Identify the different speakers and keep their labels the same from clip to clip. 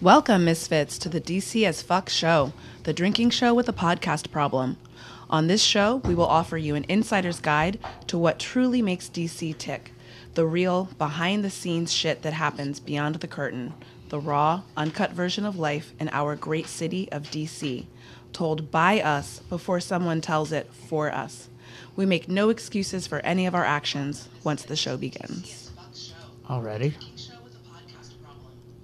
Speaker 1: Welcome, Misfits, to the DC as Fuck show, the drinking show with a podcast problem. On this show, we will offer you an insider's guide to what truly makes DC tick the real, behind the scenes shit that happens beyond the curtain, the raw, uncut version of life in our great city of DC, told by us before someone tells it for us. We make no excuses for any of our actions once the show begins.
Speaker 2: Already?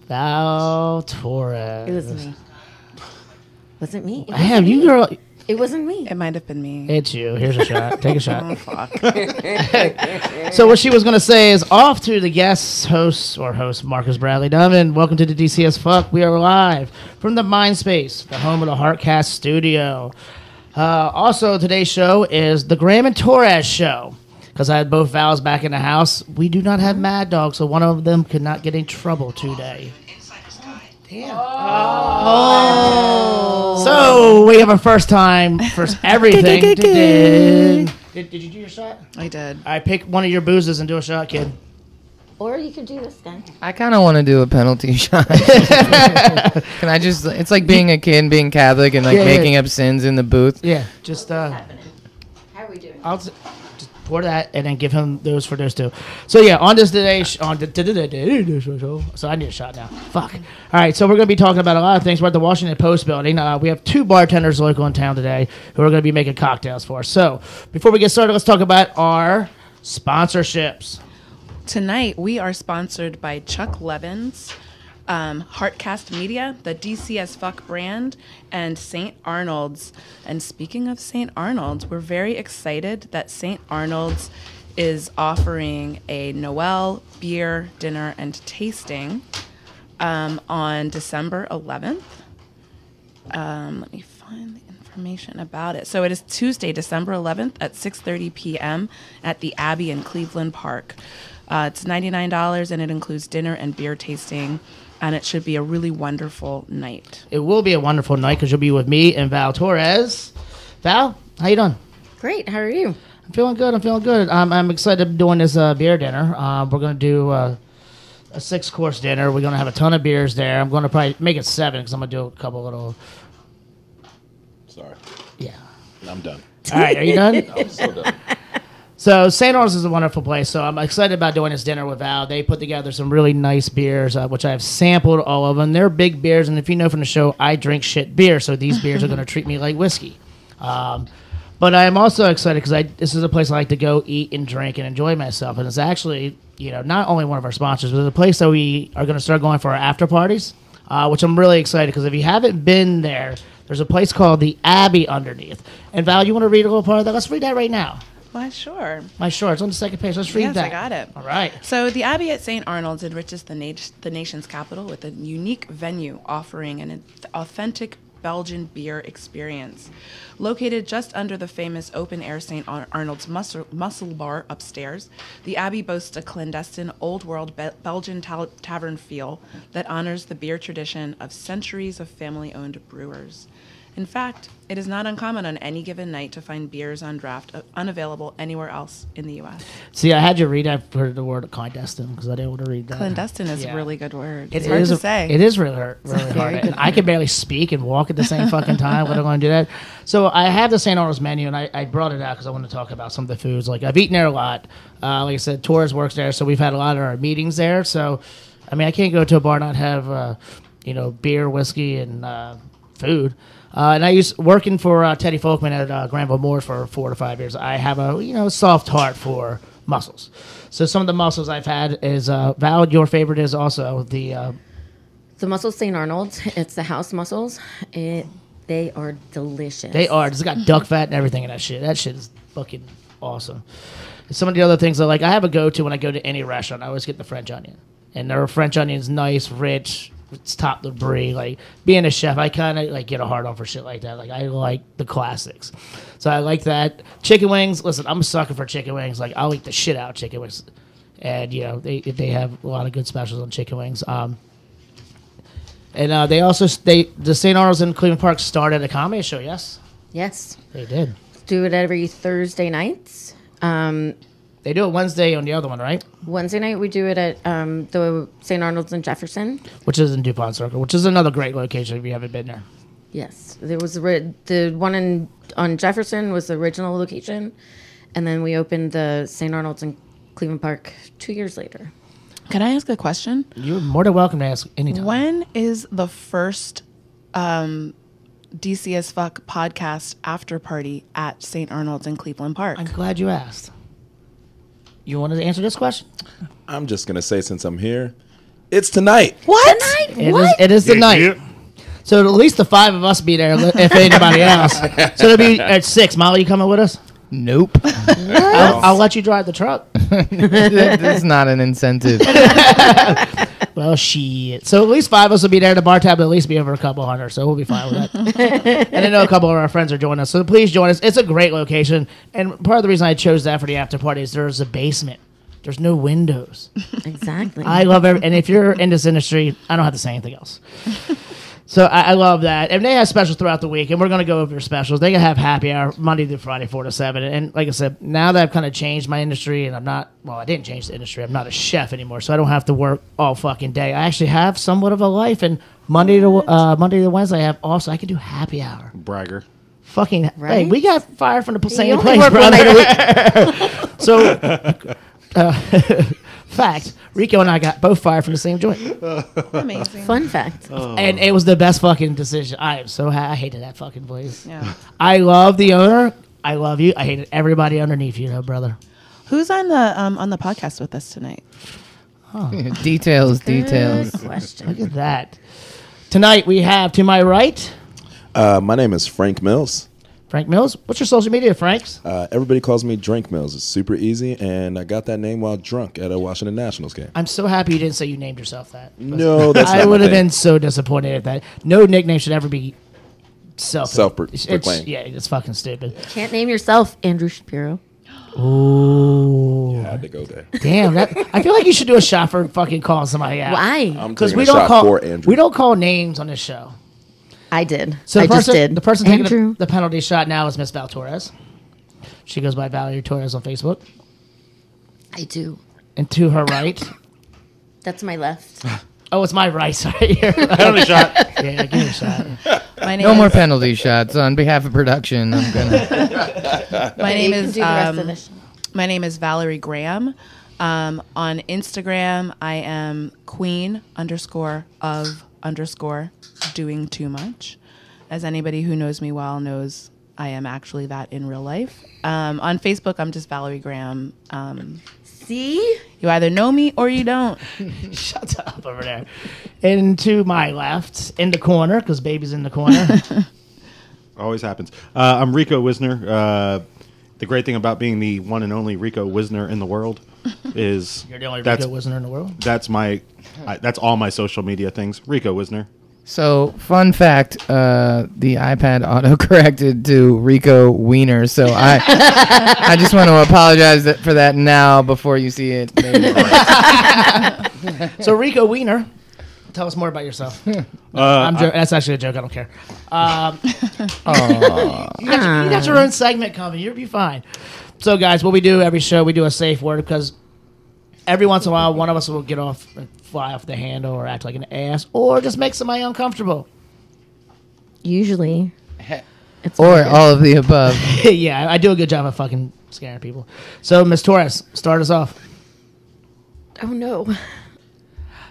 Speaker 2: Val Torres.
Speaker 3: It was me. Was it me? It was-
Speaker 2: Damn, you girl.
Speaker 3: It wasn't me.
Speaker 1: It might have been me.
Speaker 2: It's you. Here's a shot. Take a
Speaker 1: Oh,
Speaker 2: shot.
Speaker 1: fuck.
Speaker 2: So what she was gonna say is off to the guest host or host Marcus Bradley Dunn. Welcome to the DCS Fuck. We are live from the Mind Space, the home of the Heartcast Studio. Uh, also, today's show is the Graham and Torres show because I had both Val's back in the house. We do not have Mad Dog, so one of them could not get in trouble today. Oh. So we have a first time for everything. did, did you do your shot?
Speaker 1: I did.
Speaker 2: I pick one of your boozes and do a shot, kid.
Speaker 3: Or you could do this then.
Speaker 4: I kind of want to do a penalty shot. Can I just? It's like being a kid and being Catholic and like
Speaker 2: Yeah, yeah.
Speaker 4: making up sins in the booth.
Speaker 2: Yeah, just uh,
Speaker 3: How are we doing?
Speaker 2: I'll s- just pour that and then give him those for those two. So yeah, on this today, sh- on the- so I need a shot now. Fuck. All right, so we're gonna be talking about a lot of things. We're at the Washington Post building. Uh, we have two bartenders local in town today who are gonna be making cocktails for us. So before we get started, let's talk about our sponsorships.
Speaker 1: Tonight, we are sponsored by Chuck Levins, um, Heartcast Media, the DC as Fuck brand, and St. Arnold's. And speaking of St. Arnold's, we're very excited that St. Arnold's is offering a Noel beer dinner and tasting um, on December 11th. Um, let me find the information about it. So it is Tuesday, December 11th at 6:30 p.m. at the Abbey in Cleveland Park. Uh, it's $99 and it includes dinner and beer tasting, and it should be a really wonderful night.
Speaker 2: It will be a wonderful night because you'll be with me and Val Torres. Val, how you doing?
Speaker 3: Great. How are you?
Speaker 2: I'm feeling good. I'm feeling good. Um, I'm, I'm excited. I'm doing this uh, beer dinner. Uh, we're gonna do uh, a six course dinner. We're gonna have a ton of beers there. I'm gonna probably make it seven because I'm gonna do a couple little.
Speaker 5: Sorry,
Speaker 2: Yeah.
Speaker 5: I'm done.
Speaker 2: All right. Are you done?
Speaker 5: So done.
Speaker 2: so St. Arnold's is a wonderful place. So I'm excited about doing this dinner with Val. They put together some really nice beers, uh, which I have sampled all of them. They're big beers, and if you know from the show, I drink shit beer. So these beers are gonna treat me like whiskey. Um, but I'm also excited because I this is a place I like to go eat and drink and enjoy myself, and it's actually you know not only one of our sponsors, but it's a place that we are going to start going for our after parties, uh, which I'm really excited because if you haven't been there, there's a place called the Abbey underneath. And Val, you want to read a little part of that? Let's read that right now.
Speaker 1: Why, sure.
Speaker 2: My shorts on the second page. Let's read
Speaker 1: Yes,
Speaker 2: that.
Speaker 1: I got it.
Speaker 2: All right.
Speaker 1: So the Abbey at St. Arnold's enriches the, nat- the nation's capital with a unique venue offering an auth- authentic Belgian beer experience. Located just under the famous open air St. Ar- Arnold's muscle, muscle Bar upstairs, the Abbey boasts a clandestine old world Be- Belgian ta- tavern feel that honors the beer tradition of centuries of family owned brewers. In fact, it is not uncommon on any given night to find beers on draft uh, unavailable anywhere else in the U.S.
Speaker 2: See, I had you read. I heard the word clandestine because I didn't want to read that.
Speaker 1: Clandestine is
Speaker 2: Yeah.
Speaker 1: a really good word.
Speaker 2: It
Speaker 1: It's hard
Speaker 2: is
Speaker 1: to
Speaker 2: a-
Speaker 1: say.
Speaker 2: It is really hard. Really hard. And I can barely speak and walk at the same fucking time. What am I going to do that? So I have the St. Arnold's menu, and I, I brought it out because I want to talk about some of the foods. Like I've eaten there a lot. Uh, like I said, Torres works there, so we've had a lot of our meetings there. So, I mean, I can't go to a bar and not have, uh, you know, beer, whiskey, and uh, food. Uh, and I used working for uh, Teddy Folkman at uh, Granville Moore for four to five years. I have a you know soft heart for muscles. So some of the muscles I've had is uh, Val. Your favorite is also the uh,
Speaker 3: The mussels St. Arnold's. It's the house mussels. It, they are delicious.
Speaker 2: They are. It's got
Speaker 3: Mm-hmm.
Speaker 2: duck fat and everything in that shit. That shit is fucking awesome. Some of the other things are like I have a go to when I go to any restaurant. I always get the French onion, and their French onion's nice, rich. It's top the brie. Like being a chef, I kind of like get a hard on for shit like that. Like I like the classics, so I like that. Chicken wings. Listen, I'm a sucker for chicken wings. Like I'll eat the shit out of chicken wings, and you know they they have a lot of good specials on chicken wings. Um, and uh, they also they the St. Arnold's in Cleveland Park started a comedy show. Yes.
Speaker 3: Yes.
Speaker 2: They did.
Speaker 3: Do it every Thursday nights. Um,
Speaker 2: They do it Wednesday on the other one, right?
Speaker 3: Wednesday night we do it at um, the St. Arnold's in Jefferson.
Speaker 2: Which is in Dupont Circle, which is another great location if you haven't been there.
Speaker 3: Yes, there was ri- the one in on Jefferson was the original location, and then we opened the St. Arnold's in Cleveland Park two years later.
Speaker 1: Can I ask a question?
Speaker 2: You're more than welcome to ask anytime.
Speaker 1: When is the first um, DC as fuck podcast after party at St. Arnold's in Cleveland Park?
Speaker 2: I'm glad you asked. You wanted to answer this question?
Speaker 5: I'm just gonna say since I'm here, it's tonight.
Speaker 1: what?
Speaker 2: It is it is the night. So at least the five of us be there, li- if anybody else. So it'll be at six. Molly, you coming with us?
Speaker 4: Nope.
Speaker 2: I'll, I'll let you drive the truck.
Speaker 4: That's not an incentive.
Speaker 2: Well, shit. So at least five of us will be there. The bar tab will at least be over a couple hundred, so we'll be fine with that. and I know a couple of our friends are joining us, so please join us. It's a great location, and part of the reason I chose that for the after party is there's a basement. There's no windows.
Speaker 3: Exactly.
Speaker 2: I love every, and if you're in this industry, I don't have to say anything else. So I, I love that. And they have specials throughout the week, and we're going to go over your specials. They can have happy hour Monday through Friday, 4 to 7. And like I said, now that I've kind of changed my industry, and I'm not, well, I didn't change the industry. I'm not a chef anymore, so I don't have to work all fucking day. I actually have somewhat of a life, and Monday to uh, Monday to Wednesday, I have also, I can do happy hour.
Speaker 5: Bragger.
Speaker 2: Fucking, hey,
Speaker 3: Right?
Speaker 2: we got fired from the same
Speaker 3: only
Speaker 2: place,
Speaker 3: work one
Speaker 2: brother.
Speaker 3: night a
Speaker 2: so, uh, fact, Rico and I got both fired from the same joint. Oh.
Speaker 1: Amazing.
Speaker 3: Fun fact.
Speaker 2: and it was the best fucking decision. I am so ha- I hated that fucking place.
Speaker 1: Yeah.
Speaker 2: I love the owner. I love you. I hated everybody underneath you, though, brother.
Speaker 1: Who's on the um, on the podcast with us tonight?
Speaker 4: details, details.
Speaker 3: Good question.
Speaker 2: Look at that. Tonight we have to my right
Speaker 5: Uh, my name is Frank Mills.
Speaker 2: Frank Mills. What's your social media, Franks?
Speaker 5: Uh, everybody calls me Drink Mills. It's super easy, and I got that name while drunk at a Washington Nationals game.
Speaker 2: I'm so happy you didn't say you named yourself that.
Speaker 5: No, that's
Speaker 2: I
Speaker 5: not my
Speaker 2: would have
Speaker 5: thing.
Speaker 2: been so disappointed at that. No nickname should ever be self
Speaker 5: Self-pro-
Speaker 2: it's-
Speaker 5: proclaimed.
Speaker 2: Yeah, it's fucking stupid.
Speaker 3: Can't name yourself Andrew Shapiro.
Speaker 2: Ooh,
Speaker 5: I had to go there.
Speaker 2: damn! That I feel like you should do a shot for fucking calling somebody out.
Speaker 3: Why?
Speaker 5: I'm
Speaker 2: Because
Speaker 5: taking
Speaker 2: we
Speaker 5: a
Speaker 2: don't
Speaker 5: shot
Speaker 2: call
Speaker 5: for Andrew.
Speaker 2: we don't call names on this show.
Speaker 3: I did.
Speaker 2: So the
Speaker 3: I
Speaker 2: person,
Speaker 3: just did.
Speaker 2: the person taking
Speaker 3: Andrew.
Speaker 2: the, the penalty shot now is Miss Val Torres. She goes by Valerie Torres on Facebook.
Speaker 3: I do.
Speaker 2: And to her right,
Speaker 3: That's my left.
Speaker 2: oh, it's my right. Sorry, yeah,
Speaker 6: Penalty shot.
Speaker 2: give me a shot.
Speaker 1: My name
Speaker 4: No
Speaker 1: is,
Speaker 4: more penalty shots on behalf of production. I'm gonna.
Speaker 1: My name
Speaker 3: You can
Speaker 1: is
Speaker 3: do the rest of
Speaker 1: um,
Speaker 3: this.
Speaker 1: My name is Valerie Graham. Um, on Instagram, I am queen underscore of underscore doing too much. As anybody who knows me well knows, I am actually that in real life. Um, on Facebook, I'm just Valerie Graham. Um,
Speaker 3: See?
Speaker 1: you either know me or you don't.
Speaker 2: Shut up over there. And to my left, in the corner, because baby's in the corner.
Speaker 6: Always happens. Uh, I'm Rico Wisner. Uh, the great thing about being the one and only Rico Wisner in the world is
Speaker 2: You're the only
Speaker 6: that's,
Speaker 2: Rico Wisner in the world.
Speaker 6: That's my. I, that's all my social media things. Rico Wisner.
Speaker 4: So, fun fact: uh, the iPad auto corrected to Rico Wiener. So I, I just want to apologize that- for that now before you see it.
Speaker 2: So Rico Wiener, tell us more about yourself.
Speaker 6: Uh,
Speaker 2: No, I'm jo- that's actually a joke. Uh, I don't care. Um, you, got your, you got your own segment coming. You'll be fine. So, guys, what we do every show, we do a safe word because every once in a while, one of us will get off, fly off the handle, or act like an ass, or just make somebody uncomfortable.
Speaker 3: Usually. It's
Speaker 4: or
Speaker 3: weird.
Speaker 4: all of the above.
Speaker 2: yeah, I do a good job of fucking scaring people. So, Miss Torres, start us off.
Speaker 3: Oh no.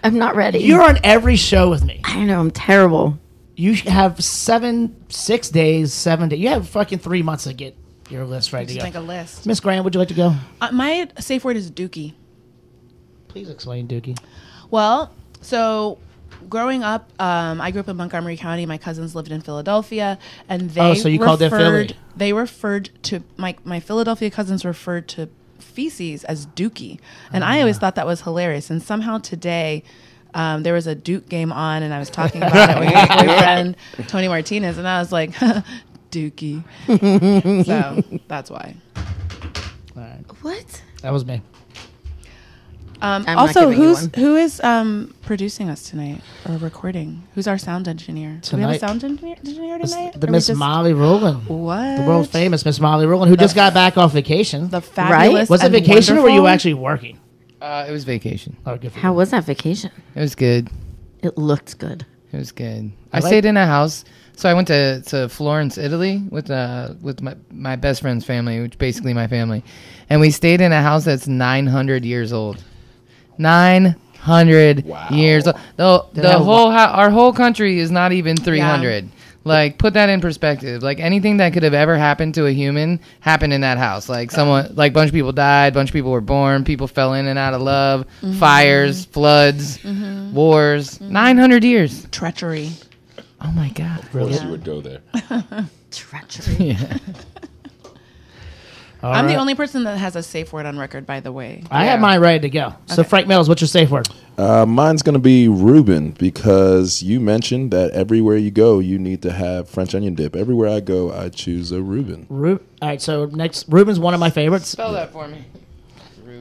Speaker 3: I'm not ready.
Speaker 2: You're on every show with me.
Speaker 3: I know I'm terrible.
Speaker 2: You have seven, six days, seven days. You have fucking three months to get your list ready to
Speaker 1: Just
Speaker 2: go.
Speaker 1: make a list.
Speaker 2: Miss Graham, would you like to go?
Speaker 1: Uh, my safe word is dookie.
Speaker 2: Please explain, Dookie.
Speaker 1: Well, so growing up, um, I grew up in Montgomery County. My cousins lived in Philadelphia, and they
Speaker 2: Oh, so you called
Speaker 1: referred,
Speaker 2: that Philly.
Speaker 1: They referred to my my Philadelphia cousins referred to feces as dookie, and I
Speaker 2: Ah.
Speaker 1: always thought that was hilarious. And somehow today. Um, there was a Duke game on, and I was talking about it with my boyfriend Tony Martinez, and I was like, "Dookie." so that's why.
Speaker 2: All right,
Speaker 3: What?
Speaker 2: that was me.
Speaker 1: Um,
Speaker 3: I'm not
Speaker 1: also,
Speaker 3: giving you
Speaker 1: who's
Speaker 3: one.
Speaker 1: who is um, producing us tonight or recording? Who's our sound engineer? Do we have a
Speaker 2: Tonight.
Speaker 1: sound engineer, engineer
Speaker 2: It's
Speaker 1: tonight?
Speaker 2: the
Speaker 1: Or we
Speaker 2: Miss
Speaker 1: just-
Speaker 2: Molly Rowland,
Speaker 1: What?
Speaker 2: the world famous Miss Molly Rowland, who just got back off vacation.
Speaker 1: The fabulous.
Speaker 2: was it
Speaker 1: and
Speaker 2: vacation or were you
Speaker 1: wonderful-
Speaker 2: actually working?
Speaker 4: Uh, it was vacation.
Speaker 2: Oh, good for you.
Speaker 3: How was that vacation?
Speaker 4: It was good.
Speaker 3: It looked good.
Speaker 4: It was good. I,
Speaker 2: like-
Speaker 4: stayed in a house. So I went to, to Florence, Italy, with uh with my, my best friend's family, which basically my family, and we stayed in a house that's nine hundred years old. Nine hundred years old. The, the
Speaker 2: that-
Speaker 4: whole ho- our whole country is not even three hundred. Like put that in perspective. Like anything that could have ever happened to a human happened in that house. Like someone, like bunch of people died, bunch of people were born, people fell in and out of love, fires, floods, wars. hundred years.
Speaker 1: treachery?
Speaker 4: Oh my god.
Speaker 5: Of course you would go there.
Speaker 3: Treachery.
Speaker 2: All
Speaker 1: I'm
Speaker 2: right.
Speaker 1: the only person that has a safe word on record, by the way.
Speaker 2: I had mine ready to go. So Frank Mills, what's your safe word?
Speaker 5: Uh, mine's going to be Reuben because you mentioned that everywhere you go, you need to have French onion dip. Everywhere I go, I choose a Reuben.
Speaker 2: Ru- All right, so next, Ruben's one of my favorites.
Speaker 4: Spell that for me.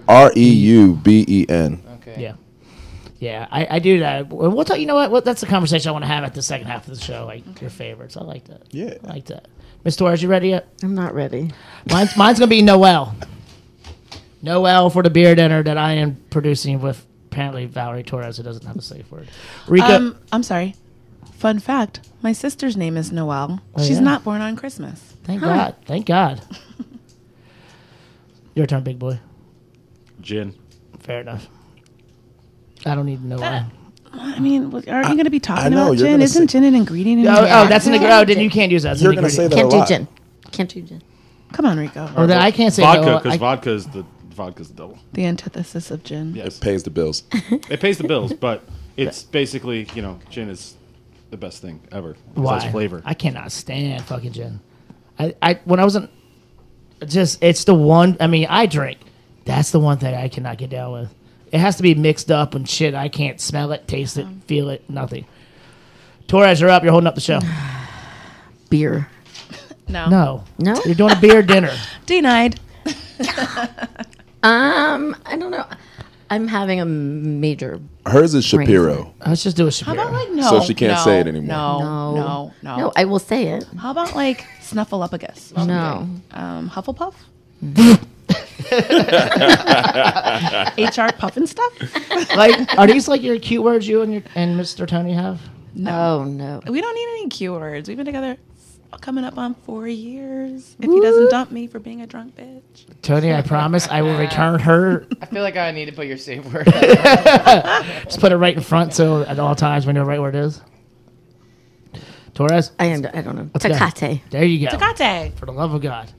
Speaker 5: R E U B E N.
Speaker 4: Okay.
Speaker 2: Yeah, yeah, I, I do that. Well, We'll talk. You know what? Well, that's the conversation I want to have at the second half of the show. Like your favorites, I like that.
Speaker 5: Yeah.
Speaker 2: I like that. Miss Torres, you ready yet?
Speaker 3: I'm not ready.
Speaker 2: Mine's mine's gonna be Noel. Noel for the beer dinner that I am producing with apparently Valerie Torres, who doesn't have a safe word. Rico,
Speaker 1: Um, I'm sorry. Fun fact: My sister's name is Noelle. She's
Speaker 2: Oh, yeah?
Speaker 1: not born on Christmas.
Speaker 2: thank God, thank God. Your turn, big boy.
Speaker 6: Gin.
Speaker 2: Fair enough. I don't need to know why.
Speaker 1: I mean, what- aren't you going to be talking
Speaker 5: I know,
Speaker 1: about
Speaker 5: you're
Speaker 1: gin?
Speaker 5: gonna
Speaker 1: Isn't
Speaker 5: say-
Speaker 1: gin an ingredient? In
Speaker 2: Oh,
Speaker 1: your
Speaker 2: oh, that's an ingredient. Oh, then you can't use that. That's an
Speaker 5: You're going to say that
Speaker 3: Can't
Speaker 2: ingredient.
Speaker 5: a
Speaker 3: do
Speaker 5: lot.
Speaker 3: gin. Can't do gin.
Speaker 1: Come on, Rico.
Speaker 2: Oh, then I can't say
Speaker 6: Vodka,
Speaker 2: Noel.
Speaker 6: because
Speaker 2: I-
Speaker 6: vodka is the vodka's the double.
Speaker 1: The antithesis of gin.
Speaker 6: Yes,
Speaker 5: Pays the bills.
Speaker 6: it pays the bills, but it's basically you know gin is the best thing ever.
Speaker 2: Why?
Speaker 6: Besides flavor.
Speaker 2: I cannot stand fucking gin. I, I when I was in, just it's the one. I mean, I drink. That's the one thing I cannot get down with. It has to be mixed up and shit. I can't smell it, taste it,
Speaker 3: Mm-hmm.
Speaker 2: feel it, nothing. Torres, you're up. You're holding up the show.
Speaker 3: Beer.
Speaker 1: No.
Speaker 2: No,
Speaker 3: No?
Speaker 2: You're doing a beer dinner.
Speaker 1: Denied.
Speaker 3: Um, I don't know. I'm having a major.
Speaker 5: Hers is Shapiro.
Speaker 2: Let's just do a
Speaker 1: How about
Speaker 2: Shapiro.
Speaker 1: like no?
Speaker 5: So she can't
Speaker 1: no,
Speaker 5: say it anymore.
Speaker 1: No.
Speaker 3: No.
Speaker 1: No. No.
Speaker 3: No, I will say it.
Speaker 1: How about like Snuffleupagus?
Speaker 3: No.
Speaker 1: Um, Hufflepuff. HR puff and stuff.
Speaker 2: Like, are these like your cute words you and your and Mr. Tony have?
Speaker 3: No, no.
Speaker 1: We don't need any Q words. We've been together coming up on four years. If he doesn't dump me for being a drunk bitch.
Speaker 2: Tony, I promise I will return her.
Speaker 4: I feel like I need to put your safe word.
Speaker 2: Just put it right in front, so at all times we know right where it is. Torres,
Speaker 3: I am. I don't know.
Speaker 2: go.
Speaker 3: Takate.
Speaker 2: there you go.
Speaker 1: Gate.
Speaker 2: for the love of God.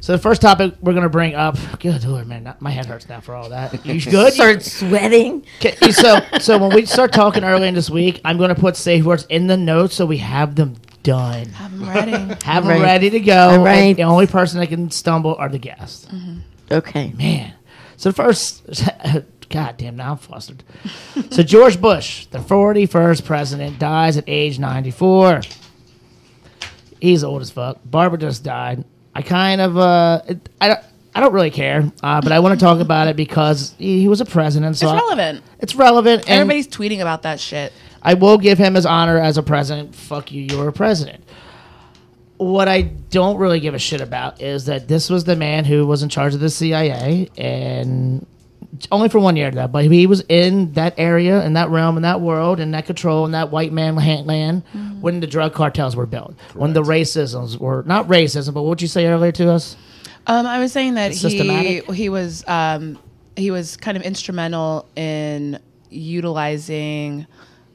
Speaker 2: So the first topic we're gonna bring up. Good lord, man, not- my head hurts now for all that. You good?
Speaker 3: Start sweating.
Speaker 2: Okay, so so when we start talking early in this week, I'm gonna put safe words in the notes so we have them done,
Speaker 1: I'm ready.
Speaker 2: have
Speaker 3: Right.
Speaker 2: them ready to go. and
Speaker 3: right.
Speaker 2: The only person that can stumble are the guests.
Speaker 3: Okay.
Speaker 2: Man, so the first. God damn, now I'm flustered. so George Bush, the 41st president, dies at age 94. He's old as fuck. Barbara just died. I kind of uh, it- I don't. I don't really care, uh, but I want to talk about it because he, he was a president. So
Speaker 1: It's
Speaker 2: I-
Speaker 1: relevant.
Speaker 2: It's relevant. And
Speaker 1: Everybody's tweeting about that shit.
Speaker 2: I will give him his honor as a president. Fuck you, you're a president. What I don't really give a shit about is that this was the man who was in charge of the CIA and only for one year though, but he was in that area, in that realm, in that world, in that control, in that white man ha- land when the drug cartels were built, when the racisms were not racism, but what would you say earlier to us?
Speaker 1: Um, I was saying that
Speaker 2: It's
Speaker 1: he
Speaker 2: systematic.
Speaker 1: he was um, he was kind of instrumental in utilizing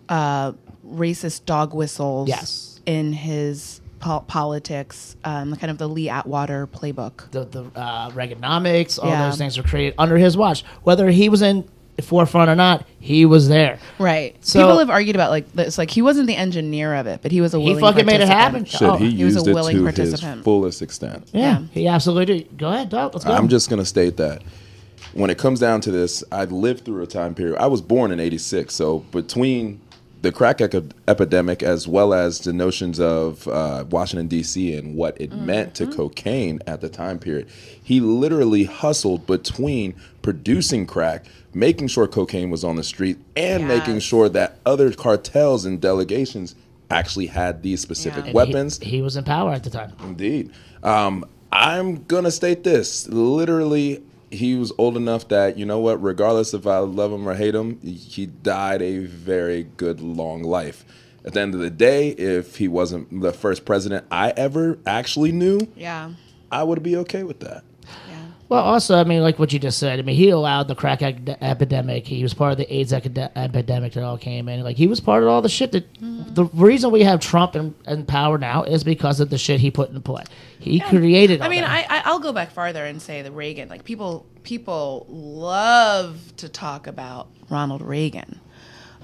Speaker 1: uh, racist dog whistles
Speaker 2: Yes.
Speaker 1: in his pol- politics, um, kind of the Lee Atwater playbook.
Speaker 2: the, the uh, Reaganomics, all
Speaker 1: Yeah.
Speaker 2: those things were created under his watch. Whether he was in the forefront or not, he was there.
Speaker 1: Right.
Speaker 2: So-
Speaker 1: People have argued about like this. Like he wasn't the engineer of it, but he was a willing.
Speaker 2: He fucking made it happen.
Speaker 1: participant.
Speaker 5: Shit,
Speaker 2: Oh,
Speaker 5: he,
Speaker 1: he was a
Speaker 5: used it
Speaker 1: willing
Speaker 5: to his
Speaker 1: participant.
Speaker 5: fullest extent.
Speaker 2: yeah,
Speaker 1: Yeah.
Speaker 2: he absolutely did. Go ahead, dog. Let's go.
Speaker 5: I'm just gonna state that when it comes down to this, I lived through a time period. I was born in '86, so between the crack epi- epidemic as well as the notions of uh, Washington D.C. and what it meant to cocaine at the time period, he literally hustled between producing crack. making sure cocaine was on the street and making
Speaker 1: Yes.
Speaker 5: sure that other cartels and delegations actually had these specific
Speaker 1: Yeah. And
Speaker 5: weapons.
Speaker 2: He, he was in power at the time.
Speaker 5: Indeed. Um, I'm going to state this. Literally, he was old enough that, you know what, regardless if I love him or hate him, he died a very good long life. At the end of the day, if he wasn't the first president I ever actually knew,
Speaker 1: Yeah.
Speaker 5: I would be okay with that.
Speaker 1: Yeah.
Speaker 2: Well, also, I mean, like what you just said, I mean, he allowed the crack ac- epidemic. He was part of the AIDS acad- epidemic that all came in. Like, he was part of all the shit that.
Speaker 1: Mm-hmm.
Speaker 2: The reason we have Trump in, in power now is because of the shit he put in play. He created. All
Speaker 1: I mean,
Speaker 2: that.
Speaker 1: I, I I'll go back farther and say the Reagan. Like people people love to talk about Ronald Reagan.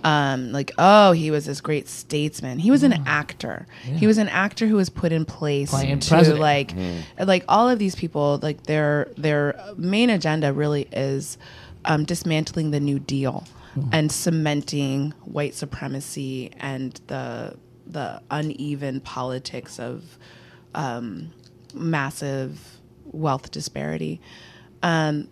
Speaker 1: Um, like oh, he was this great statesman. He was an actor. He was an actor who was put in place
Speaker 2: Playing
Speaker 1: to
Speaker 2: president.
Speaker 1: like like all of these people. Like their their main agenda really is um, dismantling the New Deal
Speaker 2: Mm-hmm.
Speaker 1: and cementing white supremacy and the the uneven politics of um, massive wealth disparity. Um,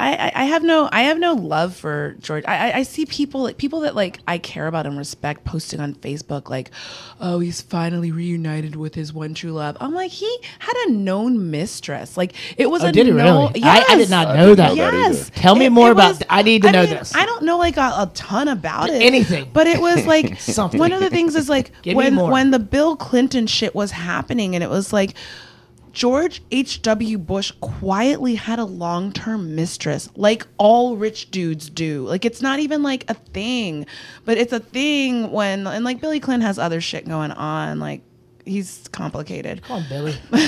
Speaker 1: I, I, I have no I have no love for George. I, I, I see people people that like I care about and respect posting on Facebook like, oh he's finally reunited with his one true love. I'm like he had a known mistress. Like it was
Speaker 2: Oh,
Speaker 1: a
Speaker 2: did he
Speaker 1: known-
Speaker 2: really? I- I did
Speaker 1: Yes.
Speaker 2: not I know didn't that. know
Speaker 5: that either.
Speaker 1: Yes.
Speaker 2: Tell me more about th- I need to know
Speaker 1: mean,
Speaker 2: this.
Speaker 1: I don't know like a, a ton about it.
Speaker 2: Anything.
Speaker 1: But it was like
Speaker 2: Something.
Speaker 1: one of the things is like
Speaker 2: Give me
Speaker 1: when
Speaker 2: more.
Speaker 1: when the Bill Clinton shit was happening and it was like George H.W. Bush quietly had a long term mistress, like all rich dudes do. Like, it's not even like a thing, but it's a thing when, and like Billy Clinton has other shit going on. Like, he's complicated.
Speaker 2: Come on, Billy.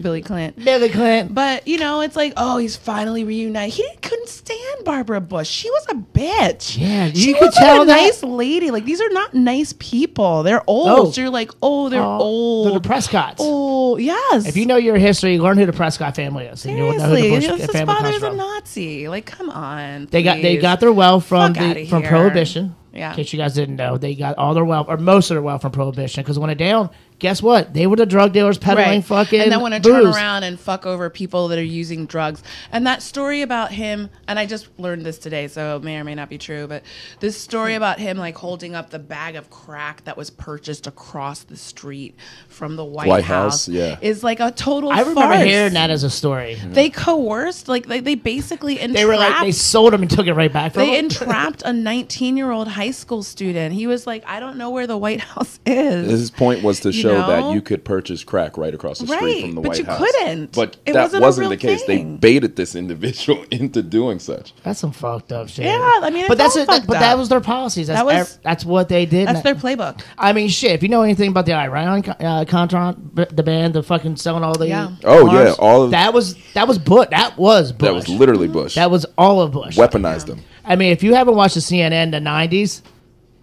Speaker 1: Billy Clinton.
Speaker 2: Billy Clinton.
Speaker 1: But you know, it's like, oh, he's finally reunited. He couldn't stand Barbara Bush. She was a bitch.
Speaker 2: Yeah,
Speaker 1: she
Speaker 2: you could
Speaker 1: wasn't
Speaker 2: tell
Speaker 1: a
Speaker 2: that.
Speaker 1: nice lady. Like these are not nice people. They're old.
Speaker 2: No.
Speaker 1: So you're like, oh, they're
Speaker 2: Oh,
Speaker 1: old.
Speaker 2: The Prescotts.
Speaker 1: Oh, yes.
Speaker 2: If you know your history, learn who the Prescott family is. and you'll know who the
Speaker 1: seriously,
Speaker 2: Bush
Speaker 1: his
Speaker 2: family comes
Speaker 1: father's a
Speaker 2: from.
Speaker 1: Nazi. Like, come on.
Speaker 2: They got they
Speaker 1: please.
Speaker 2: got their wealth from
Speaker 1: Fuck
Speaker 2: the,
Speaker 1: outta
Speaker 2: from
Speaker 1: here.
Speaker 2: prohibition.
Speaker 1: Yeah.
Speaker 2: In case you guys didn't know, they got all their wealth or most of their wealth from prohibition. Because when it down, guess what? They were the drug dealers peddling fucking.
Speaker 1: and then want to
Speaker 2: booze.
Speaker 1: turn around and fuck over people that are using drugs and that story about him and i just learned this today so it may or may not be true but this story about him like holding up the bag of crack that was purchased across the street from the white,
Speaker 5: White
Speaker 1: house,
Speaker 5: House, yeah.
Speaker 1: is like a total
Speaker 2: I remember
Speaker 1: farce.
Speaker 2: hearing that as a story.
Speaker 1: they coerced like they, they basically entrapped
Speaker 2: They were like they sold them and took it right back. From
Speaker 1: they
Speaker 2: them.
Speaker 1: entrapped a 19 year old high school student. He was like, I don't know where the White House is.
Speaker 5: His point was to
Speaker 1: Mm. You
Speaker 5: show
Speaker 1: know?
Speaker 5: that you could purchase crack right across the street
Speaker 1: Right,
Speaker 5: from the
Speaker 1: but
Speaker 5: White
Speaker 1: you
Speaker 5: House.
Speaker 1: couldn't.
Speaker 5: But
Speaker 1: It
Speaker 5: that
Speaker 1: wasn't a
Speaker 5: wasn't
Speaker 1: real
Speaker 5: the case.
Speaker 1: thing.
Speaker 5: They baited this individual into doing such.
Speaker 2: that's some fucked up shit.
Speaker 1: Yeah, I mean,
Speaker 2: but
Speaker 1: it's
Speaker 2: that's
Speaker 1: all
Speaker 2: it. that-
Speaker 1: fucked
Speaker 2: but that
Speaker 1: up.
Speaker 2: was their policies. That's
Speaker 1: That was-
Speaker 2: ev- that's what they did.
Speaker 1: That's
Speaker 2: And-
Speaker 1: their playbook.
Speaker 2: I mean, shit. If you know anything about the Iran con- uh, contract, b- the band, the fucking selling all the
Speaker 1: Yeah.
Speaker 5: Oh,
Speaker 2: arms,
Speaker 5: yeah, all of-
Speaker 2: that was that was Bush. That was Bush.
Speaker 5: That was literally
Speaker 1: Mm-hmm.
Speaker 5: Bush.
Speaker 2: That was all of Bush.
Speaker 5: Weaponized them.
Speaker 2: I mean, if you haven't watched the CNN, the '90s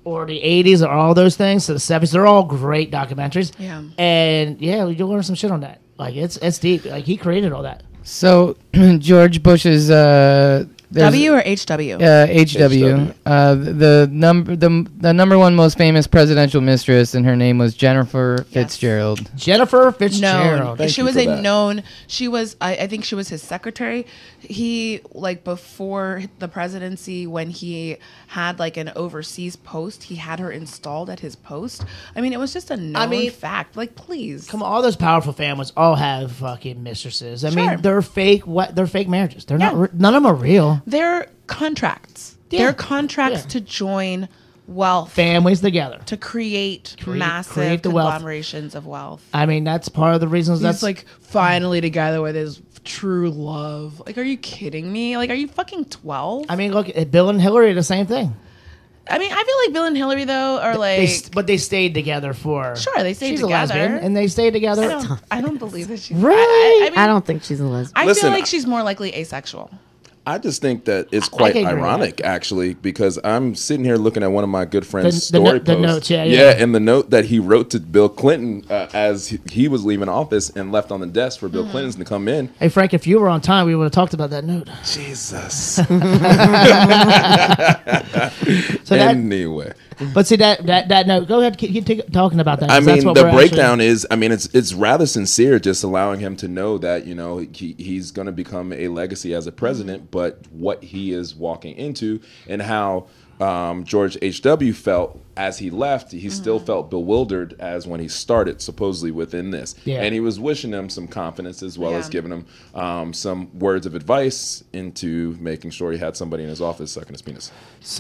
Speaker 2: or the '80s or all those things, so the '70s, they're all great documentaries.
Speaker 1: Yeah.
Speaker 2: And yeah, you'll learn some shit on that. Like it's it's deep. Like he created all that.
Speaker 4: So George Bush's uh, there's-
Speaker 1: W or HW?
Speaker 4: uh, HW, uh, the number the the number one most famous presidential mistress, and her name was Jennifer Fitzgerald.
Speaker 2: Jennifer
Speaker 1: known.
Speaker 2: Fitzgerald.
Speaker 5: Thank
Speaker 1: she
Speaker 5: you
Speaker 1: was
Speaker 5: for
Speaker 1: a
Speaker 5: that.
Speaker 1: known. She was. I, I think she was his secretary. He like before the presidency, when he had like an overseas post, he had her installed at his post. I mean, it was just a known
Speaker 2: mean-
Speaker 1: fact. Like, please,
Speaker 2: Come on, all those powerful families all have fucking mistresses. I
Speaker 1: Sure.
Speaker 2: mean, they're fake. What? They're fake marriages. They're not.
Speaker 1: Yeah.
Speaker 2: Re- none of them are real.
Speaker 1: They're contracts.
Speaker 2: Yeah.
Speaker 1: They're contracts
Speaker 2: Yeah.
Speaker 1: to join wealth.
Speaker 2: Families together.
Speaker 1: to create,
Speaker 2: Create-
Speaker 1: massive
Speaker 2: create the wealth.
Speaker 1: conglomerations of wealth.
Speaker 2: I mean, that's part of the reasons.
Speaker 1: That's
Speaker 2: That's
Speaker 1: like finally together with his true love. Like, are you kidding me? Like, are you fucking twelve?
Speaker 2: I mean, look, Bill and Hillary, are the same thing.
Speaker 1: I mean, I feel like Bill and Hillary though are like.
Speaker 2: They, st- but they stayed together for.
Speaker 1: Sure, they stayed
Speaker 2: she's
Speaker 1: together.
Speaker 2: A lesbian, and they stayed together.
Speaker 1: I don't. I don't believe that she's.
Speaker 2: Really?
Speaker 1: I, I, I mean,
Speaker 3: I don't think she's a
Speaker 2: Um,
Speaker 3: lesbian.
Speaker 1: I
Speaker 5: Listen,
Speaker 1: feel like she's more likely asexual.
Speaker 5: I just think that it's quite
Speaker 2: can agree with
Speaker 5: ironic, actually, because I'm sitting here looking at one of my good friend's
Speaker 2: The- the
Speaker 5: story
Speaker 2: no- the
Speaker 5: posts.
Speaker 2: notes, yeah, yeah.
Speaker 5: yeah, and the note that he wrote to Bill Clinton uh, as he, he was leaving office and left on the desk for
Speaker 1: Mm-hmm.
Speaker 5: Bill Clinton to come in.
Speaker 2: Hey Frank, if you were on time, we would have talked about that note.
Speaker 5: Jesus.
Speaker 2: So that
Speaker 5: anyway,
Speaker 2: But see that that that no. Go ahead, keep, keep t- talking about that.
Speaker 5: I
Speaker 2: 'cause that's
Speaker 5: mean,
Speaker 2: what
Speaker 5: the
Speaker 2: we're
Speaker 5: breakdown
Speaker 2: actually-
Speaker 5: is. I mean, it's it's rather sincere, just allowing him to know that you know he, he's going to become a legacy as a
Speaker 2: Mm-hmm.
Speaker 5: president, but what he is walking into and how um, George H. W. felt as he left, he
Speaker 2: Mm-hmm.
Speaker 5: still felt bewildered as when he started, supposedly within this,
Speaker 2: Yeah.
Speaker 5: and he was wishing him some confidence as well as
Speaker 1: Yeah.
Speaker 5: giving him um, some words of advice into making sure he had somebody in his office sucking his penis.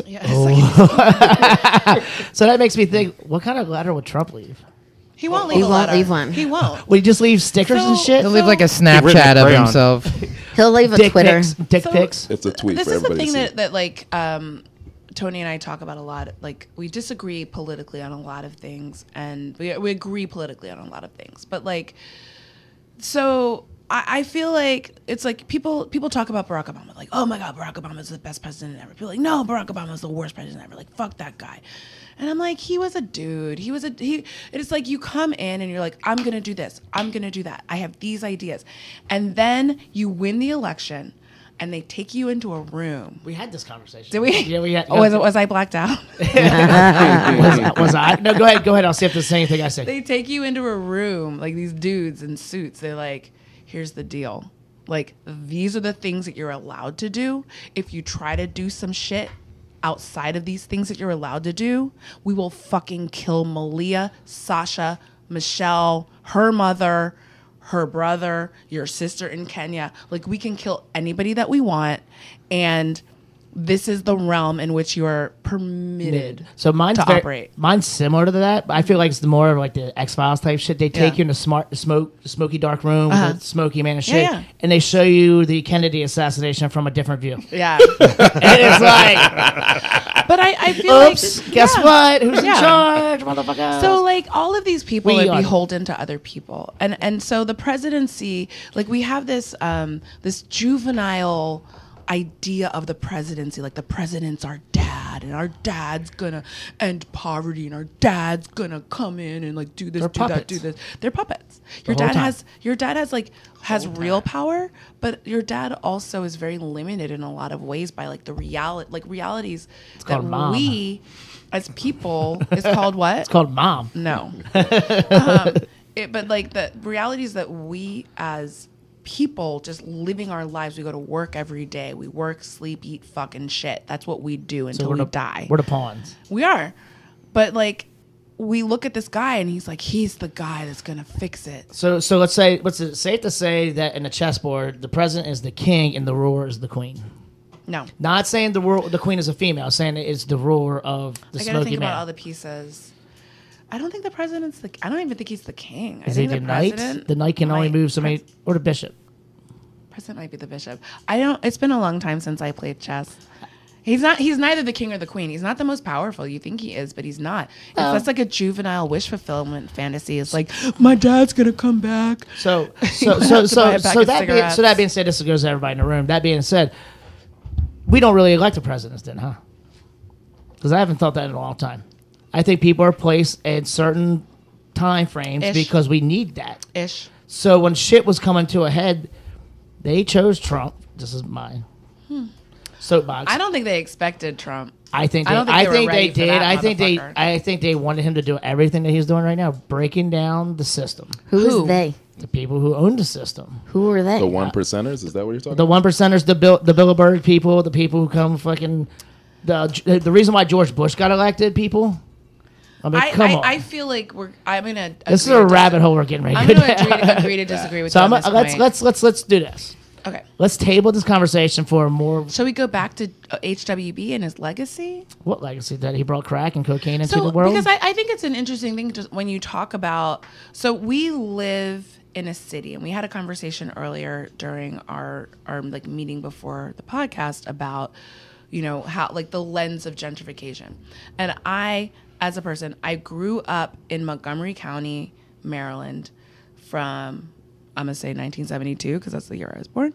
Speaker 1: Yeah, it's like-
Speaker 2: So that makes me think: what kind of letter would Trump leave?
Speaker 1: he won't leave.
Speaker 3: He
Speaker 1: a
Speaker 3: won't
Speaker 1: letter.
Speaker 3: leave one.
Speaker 1: He won't.
Speaker 2: Would he just leave stickers and
Speaker 1: So-
Speaker 2: shit?
Speaker 4: He'll leave like a
Speaker 6: written in
Speaker 4: Snapchat of
Speaker 6: crayon.
Speaker 4: himself.
Speaker 3: He'll leave a
Speaker 2: dick
Speaker 3: Twitter.
Speaker 2: pics. Dick
Speaker 1: So-
Speaker 2: pics.
Speaker 5: It's a tweet
Speaker 1: this
Speaker 5: for
Speaker 1: is the
Speaker 5: everybody
Speaker 1: thing
Speaker 5: to see.
Speaker 1: that, that like um, tony and i talk about a lot like we disagree politically on a lot of things and we, we agree politically on a lot of things but like so I, I feel like it's like people people talk about barack obama like oh my god barack obama is the best president ever people are like no barack obama is the worst president ever like fuck that guy and i'm like he was a dude he was a he it's like you come in and you're like i'm gonna do this i'm gonna do that i have these ideas and then you win the election and they take you into a room
Speaker 2: We had this conversation.
Speaker 1: did we?
Speaker 2: Yeah, we had.
Speaker 1: Oh, was, was I blacked out?
Speaker 2: was, was I? No, go ahead. Go ahead. I'll see if the same thing I said.
Speaker 1: they take you into a room, like these dudes in suits. They're like, here's the deal. Like, these are the things that you're allowed to do. If you try to do some shit outside of these things that you're allowed to do, we will fucking kill Malia, Sasha, Michelle, her mother, her brother, your sister in Kenya. Like, we can kill anybody that we want. And this is the realm in which you are permitted
Speaker 2: Mm-hmm. So mine's
Speaker 1: to
Speaker 2: very-
Speaker 1: operate.
Speaker 2: Mine's similar to that. But I feel like it's the more of like the X Files type shit. They take
Speaker 1: Yeah. Uh-huh.
Speaker 2: you in a smart, smoke, smoky dark room, with a smoky man and shit,
Speaker 1: yeah.
Speaker 2: and they show you the Kennedy assassination from a different view. and
Speaker 1: Yeah.
Speaker 2: it's like,
Speaker 1: But I, I feel
Speaker 2: oops,
Speaker 1: like
Speaker 2: guess
Speaker 1: yeah.
Speaker 2: what? Who's in
Speaker 1: Yeah.
Speaker 2: charge, motherfucker?
Speaker 1: So like all of these people
Speaker 2: We
Speaker 1: are
Speaker 2: are-
Speaker 1: beholden to other people, and and so the presidency, like we have this um this juvenile idea of the presidency, like the president's our dad, and our dad's gonna end poverty, and our dad's gonna come in and like do this,
Speaker 2: They're
Speaker 1: do that,
Speaker 2: puppets.
Speaker 1: do this. They're puppets. Your
Speaker 2: whole
Speaker 1: dad
Speaker 2: time.
Speaker 1: has your dad has like has real power, but your dad also is very limited in a lot of ways by like the reality, like realities that
Speaker 2: called mom.
Speaker 1: we as people is called what?
Speaker 2: it's called mom.
Speaker 1: No. um, it, but like the reality is that we as people just living our lives, we go to work every day. We work, sleep, eat fucking shit. That's what we do until
Speaker 2: we're
Speaker 1: we
Speaker 2: the,
Speaker 1: die.
Speaker 2: We're the pawns.
Speaker 1: We are. But like we look at this guy and he's like, he's the guy that's gonna fix it.
Speaker 2: So, so let's say, what's it safe to say that in a chessboard, the president is the king and the ruler is the queen?
Speaker 1: No.
Speaker 2: Not saying the ruler, the queen is a female. Saying it's the ruler of the
Speaker 1: I gotta
Speaker 2: smoky
Speaker 1: think
Speaker 2: man.
Speaker 1: about all the pieces. I don't think the president's the. I don't even think he's the king. I
Speaker 2: is
Speaker 1: think
Speaker 2: it the knight? The knight can only
Speaker 1: might-
Speaker 2: move so many,
Speaker 1: pres-
Speaker 2: or the bishop.
Speaker 1: President might be the bishop. I don't. It's been a long time since I played chess. He's not. He's neither the king or the queen. He's not the most powerful. You think he is, but he's not. It's- That's like a juvenile wish fulfillment fantasy. It's like my dad's gonna come back.
Speaker 2: So, so,
Speaker 1: have to buy
Speaker 2: so, so,
Speaker 1: a pack
Speaker 2: so
Speaker 1: of
Speaker 2: that being, so
Speaker 1: cigarettes.
Speaker 2: that being said, this goes to everybody in the room. That being said, we don't really elect the presidents, then, huh? Because I haven't thought that in a long time. I think people are placed in certain time frames
Speaker 1: Ish.
Speaker 2: because we need that.
Speaker 1: Ish.
Speaker 2: So when shit was coming to a head, they chose Trump. This is mine. Soapbox.
Speaker 1: Hmm. I don't think they expected Trump.
Speaker 2: I think
Speaker 1: I
Speaker 2: they, I,
Speaker 1: don't think they were
Speaker 2: think they
Speaker 1: ready for
Speaker 2: did.
Speaker 1: that
Speaker 2: I think they
Speaker 1: motherfucker.
Speaker 2: I think they wanted him to do everything that he's doing right now, breaking down the system.
Speaker 3: Who
Speaker 1: Who?
Speaker 3: is they?
Speaker 2: The people who own the system.
Speaker 3: Who are they?
Speaker 5: The one percenters is that what you're talking
Speaker 2: The one percenters, the Bill, the Bilderberg people, the people who come fucking the the reason why George Bush got elected, people. I mean,
Speaker 1: I,
Speaker 2: come
Speaker 1: I,
Speaker 2: on.
Speaker 1: I feel like we're. I'm gonna.
Speaker 2: this is
Speaker 1: agree
Speaker 2: a
Speaker 1: to dis-
Speaker 2: rabbit hole we're getting ready
Speaker 1: I'm
Speaker 2: to go
Speaker 1: gonna agree
Speaker 2: down.
Speaker 1: to, agree to disagree with
Speaker 2: So
Speaker 1: you.
Speaker 2: I'm,
Speaker 1: on this
Speaker 2: let's
Speaker 1: point.
Speaker 2: let's let's let's do this.
Speaker 1: Okay.
Speaker 2: Let's table this conversation for a more
Speaker 1: Shall we go back to uh, HWB and his legacy?
Speaker 2: what legacy that he brought crack and cocaine into
Speaker 1: so
Speaker 2: the world.
Speaker 1: because I, I think it's an interesting thing just when you talk about so we live in a city and we had a conversation earlier during our our like meeting before the podcast about you know how like the lens of gentrification and i as a person i grew up in montgomery county maryland from I'm gonna say 1972 because that's the year I was born,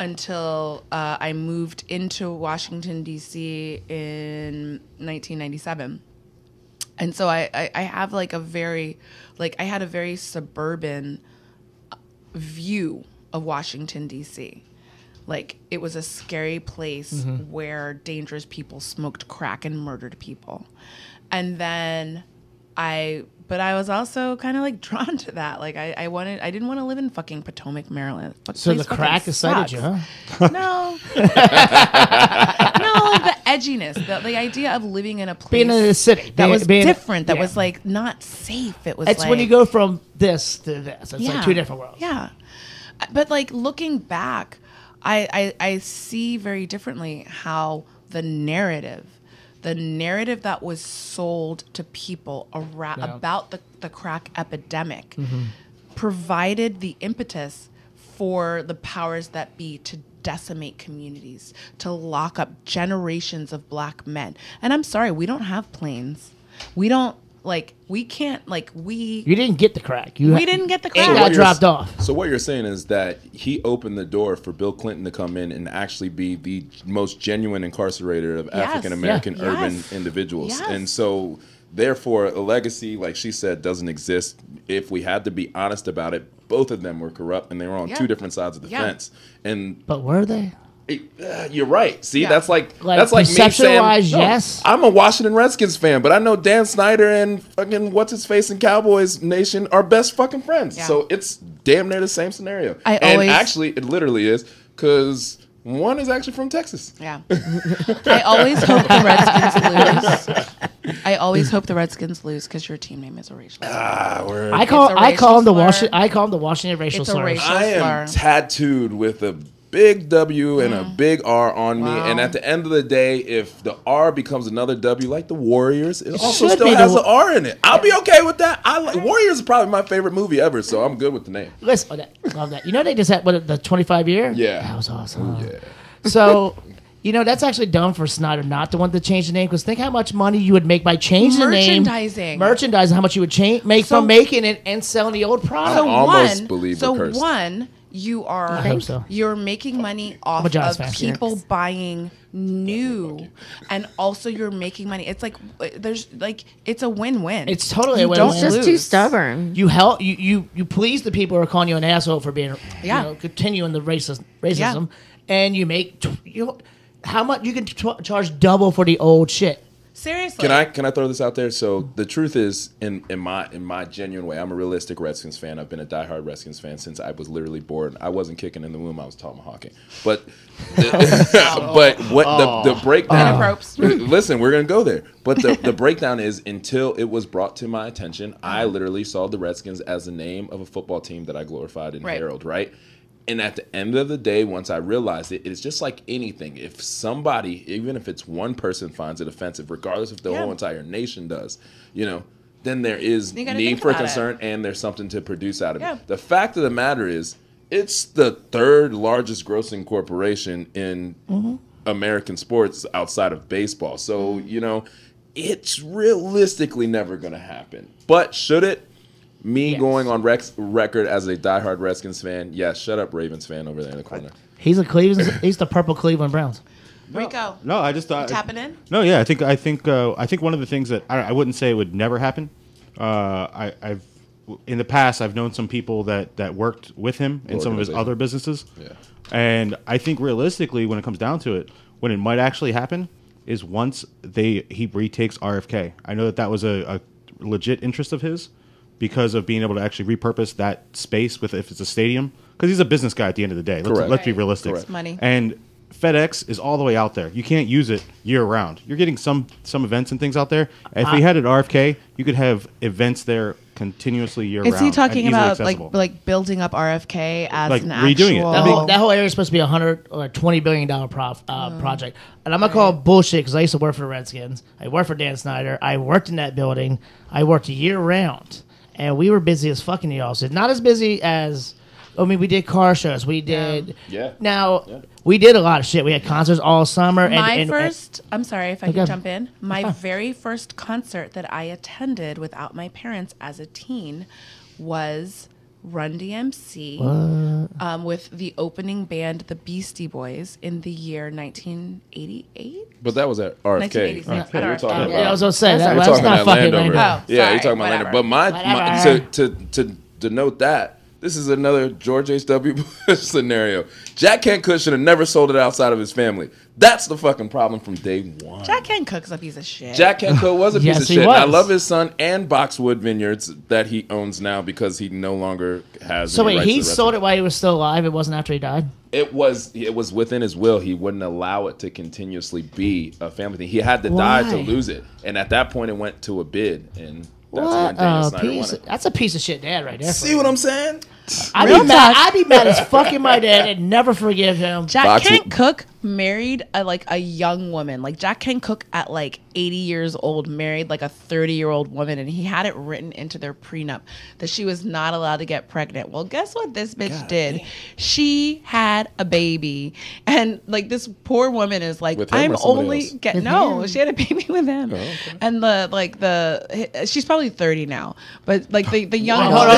Speaker 1: until uh, I moved into Washington D.C. in 1997, and so I, I I have like a very like I had a very suburban view of Washington D.C. Like it was a scary place where dangerous people smoked crack and murdered people, and then I, but I was also kind of like drawn to that. Like I, I wanted, I didn't want to live in fucking Potomac, Maryland. Fuck,
Speaker 2: So
Speaker 1: place
Speaker 2: the
Speaker 1: fucking
Speaker 2: crack excited you,
Speaker 1: sucks.
Speaker 2: huh?
Speaker 1: No, no, the edginess, the, the idea of living in a place
Speaker 2: Being in the city,
Speaker 1: that
Speaker 2: being-
Speaker 1: was
Speaker 2: being-
Speaker 1: different, that
Speaker 2: yeah.
Speaker 1: was like not safe. It was.
Speaker 2: It's when
Speaker 1: like-
Speaker 2: you go from this to this. It's like two different worlds.
Speaker 1: yeah. Uh, But like looking back, I, I I see very differently how the narrative, the narrative that was sold to people around about the, the crack epidemic
Speaker 2: Mm-hmm.
Speaker 1: provided the impetus for the powers that be to decimate communities, to lock up generations of black men. And I'm sorry, we don't have planes. We don't like we can't like we
Speaker 2: You didn't get the crack. You
Speaker 1: we didn't get the crack.
Speaker 2: It
Speaker 5: what
Speaker 2: got
Speaker 5: you're-
Speaker 2: dropped off.
Speaker 5: So what you're saying is that he opened the door for Bill Clinton to come in and actually be the most genuine incarcerator of African American
Speaker 1: Yeah.
Speaker 5: urban
Speaker 1: Yes.
Speaker 5: individuals,
Speaker 1: Yes.
Speaker 5: and so therefore a legacy, like she said, doesn't exist. If we had to be honest about it, both of them were corrupt, and they were on
Speaker 1: Yeah.
Speaker 5: two different sides of the
Speaker 1: Yeah.
Speaker 5: fence. And
Speaker 2: But were they?
Speaker 5: it- uh, you're right. See,
Speaker 1: Yeah.
Speaker 5: that's like,
Speaker 2: Like,
Speaker 5: that's like me saying,
Speaker 2: perception-wise, yes.
Speaker 5: I'm a Washington Redskins fan, but I know Dan Snyder and fucking what's his face and Cowboys Nation are best fucking friends.
Speaker 1: Yeah.
Speaker 5: So it's damn near the same scenario.
Speaker 1: I
Speaker 5: and
Speaker 1: always-
Speaker 5: actually, it literally is because one is actually from Texas.
Speaker 1: Yeah. I always hope the Redskins lose. I always hope the Redskins lose because your team name is a racial.
Speaker 5: Ah, word.
Speaker 2: I call
Speaker 1: a
Speaker 2: I call him the
Speaker 1: racial
Speaker 2: Washington
Speaker 1: slur.
Speaker 2: I call him the Washington racial
Speaker 1: It's a
Speaker 2: slurs.
Speaker 1: racial-
Speaker 5: I am
Speaker 1: far.
Speaker 5: tattooed with a big W and a
Speaker 2: Mm.
Speaker 5: big R on me. And at the end of the day, if the R becomes another W, like the Warriors, it, also
Speaker 2: should
Speaker 5: still
Speaker 2: be the
Speaker 5: has
Speaker 2: Wa-
Speaker 5: an R in it. I'll be okay with that. I like Warriors is probably my favorite movie ever, so I'm good with the name.
Speaker 2: Listen, oh, that, love that. You know they just had what the 25 year.
Speaker 5: Yeah.
Speaker 2: that was awesome.
Speaker 5: Yeah.
Speaker 2: So. You know that's actually dumb for Snyder not to want to change the name because think how much money you would make by changing the name,
Speaker 1: Merchandising.
Speaker 2: merchandising, how much you would change make
Speaker 1: So-
Speaker 2: from making it and selling the old product.
Speaker 5: So- almost believe
Speaker 1: so
Speaker 5: we're cursed.
Speaker 1: one, you are
Speaker 2: hope so.
Speaker 1: you're making money off
Speaker 2: a Giants
Speaker 1: of
Speaker 2: fan.
Speaker 1: people buying new, and also you're making money. It's like uh, there's like it's a win-win.
Speaker 2: It's totally a
Speaker 1: you don't
Speaker 2: win-win.
Speaker 3: Just
Speaker 1: lose.
Speaker 3: too stubborn.
Speaker 2: you help you you you please the people who are calling you an asshole for being
Speaker 1: Yeah.
Speaker 2: you know continuing the racist racism and you make tw- you how much you can tw- charge double for the old shit
Speaker 1: Seriously,
Speaker 5: Can I can I throw this out there? So the truth is, in in my in my genuine way, I'm a realistic Redskins fan. I've been a diehard Redskins fan since I was literally born. I wasn't kicking in the womb; I was tomahawking. But the, but what the, the breakdown?
Speaker 1: Dinner ropes.
Speaker 5: Listen, we're gonna go there. But the, the breakdown is until it was brought to my attention, I
Speaker 1: Uh-huh.
Speaker 5: literally saw the Redskins as the name of a football team that I glorified and
Speaker 1: Right.
Speaker 5: heralded. Right. And at the end of the day, once I realized it, it's just like anything. If somebody, even if it's one person, finds it offensive, regardless if the
Speaker 1: Yeah.
Speaker 5: whole entire nation does, you know, then there is
Speaker 1: You gotta
Speaker 5: need
Speaker 1: think
Speaker 5: for
Speaker 1: about it.
Speaker 5: concern and there's something to produce out of
Speaker 1: Yeah.
Speaker 5: it. The fact of the matter is, it's the third largest grossing corporation in American sports outside of baseball. So, you know, it's realistically never going to happen. But should it? Me going on Rex record as a diehard Redskins fan. Yeah, shut up, Ravens fan over there in the corner.
Speaker 2: he's a cleveland he's the purple cleveland browns
Speaker 1: Rico?
Speaker 6: No, I just thought
Speaker 1: tapping in?
Speaker 6: No, yeah, I think I think uh, I think one of the things that I, I wouldn't say would never happen. Uh, I, I've in the past I've known some people that that worked with him in some of his
Speaker 5: Organization.
Speaker 6: other businesses.
Speaker 5: Yeah.
Speaker 6: And I think realistically, when it comes down to it, when it might actually happen is once they he retakes RFK. I know that that was a, a legit interest of his because of being able to actually repurpose that space with if it's a stadium because he's a business guy at the end of the day. Let's,
Speaker 5: Correct.
Speaker 6: let's be
Speaker 1: Right.
Speaker 6: realistic.
Speaker 5: Correct.
Speaker 1: Money.
Speaker 6: And FedEx is all the way out there. You can't use it year round. You're getting some some events and things out there. If
Speaker 3: Uh,
Speaker 6: we had an RFK, you could have events there continuously year
Speaker 1: Is
Speaker 6: round.
Speaker 1: he
Speaker 6: and
Speaker 1: talking
Speaker 6: easily
Speaker 1: about
Speaker 6: accessible.
Speaker 1: like like building up RFK as
Speaker 6: Like
Speaker 1: an
Speaker 6: redoing it.
Speaker 1: actual?
Speaker 2: that
Speaker 6: Big-
Speaker 2: whole, that whole area is supposed to be a hundred or twenty billion dollar prof, uh,
Speaker 1: Mm-hmm.
Speaker 2: project, and I'm gonna call it bullshit because I used to work for the Redskins. I worked for Dan Snyder. I worked in that building. I worked year round, and we were busy as fucking the office. Not as busy as, I mean, we did car shows. We did.
Speaker 5: Yeah.
Speaker 2: Now we did a lot of shit. We had concerts all summer. and-
Speaker 1: my
Speaker 2: and, and,
Speaker 1: first i'm sorry if i
Speaker 2: Okay.
Speaker 1: can jump in my very first concert that i attended without my parents as a teen was run dmc um, with the opening band the beastie boys in the year 1988
Speaker 5: But that was at RFK.
Speaker 1: 1986.
Speaker 5: Right.
Speaker 1: Yeah.
Speaker 5: We're talking
Speaker 2: yeah, I
Speaker 5: about
Speaker 2: was gonna say that,
Speaker 5: We're
Speaker 2: that's
Speaker 5: talking
Speaker 2: not
Speaker 5: about
Speaker 2: fucking
Speaker 5: land over.
Speaker 2: Orlando.
Speaker 1: Orlando. Oh,
Speaker 5: yeah, you're
Speaker 1: sorry,
Speaker 5: talking about land.
Speaker 1: whatever.
Speaker 5: But my, my
Speaker 2: Whatever.
Speaker 5: to, to to denote that This is another George H.W. Bush scenario. Jack Kent Cook should have never sold it outside of his family. That's the fucking problem from day one.
Speaker 1: Oh. Jack Ken Cook's a piece of shit.
Speaker 5: Jack Kenko was a piece
Speaker 2: Yes,
Speaker 5: of
Speaker 2: he
Speaker 5: shit. and I
Speaker 2: was.
Speaker 5: love his son and Boxwood Vineyards that he owns now because he no longer has.
Speaker 2: So
Speaker 5: any
Speaker 2: wait,
Speaker 5: rights
Speaker 2: he
Speaker 5: to the rest
Speaker 2: sold
Speaker 5: of
Speaker 2: it while he was still alive. It wasn't after he died.
Speaker 5: It was it was within his will. He wouldn't allow it to continuously be a family thing. He had to die to
Speaker 2: Why?
Speaker 5: lose it, and at that point, it went to a bid, and that's when
Speaker 2: What
Speaker 5: Daniel
Speaker 2: a
Speaker 5: Snyder
Speaker 2: piece!
Speaker 5: won
Speaker 2: Of,
Speaker 5: it.
Speaker 2: that's a piece of shit dad right there.
Speaker 5: See what I'm saying?
Speaker 2: I'd be mad. I'd be mad as fucking my dad and never forgive him.
Speaker 1: Jack
Speaker 5: Box-
Speaker 1: Kent Cook married a, like a young woman. Like Jack Kent Cook at like 80 years old married like a 30 year old woman, and he had it written into their prenup that she was not allowed to get pregnant. Well, guess what this bitch did? She had a baby, and like this poor woman is like,
Speaker 5: With him or
Speaker 1: I'm
Speaker 5: somebody
Speaker 1: only
Speaker 5: else?
Speaker 1: get no. She had a baby with him, and the like the she's probably 30 now, but like the the young woman.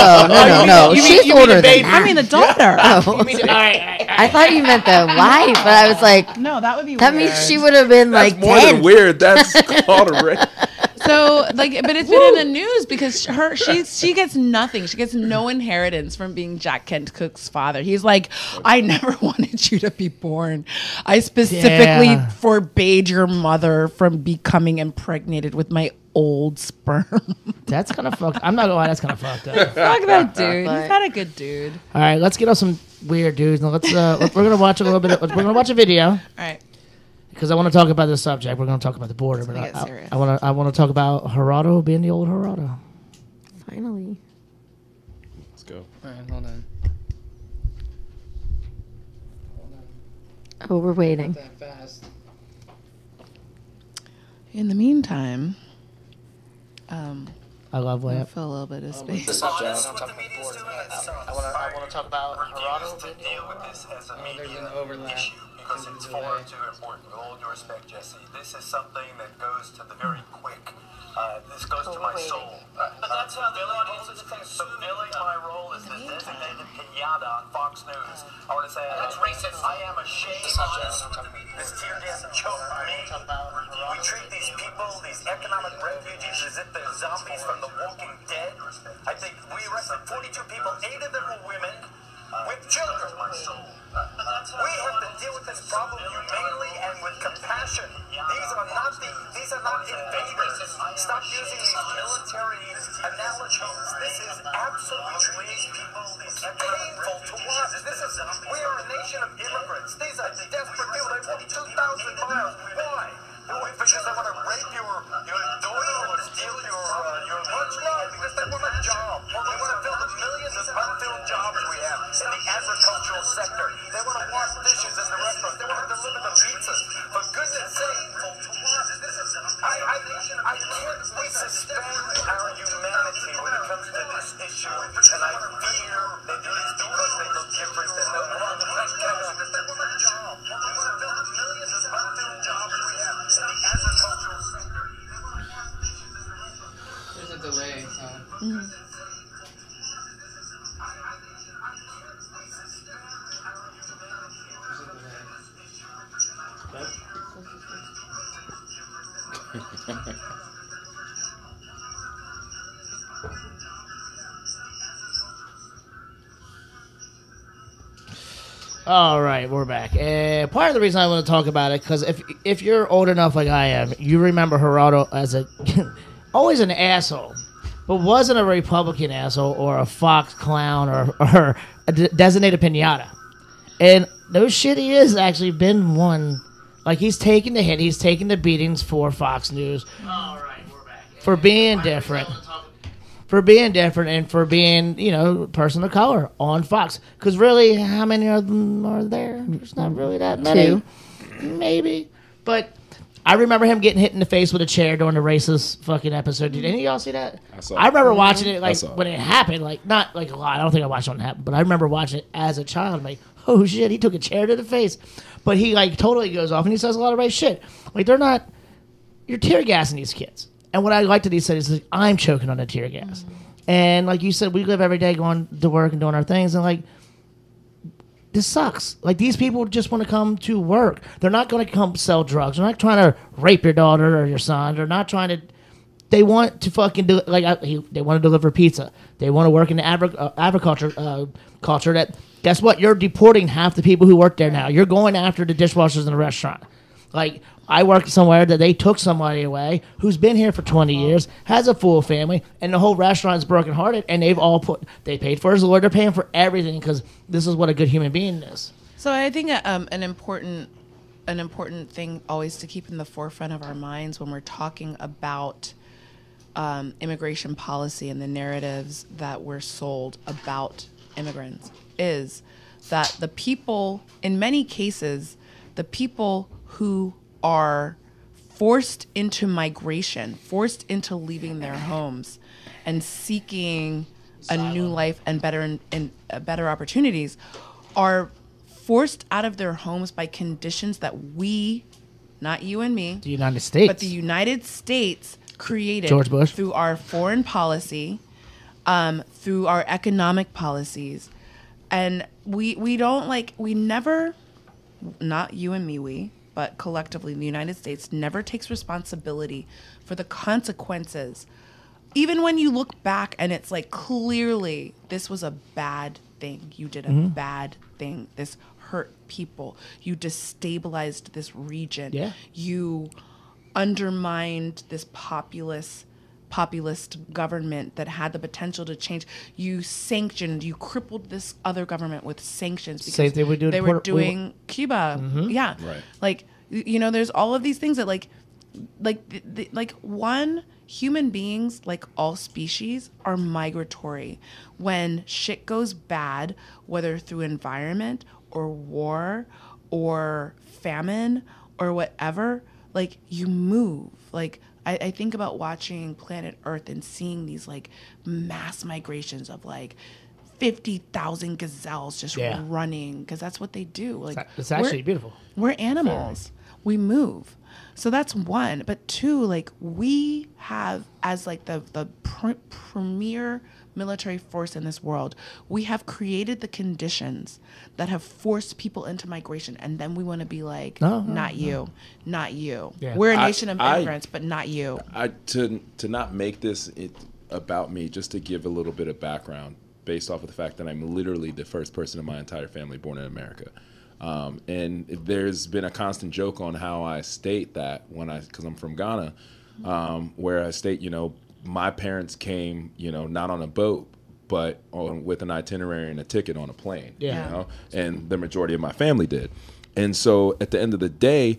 Speaker 3: Oh, no, no, no.
Speaker 2: you mean-
Speaker 3: She's
Speaker 2: you mean
Speaker 3: older
Speaker 2: the
Speaker 3: than
Speaker 2: baby?
Speaker 1: I mean the daughter.
Speaker 2: I mean, all right, all right, all right.
Speaker 3: I thought you meant the wife, but I was like,
Speaker 1: No, that would be
Speaker 3: that
Speaker 1: weird.
Speaker 3: means she would have been
Speaker 5: That's
Speaker 3: like
Speaker 5: more
Speaker 3: 10.
Speaker 5: than weird. That's called a rape.
Speaker 1: So like, but it's been in the news because her she she gets nothing. She gets no inheritance from being Jack Kent Cook's father. He's like, I never wanted you to be born. I specifically
Speaker 2: Yeah.
Speaker 1: forbade your mother from becoming impregnated with my old sperm. Fuck
Speaker 2: That's kind of fucked. I'm not gonna lie. That's kind of fucked up.
Speaker 1: that dude.
Speaker 3: But-
Speaker 1: He's not a good dude.
Speaker 2: All right, let's get off some weird dudes. Now let's. Uh, we're gonna watch a little bit. Of, we're gonna watch a video
Speaker 1: All right.
Speaker 2: because I want to talk about this subject. We're gonna talk about the border, but
Speaker 1: make it
Speaker 2: I-
Speaker 1: serious.
Speaker 2: I want to. I want to talk about Gerardo being the old Gerardo.
Speaker 3: Finally.
Speaker 5: Let's go.
Speaker 4: All right, hold on.
Speaker 3: Oh, we're waiting.
Speaker 4: That fast.
Speaker 1: In the meantime, um,
Speaker 2: I love layup.
Speaker 1: fill a little bit of space.
Speaker 2: I want to. I want to talk about
Speaker 7: refuse to deal with this as a
Speaker 4: Oh, there's
Speaker 7: media
Speaker 4: an overlap.
Speaker 7: issue because it's foreign to important. With all due respect, Jesse, this is something that goes to the very quick. Uh, this goes to my soul. But that's how the audience is fulfilling my role as the designated pinata on Fox News. I want to say that's racist. I am ashamed. This tear gas choked me. We treat these people, these economic refugees, as if they're zombies from The Walking Dead. I think we arrested 42 people, eight of them were women with children. We have to deal with this problem humanely and with compassion. These are not the these are not invaders. Stop using these military analogies. This is absolutely painful to watch. This is we are a nation of immigrants. These are desperate people. They walked 2,000 miles. Why? Because they want to rape your your daughter or steal your uh, your lunch? No, because they want a job. They want to fill the millions of unfilled jobs we have in the agricultural sector. They want to wash dishes in the restaurants. They want to deliver the pizzas. For goodness sake, I, I, I can't we suspend our humanity when it comes to this issue, and I fear that it is because they look different than the world.
Speaker 4: There's a delay.
Speaker 2: All right, we're back. Uh, part of the reason I want to talk about it because if if you're old enough like I am, you remember Gerardo as a always an asshole, but wasn't a Republican asshole or a Fox clown or or a de- designated pinata. And no shit, he has actually been one. Like he's taking the hit, he's taking the beatings for Fox News. All right, we're back. For being different for being different and for being, you know, person of color on Fox. Because really, how many of them are there? There's not really that many. Maybe. But I remember him getting hit in the face with a chair during the racist fucking episode. Did any of y'all see that? I
Speaker 5: saw it.
Speaker 2: remember watching it like
Speaker 5: saw it.
Speaker 2: when it happened, like not like a lot. I don't think I watched it when it happened, but I remember watching it as a child. I'm like, oh shit, he took a chair to the face. But he like totally goes off and he says a lot of race shit. Like they're not you're tear gassing these kids. And what I liked that he said is like, I'm choking on the tear gas. And like you said, we live every day going to work and doing our things. And like, this sucks. Like these people just want to come to work. They're not going to come sell drugs. They're not trying to rape your daughter or your son. They're not trying to They want to fucking do like I, he, they want to deliver pizza. They want to work in the agri- uh, agriculture uh, culture. That guess what? You're deporting half the people who work there now. You're going after the dishwashers in the restaurant. Like I worked somewhere that they took somebody away who's been here for 20 years, has a full family, and the whole restaurant's brokenhearted. And they've all put they paid for his lawyer. They're paying for everything because this is what a good human being is.
Speaker 1: So I think uh, um, an important an important thing always to keep in the forefront of our minds when we're talking about um, immigration policy and the narratives that we're sold about immigrants is that the people, in many cases, the people who are forced into migration, forced into leaving their homes and seeking a new life and better and, and uh, better opportunities are forced out of their homes by conditions that we, not you and me,
Speaker 2: The United States.
Speaker 1: but the United States created
Speaker 2: George Bush.
Speaker 1: through our foreign policy, um, through our economic policies, and we we don't like we never, not you and me we, but collectively the United States never takes responsibility for the consequences. Even when you look back and it's like clearly this was a bad thing. You did a
Speaker 2: Mm-hmm.
Speaker 1: bad thing. This hurt people. You destabilized this region
Speaker 2: Yeah.
Speaker 1: you undermined this populist populist government that had the potential to change you sanctioned you crippled this other government with sanctions because
Speaker 2: Same thing we do to
Speaker 1: they were
Speaker 2: Puerto- we-
Speaker 1: doing Mm-hmm. cuba
Speaker 2: Mm-hmm.
Speaker 1: yeah
Speaker 5: Right.
Speaker 1: like y- you know there's all of these things that like like th- th- like one human beings like all species are migratory when shit goes bad whether through environment or war or famine or whatever like you move like I, I think about watching planet earth and seeing these like mass migrations of like 50,000 gazelles just
Speaker 2: Yeah.
Speaker 1: running because that's what they do like
Speaker 2: It's- it's
Speaker 1: we're-
Speaker 2: actually beautiful.
Speaker 1: we're animals. We move. So that's one. But two, like we have as like the the pr- premier military force in this world, we have created the conditions that have forced people into migration, and then we want to be like,
Speaker 2: No, no,
Speaker 1: not you, not you.
Speaker 2: Yeah.
Speaker 1: We're a
Speaker 5: I-
Speaker 1: nation of
Speaker 5: I-
Speaker 1: immigrants, but not you.
Speaker 5: I to to not make this it about me, just to give a little bit of background based off of the fact that I'm literally the first person in my entire family born in America. Um, and there's been a constant joke on how I state that when I, because I'm from Ghana, um, where I state, you know, my parents came, you know, not on a boat, but on, with an itinerary and a ticket on a plane.
Speaker 2: Yeah.
Speaker 5: You know, and the majority of my family did. And so at the end of the day,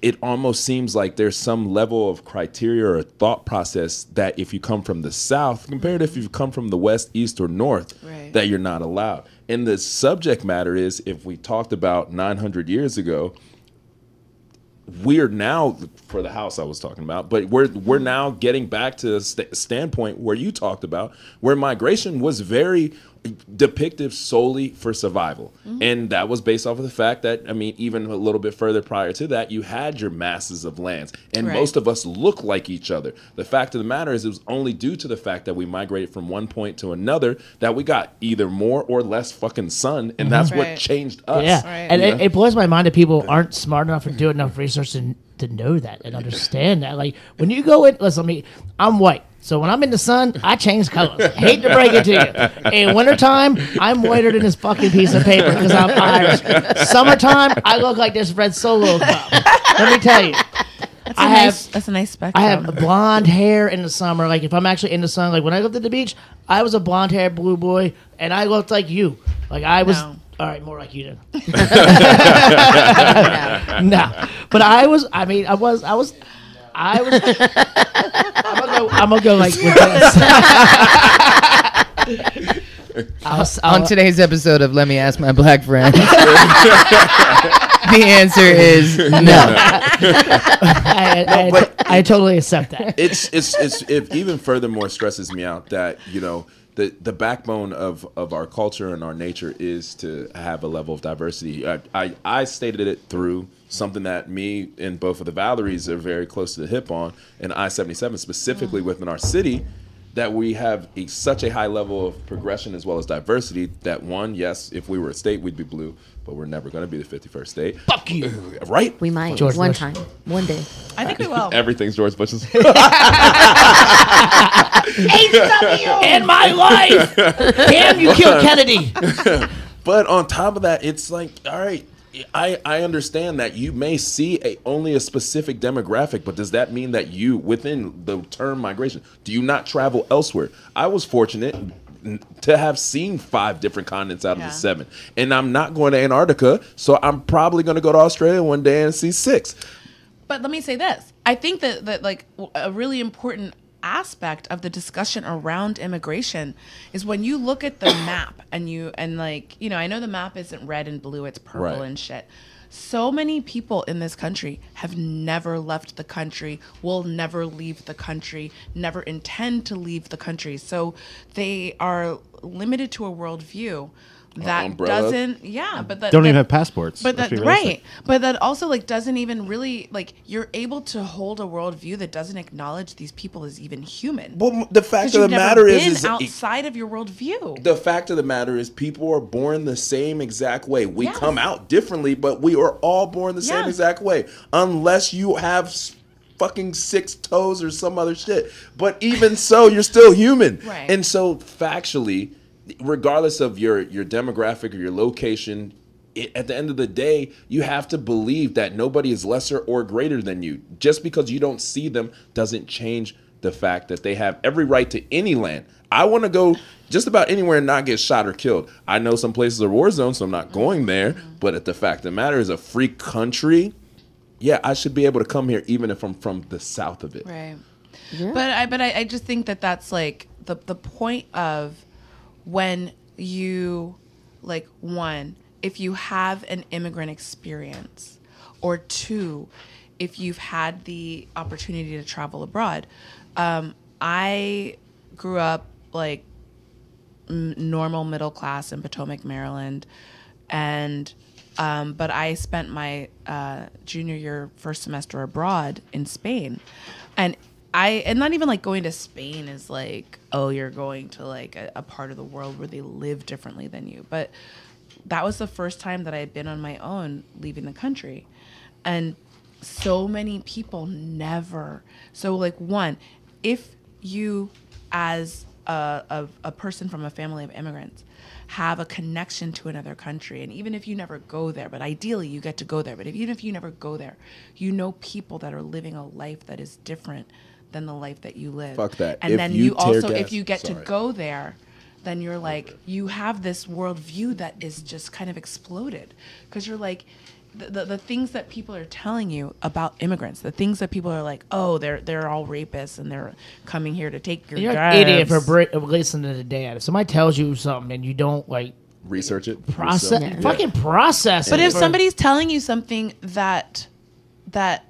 Speaker 5: it almost seems like there's some level of criteria or thought process that if you come from the south compared to if you come from the west east or north
Speaker 1: Right.
Speaker 5: that you're not allowed and the subject matter is if we talked about 900 years ago we're now for the house I was talking about, but we're
Speaker 1: Hmm.
Speaker 5: we're now getting back to the st- standpoint where you talked about where migration was very depictive solely for survival,
Speaker 1: Mm-hmm.
Speaker 5: and that was based off of the fact that I mean, even a little bit further prior to that, you had your masses of lands, and
Speaker 1: Right.
Speaker 5: most of us look like each other. The fact of the matter is, it was only due to the fact that we migrated from one point to another that we got either more or less fucking sun, and that's
Speaker 1: Right.
Speaker 5: what changed us.
Speaker 2: Mm-hmm. Yeah,
Speaker 1: Right.
Speaker 2: and It, it blows my mind that people aren't smart enough or do enough research to, to know that and understand that. Like when you go in, listen, me, I'm white. So when I'm in the sun, I change colors. Hate to break it to you. In wintertime, I'm whiter than this fucking piece of paper because I'm Irish. Summertime, I look like this red solo cup. Let me tell you. I
Speaker 1: That's a
Speaker 2: have
Speaker 1: nice, that's a nice
Speaker 2: I
Speaker 1: spectrum.
Speaker 2: have blonde hair in the summer. Like if I'm actually in the sun, like when I lived at the beach, I was a blonde haired blue boy, and I looked like you. Like I was.
Speaker 1: No.
Speaker 2: All right, more like you then. no, but I was. I mean, I was. I was. I was. I'm gonna go. I'm gonna go like with this. I'll, s- I'll-
Speaker 4: On today's episode of Let Me Ask My Black Friend, the answer is no.
Speaker 2: I, I, I, I totally accept that.
Speaker 5: it's it's it's it even furthermore stresses me out that you know the the backbone of of our culture and our nature is to have a level of diversity. I I, I stated it through something that me and both of the Valeries are very close to the hip on, and I seventy seven specifically within our city. that we have a, such a high level of progression as well as diversity that one, yes, if we were a state, we'd be blue, but we're never going to be the 51st state. Fuck you. Right?
Speaker 3: We might
Speaker 2: George
Speaker 3: one
Speaker 2: Bush.
Speaker 3: time, one day.
Speaker 1: I think we will.
Speaker 5: Everything's George Bush's.
Speaker 2: And my life. Damn, you killed Kennedy.
Speaker 5: But on top of that, it's like, all right, I, I understand that you may see a only a specific demographic, but does that mean that you within the term migration, do you not travel elsewhere? I was fortunate n- to have seen five different continents out of
Speaker 1: Yeah.
Speaker 5: the seven, and I'm not going to Antarctica, so I'm probably going to go to Australia one day and see six.
Speaker 1: But let me say this: I think that that like w- a really important aspect of the discussion around immigration is when you look at the map and you and like you know I know the map isn't red and blue; it's purple
Speaker 5: Right.
Speaker 1: and shit. So many people in this country have never left the country, will never leave the country, never intend to leave the country. So they are limited to a worldview that
Speaker 5: umbrella.
Speaker 1: doesn't, yeah, but that
Speaker 6: Don't even
Speaker 1: that-
Speaker 6: have passports.
Speaker 1: but
Speaker 6: Let's
Speaker 1: that
Speaker 6: be realistic.
Speaker 1: right. But that also like doesn't even really like you're able to hold a worldview that doesn't acknowledge these people as even human.
Speaker 5: Well, the fact
Speaker 1: 'Cause
Speaker 5: of
Speaker 1: you've
Speaker 5: the
Speaker 1: never
Speaker 5: matter is,
Speaker 1: been
Speaker 5: is
Speaker 1: outside of your worldview.
Speaker 5: the fact of the matter is people are born the same exact way we
Speaker 1: Yes.
Speaker 5: come out differently but we are all born the same
Speaker 1: Yeah.
Speaker 5: exact way unless you have s- fucking six toes or some other shit but even so you're still human
Speaker 1: Right.
Speaker 5: and so factually regardless of your your demographic or your location it, at the end of the day you have to believe that nobody is lesser or greater than you just because you don't see them doesn't change the fact that they have every right to any land i want to go just about anywhere and not get shot or killed i know some places are war zones so i'm not going there but at the fact of the matter is a free country yeah i should be able to come here even if i'm from the south of it
Speaker 1: Right. But I but I, I just think that that's like the the point of when you like one if you have an immigrant experience or two if you've had the opportunity to travel abroad. Um, I grew up like normal middle class in Potomac, Maryland, and um, but I spent my uh, junior year first semester abroad in Spain, and I and not even like going to Spain is like oh you're going to like a, a part of the world where they live differently than you, but that was the first time that I had been on my own leaving the country, and so many people never so like one if you as a, a, a person from a family of immigrants have a connection to another country and even if you never go there but ideally you get to go there but if, even if you never go there you know people that are living a life that is different than the life that you live
Speaker 5: Fuck that.
Speaker 1: and
Speaker 5: If
Speaker 1: then
Speaker 5: you
Speaker 1: you,
Speaker 5: tear
Speaker 1: also
Speaker 5: gas-
Speaker 1: if you get
Speaker 5: sorry.
Speaker 1: to go there then you're like you have this worldview that is just kind of exploded because you're like the, the, the things that people are telling you about immigrants the things that people are like oh they're they're all rapists and they're coming here to take your
Speaker 2: You're an
Speaker 1: jobs.
Speaker 2: idiot for bri- listening to the dad. If somebody tells you something and you don't like
Speaker 5: research it
Speaker 2: process,
Speaker 5: yourself. Yeah.
Speaker 2: fucking process.
Speaker 1: But
Speaker 2: it
Speaker 1: if
Speaker 2: for-
Speaker 1: somebody's telling you something that that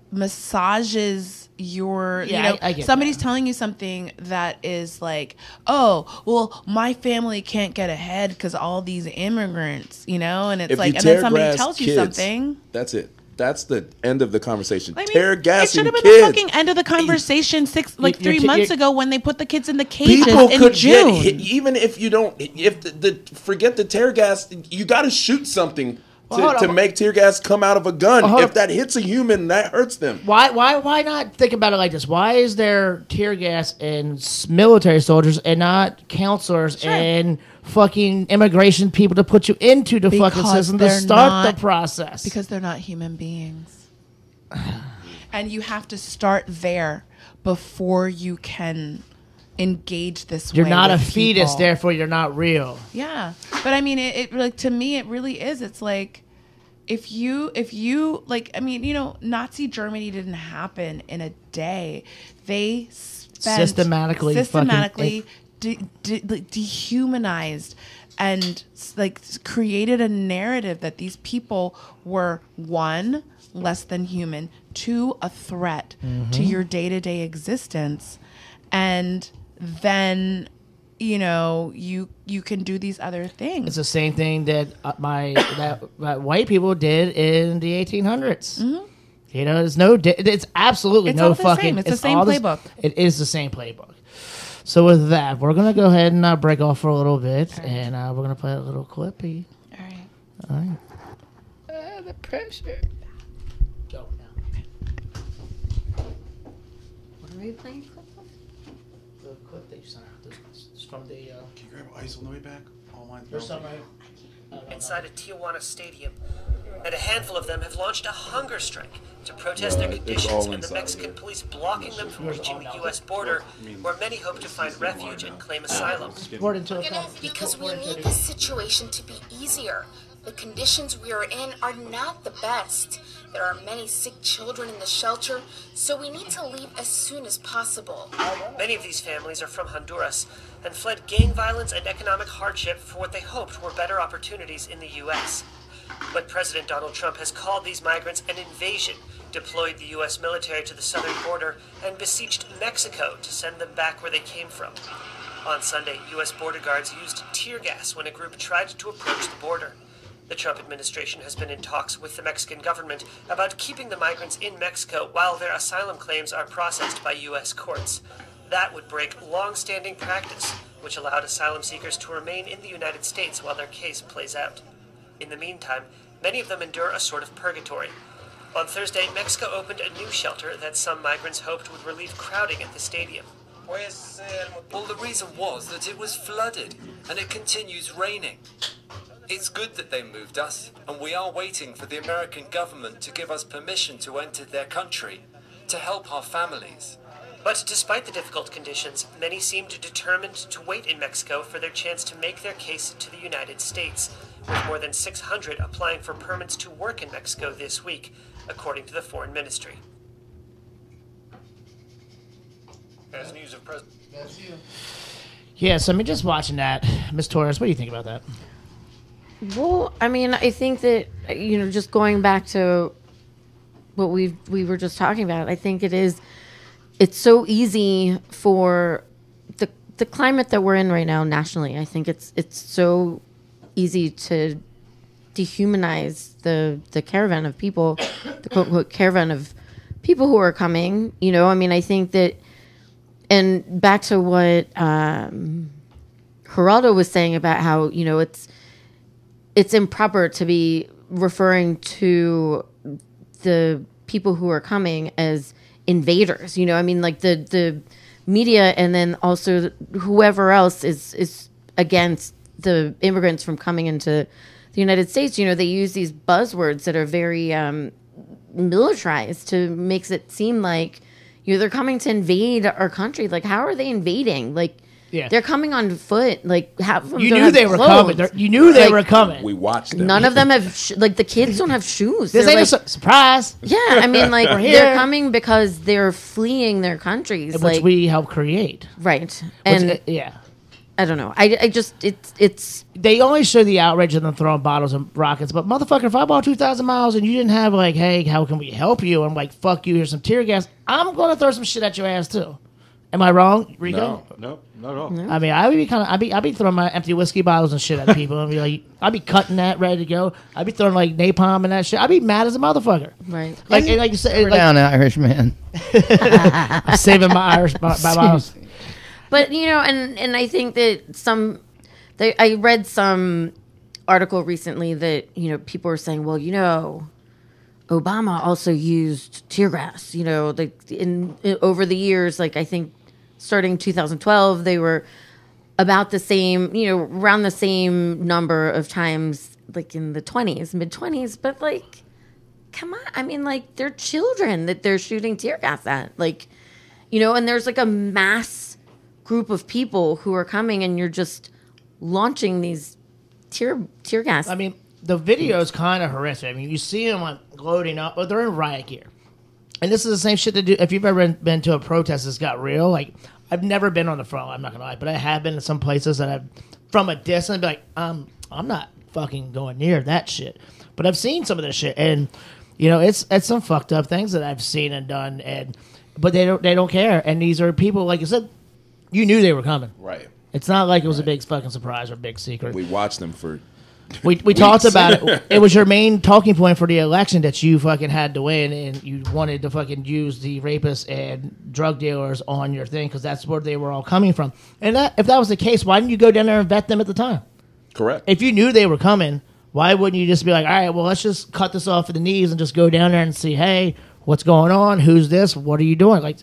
Speaker 1: massages your
Speaker 2: Yeah,
Speaker 1: you know
Speaker 2: I- I get
Speaker 1: somebody's
Speaker 2: that.
Speaker 1: telling you something that is like oh well my family can't get ahead because all these immigrants you know and it's like and then somebody
Speaker 5: grass
Speaker 1: tells you
Speaker 5: kids,
Speaker 1: something
Speaker 5: That's it. That's the end of the conversation.
Speaker 1: I mean,
Speaker 5: tear
Speaker 1: it
Speaker 5: gassing
Speaker 1: should have been
Speaker 5: kids.
Speaker 1: the fucking end of the conversation six like
Speaker 2: your
Speaker 1: three
Speaker 2: ki-
Speaker 1: months
Speaker 2: your-
Speaker 1: ago when they put the kids in the cages
Speaker 5: People
Speaker 1: in
Speaker 5: could
Speaker 1: June.
Speaker 5: get hit, even if you don't. If the, the forget the tear gas, you got to shoot something to,
Speaker 2: hold on.
Speaker 5: to make tear gas come out of a gun.
Speaker 1: Uh-huh.
Speaker 2: hold
Speaker 5: if
Speaker 2: on.
Speaker 5: that hits a human, that hurts them.
Speaker 2: why, why, why not think about it like this? Why is there tear gas in s- military soldiers and not counselors and fucking immigration people to put you into the fucking
Speaker 1: Because
Speaker 2: system to
Speaker 1: they're
Speaker 2: start the
Speaker 1: not-
Speaker 2: process?
Speaker 1: because they're not human beings. and you have to start there before you can engage this
Speaker 2: you're
Speaker 1: way
Speaker 2: not a
Speaker 1: with
Speaker 2: fetus,
Speaker 1: people.
Speaker 2: therefore you're not real.
Speaker 1: Yeah. But I mean it, it like to me it really is. It's like if you if you like I mean, you know, Nazi Germany didn't happen in a day. They spent
Speaker 2: Systematically fucking-
Speaker 1: systematically de- de- like, dehumanized and s- like s- created a narrative that these people were one less than human, two a threat
Speaker 5: Mm-hmm.
Speaker 1: to your day-to-day existence. And then you know, you you can do these other things.
Speaker 2: It's the same thing that uh, my that, that white people did in the 1800s. You know, there's no, di- it's absolutely
Speaker 1: Mm-hmm. It's
Speaker 2: no
Speaker 1: all the
Speaker 2: fucking.
Speaker 1: same. It's the same
Speaker 2: all
Speaker 1: playbook.
Speaker 2: it is the same playbook. So with that, we're gonna go ahead and uh, break off for a little bit, and uh, we're gonna play a little clippy.
Speaker 1: All right.
Speaker 4: the pressure.
Speaker 3: What are we playing?
Speaker 2: The clip that you sent out is from the. Uh,
Speaker 5: Can you grab ice on the way back? All mine's
Speaker 2: there's some right.
Speaker 8: inside a Tijuana stadium, and a handful of them have launched a hunger strike to protest their
Speaker 5: Right, it's
Speaker 8: conditions
Speaker 5: all
Speaker 8: and the
Speaker 5: inside
Speaker 8: Mexican
Speaker 5: here.
Speaker 8: police blocking them from reaching the U.S. border, where many hope to find refuge and claim asylum.
Speaker 2: Poured into a cup.
Speaker 9: Because we
Speaker 2: Poured into
Speaker 9: need
Speaker 2: a-
Speaker 9: this situation to be easier. The conditions we are in are not the best. There are many sick children in the shelter, so we need to leave as soon as possible.
Speaker 8: Many of these families are from Honduras and fled gang violence and economic hardship for what they hoped were better opportunities in the U.S. But President Donald Trump has called these migrants an invasion, deployed the U.S. military to the southern border, and besieged Mexico to send them back where they came from. On Sunday, U.S. border guards used tear gas when a group tried to approach the border. The Trump administration has been in talks with the Mexican government about keeping the migrants in Mexico while their asylum claims are processed by U.S. courts. That would break long-standing practice, which allowed asylum seekers to remain in the United States while their case plays out. In the meantime, many of them endure a sort of purgatory. On Thursday, Mexico opened a new shelter that some migrants hoped would relieve crowding at the stadium.
Speaker 7: um, Well, the reason was that it was flooded, and it continues raining. It's good that they moved us, and we are waiting for the American government to give us permission to enter their country to help our families.
Speaker 8: But despite the difficult conditions, many seemed determined to wait in Mexico for their chance to make their case to the United States, with more than 600 applying for permits to work in Mexico this week, according to the Foreign Ministry. As news of President.
Speaker 2: Yeah, so I mean, just watching that, Miss Torres, what do you think about that?
Speaker 3: Well, I mean, I think that you know, just going back to what we we were just talking about, I think it is it's so easy for the the climate that we're in right now nationally. I think it's it's so easy to dehumanize the the caravan of people, the quote unquote caravan of people who are coming. You know, I mean, I think that, and back to what um, Geraldo was saying about how you know it's it's improper to be referring to the people who are coming as invaders. You know, I mean, like the the media, and then also whoever else is is against the immigrants from coming into the United States. You know, they use these buzzwords that are very um, militarized to makes it seem like you know they're coming to invade our country. Like, how are they invading? Like.
Speaker 2: Yeah.
Speaker 3: They're coming on foot. Like half of them
Speaker 2: You
Speaker 3: don't
Speaker 2: knew
Speaker 3: have
Speaker 2: they were
Speaker 3: clothes.
Speaker 2: coming. They're- You knew they
Speaker 3: Like,
Speaker 2: were coming.
Speaker 5: We watched them.
Speaker 3: None of them have sh- like the kids don't have shoes.
Speaker 2: this
Speaker 3: They're
Speaker 2: ain't a
Speaker 3: like-
Speaker 2: su- surprise,
Speaker 3: yeah, I mean, like
Speaker 2: here.
Speaker 3: they're coming because they're fleeing their countries,
Speaker 2: which
Speaker 3: like
Speaker 2: we helped create.
Speaker 3: right.
Speaker 2: Which,
Speaker 3: And
Speaker 2: uh, yeah.
Speaker 3: I don't know. I, I just it's it's
Speaker 2: they only show the outrage of them throwing bottles and rockets, but motherfucker, if I bought 2,000 miles and you didn't have, like, hey, how can we help you? I'm like, fuck you, here's some tear gas. I'm going to throw some shit at your ass, too. Am I wrong, Rico?
Speaker 5: No.
Speaker 6: No, not at all.
Speaker 2: I mean, I would be kind of, I'd be, I'd be throwing my empty whiskey bottles and shit at people. I'd be like, I'd be cutting that, ready to go. I'd be throwing like napalm and that shit. I'd be mad as a motherfucker.
Speaker 3: right.
Speaker 2: Like, and like you said,
Speaker 4: We're
Speaker 2: like
Speaker 4: down, Irishman.
Speaker 2: I'm saving my Irish bo- my bottles.
Speaker 3: But you know, and and I think that some, they, I read some article recently that you know people were saying, well, you know, Obama also used tear gas. You know, like in, in over the years, like I think starting 2012, they were about the same, you know, around the same number of times, like in the 20s, mid 20s. But like, come on, I mean, like they're children that they're shooting tear gas at, like, you know, and there's like a mass group of people who are coming and you're just launching these tear tear gas.
Speaker 2: I mean, the video is kind of horrific. I mean, you see them like loading
Speaker 4: Uh,
Speaker 2: up, but they're in riot gear. And this is the same shit to do. If you've ever been to a protest that's got real, like I've never been on the front line. I'm not gonna lie, but I have been to some places that I've from a distance be like, um, I'm not fucking going near that shit. But I've seen some of this shit, and you know, it's it's some fucked up things that I've seen and done, and but they don't they don't care. And these are people, like I said, you knew they were coming.
Speaker 5: Right.
Speaker 2: It's not like it was a big fucking surprise or a big secret.
Speaker 5: We watched them for
Speaker 2: We, we talked about it. It was your main talking point for the election that you fucking had to win, and you wanted to fucking use the rapists and drug dealers on your thing because that's where they were all coming from. And that, if that was the case, why didn't you go down there and vet them at the time?
Speaker 5: Correct.
Speaker 2: If you knew they were coming, why wouldn't you just be like, all right, well, let's just cut this off at the knees and just go down there and see, hey, what's going on? Who's this? What are you doing? Like,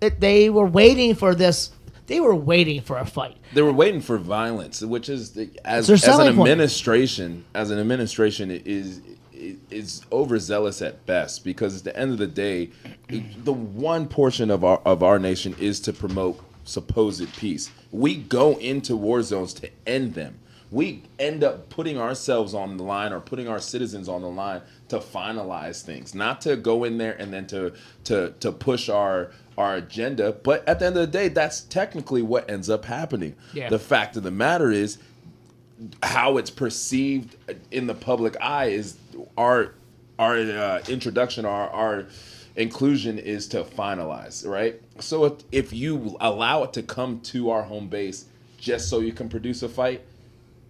Speaker 2: it, they were waiting for this. They were waiting for a fight.
Speaker 5: They were waiting for violence, which is the, as,
Speaker 2: their
Speaker 5: as an
Speaker 2: selling point.
Speaker 5: administration, as an administration it is it is overzealous at best because at the end of the day, it- the one portion of our of our nation is to promote supposed peace. We go into war zones to end them. We end up putting ourselves on the line or putting our citizens on the line to finalize things, not to go in there and then to to to push our our agenda. But at the end of the day, that's technically what ends up happening.
Speaker 2: Yeah.
Speaker 5: The fact of the matter is, how it's perceived in the public eye is our our uh, introduction, our our inclusion is to finalize, right? So if, if you allow it to come to our home base just so you can produce a fight,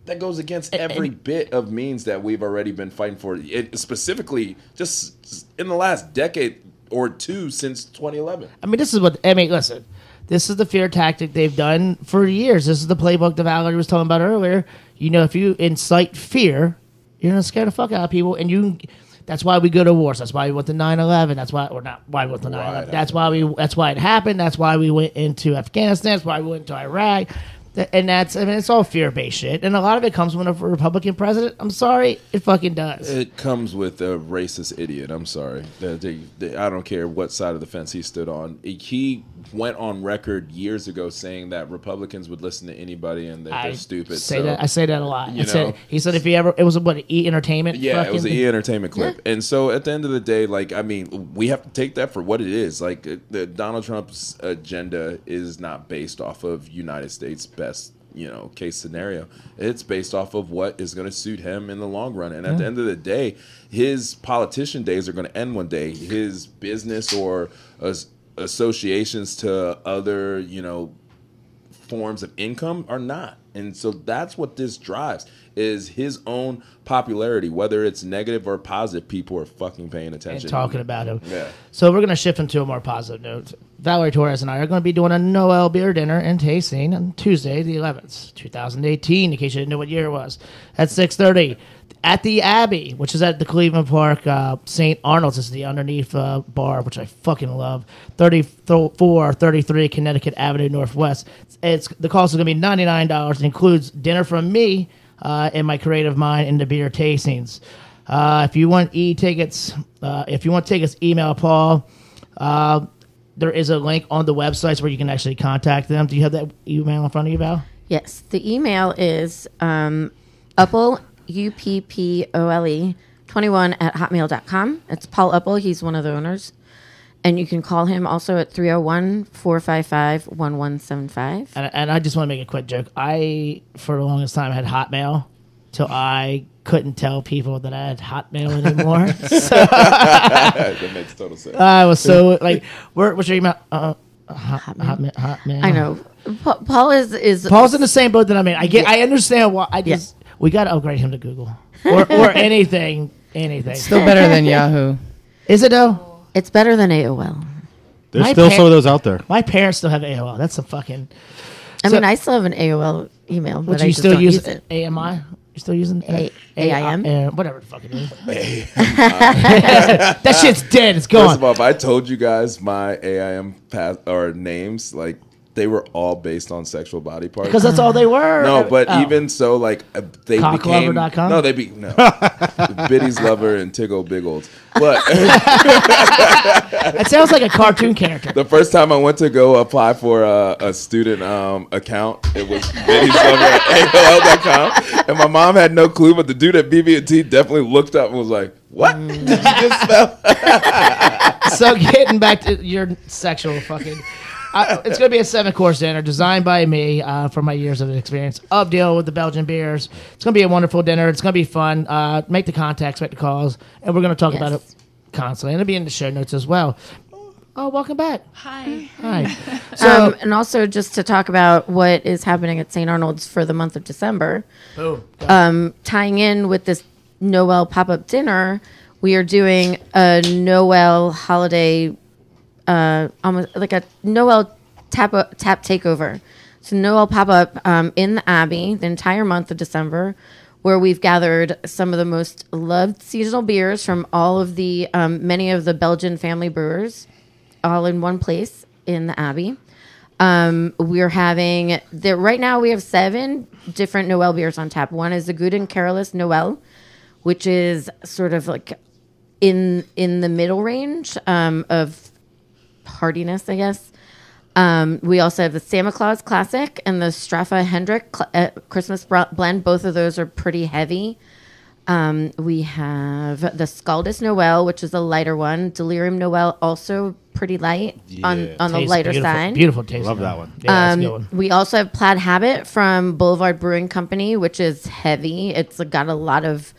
Speaker 5: that goes against every bit of means that we've already been fighting for. It, specifically, just in the last decade or two since 2011.
Speaker 2: I mean, this is what I mean. Listen, this is the fear tactic they've done for years. This is the playbook that Valerie was talking about earlier. You know, if you incite fear, you're gonna scare the fuck out of people, and you. That's why we go to wars. That's why we went to 9-11. That's why, or not why we went to 9-11. That's why we. That's why it happened. That's why we went into Afghanistan. That's why we went to Iraq. Th- And that's. I mean, it's all fear based shit, and a lot of it comes from a Republican president. I'm sorry, it fucking does.
Speaker 5: It comes with a racist idiot. I'm sorry. The- the- the- I don't care what side of the fence he stood on. He went on record years ago saying that Republicans would listen to anybody and that they're stupid.
Speaker 2: Say
Speaker 5: so-
Speaker 2: that I say that a lot.
Speaker 5: you
Speaker 2: I said-
Speaker 5: know.
Speaker 2: he said if he ever it was what an E Entertainment.
Speaker 5: yeah, it was an
Speaker 2: fucking-
Speaker 5: E Entertainment clip. And so at the end of the day, like, I mean, we have to take that for what it is. Like, uh, the, Donald Trump's agenda is not based off of United States best, you know, case scenario. It's based off of what is going to suit him in the long run. And at the end of the day, his politician days are going to end one day. His business or as- associations to other, you know, forms of income are not. And so that's what this drives is his own popularity, whether it's negative or positive, people are fucking paying attention.
Speaker 2: and talking about him.
Speaker 5: Yeah.
Speaker 2: So we're gonna shift into a more positive note. Valerie Torres and I are gonna be doing a Noel beer dinner and tasting on Tuesday, the eleventh, two thousand eighteen, in case you didn't know what year it was, at six thirty. At the Abbey, which is at the Cleveland Park uh, St. Arnold's, this is the underneath uh, bar, which I fucking love. 34, 33 Connecticut Avenue Northwest. It's the cost is going to be ninety nine dollars. It includes dinner from me uh, and my creative mind and the beer tastings. Uh, if you want e tickets, uh, if you want tickets, email Paul. Uh, there is a link on the websites where you can actually contact them. Do you have that email in front of you, Val?
Speaker 3: Yes, the email is um, Uppole, U P P O L E, 21 at hotmail.com. It's Paul Uppel. He's one of the owners. And you can call him also at 301 455 1175.
Speaker 2: And, and I just want to make a quick joke. I, for the longest time, had Hotmail till I couldn't tell people that I had Hotmail anymore. so
Speaker 5: that makes total sense.
Speaker 2: I was so like, where, what's your email? Uh, hot, Hotmail. Hotmail.
Speaker 3: I know. Pa- Paul is. is
Speaker 2: Paul's in the same boat that I'm in. I get. I understand why. I just we got to upgrade him to Google or or anything. Anything.
Speaker 4: Still better than Yahoo.
Speaker 2: Is it though?
Speaker 3: It's better than AOL.
Speaker 6: There's
Speaker 2: My
Speaker 6: still
Speaker 2: pa-
Speaker 6: some of those out there.
Speaker 2: My parents still have AOL. That's a fucking.
Speaker 3: I
Speaker 2: So-
Speaker 3: mean, I still have an AOL email, but
Speaker 2: But
Speaker 3: I
Speaker 2: you
Speaker 3: just
Speaker 2: still
Speaker 3: don't
Speaker 2: use,
Speaker 3: use it.
Speaker 2: AMI? You still using
Speaker 3: A- AIM?
Speaker 2: uh, whatever the fuck it is. that shit's dead. It's
Speaker 5: Uh, First of
Speaker 2: gone.
Speaker 5: all, if I told you guys my AIM path or names, like they were all based on sexual body parts.
Speaker 2: Because that's all they were.
Speaker 5: no, but
Speaker 2: Oh.
Speaker 5: even so, like uh, they became
Speaker 2: Cocklover.com?
Speaker 5: no, they be no Biddy's lover and Tiggle Big Olds. But
Speaker 2: that sounds like a cartoon character.
Speaker 5: The first time I went to go apply for a, a student um, account, it was Benny's Summer at AOL.com. And my mom had no clue, but the dude at BB&T definitely looked up and was like, What? Did
Speaker 4: Mm.
Speaker 5: you just spell?
Speaker 2: so getting back to your sexual fucking. Uh, it's going to be a seven course dinner designed by me uh, from my years of experience of dealing with the Belgian beers. It's going to be a wonderful dinner. It's going to be fun. Uh, make the contacts, make the calls, and we're going to talk about
Speaker 3: Yes.
Speaker 2: it constantly. And it'll be in the show notes as well. Oh, welcome back.
Speaker 1: Hi.
Speaker 2: Hi.
Speaker 3: um, and also just to talk about what is happening at St. Arnold's for the month of December.
Speaker 2: Boom.
Speaker 3: um, tying in with this Noel pop up dinner, we are doing a Noel holiday, uh, almost like a Noel tap tap takeover. So Noel pop up um, in the Abbey the entire month of December, where we've gathered some of the most loved seasonal beers from all of the um, many of the Belgian family brewers, all in one place in the Abbey. Um, we're having the right now we have seven different Noel beers on tap. One is the Good and Careless Noel, which is sort of like in in the middle range um, of hardiness, I guess. Um, we also have the Santa Claus Classic and the Straffa Hendrick cl- uh, Christmas br- blend. Both of those are pretty heavy. Um, we have the Scaldus Noel, which is a lighter one. Delirium Noel, also pretty light on
Speaker 6: Yeah.
Speaker 3: on the
Speaker 2: Tastes
Speaker 3: lighter
Speaker 2: beautiful,
Speaker 3: side.
Speaker 2: Beautiful taste.
Speaker 6: Love that one.
Speaker 2: Yeah, that's a good
Speaker 3: Um,
Speaker 2: one.
Speaker 3: we also have Plaid Habit from Boulevard Brewing Company, which is heavy. It's got a lot of.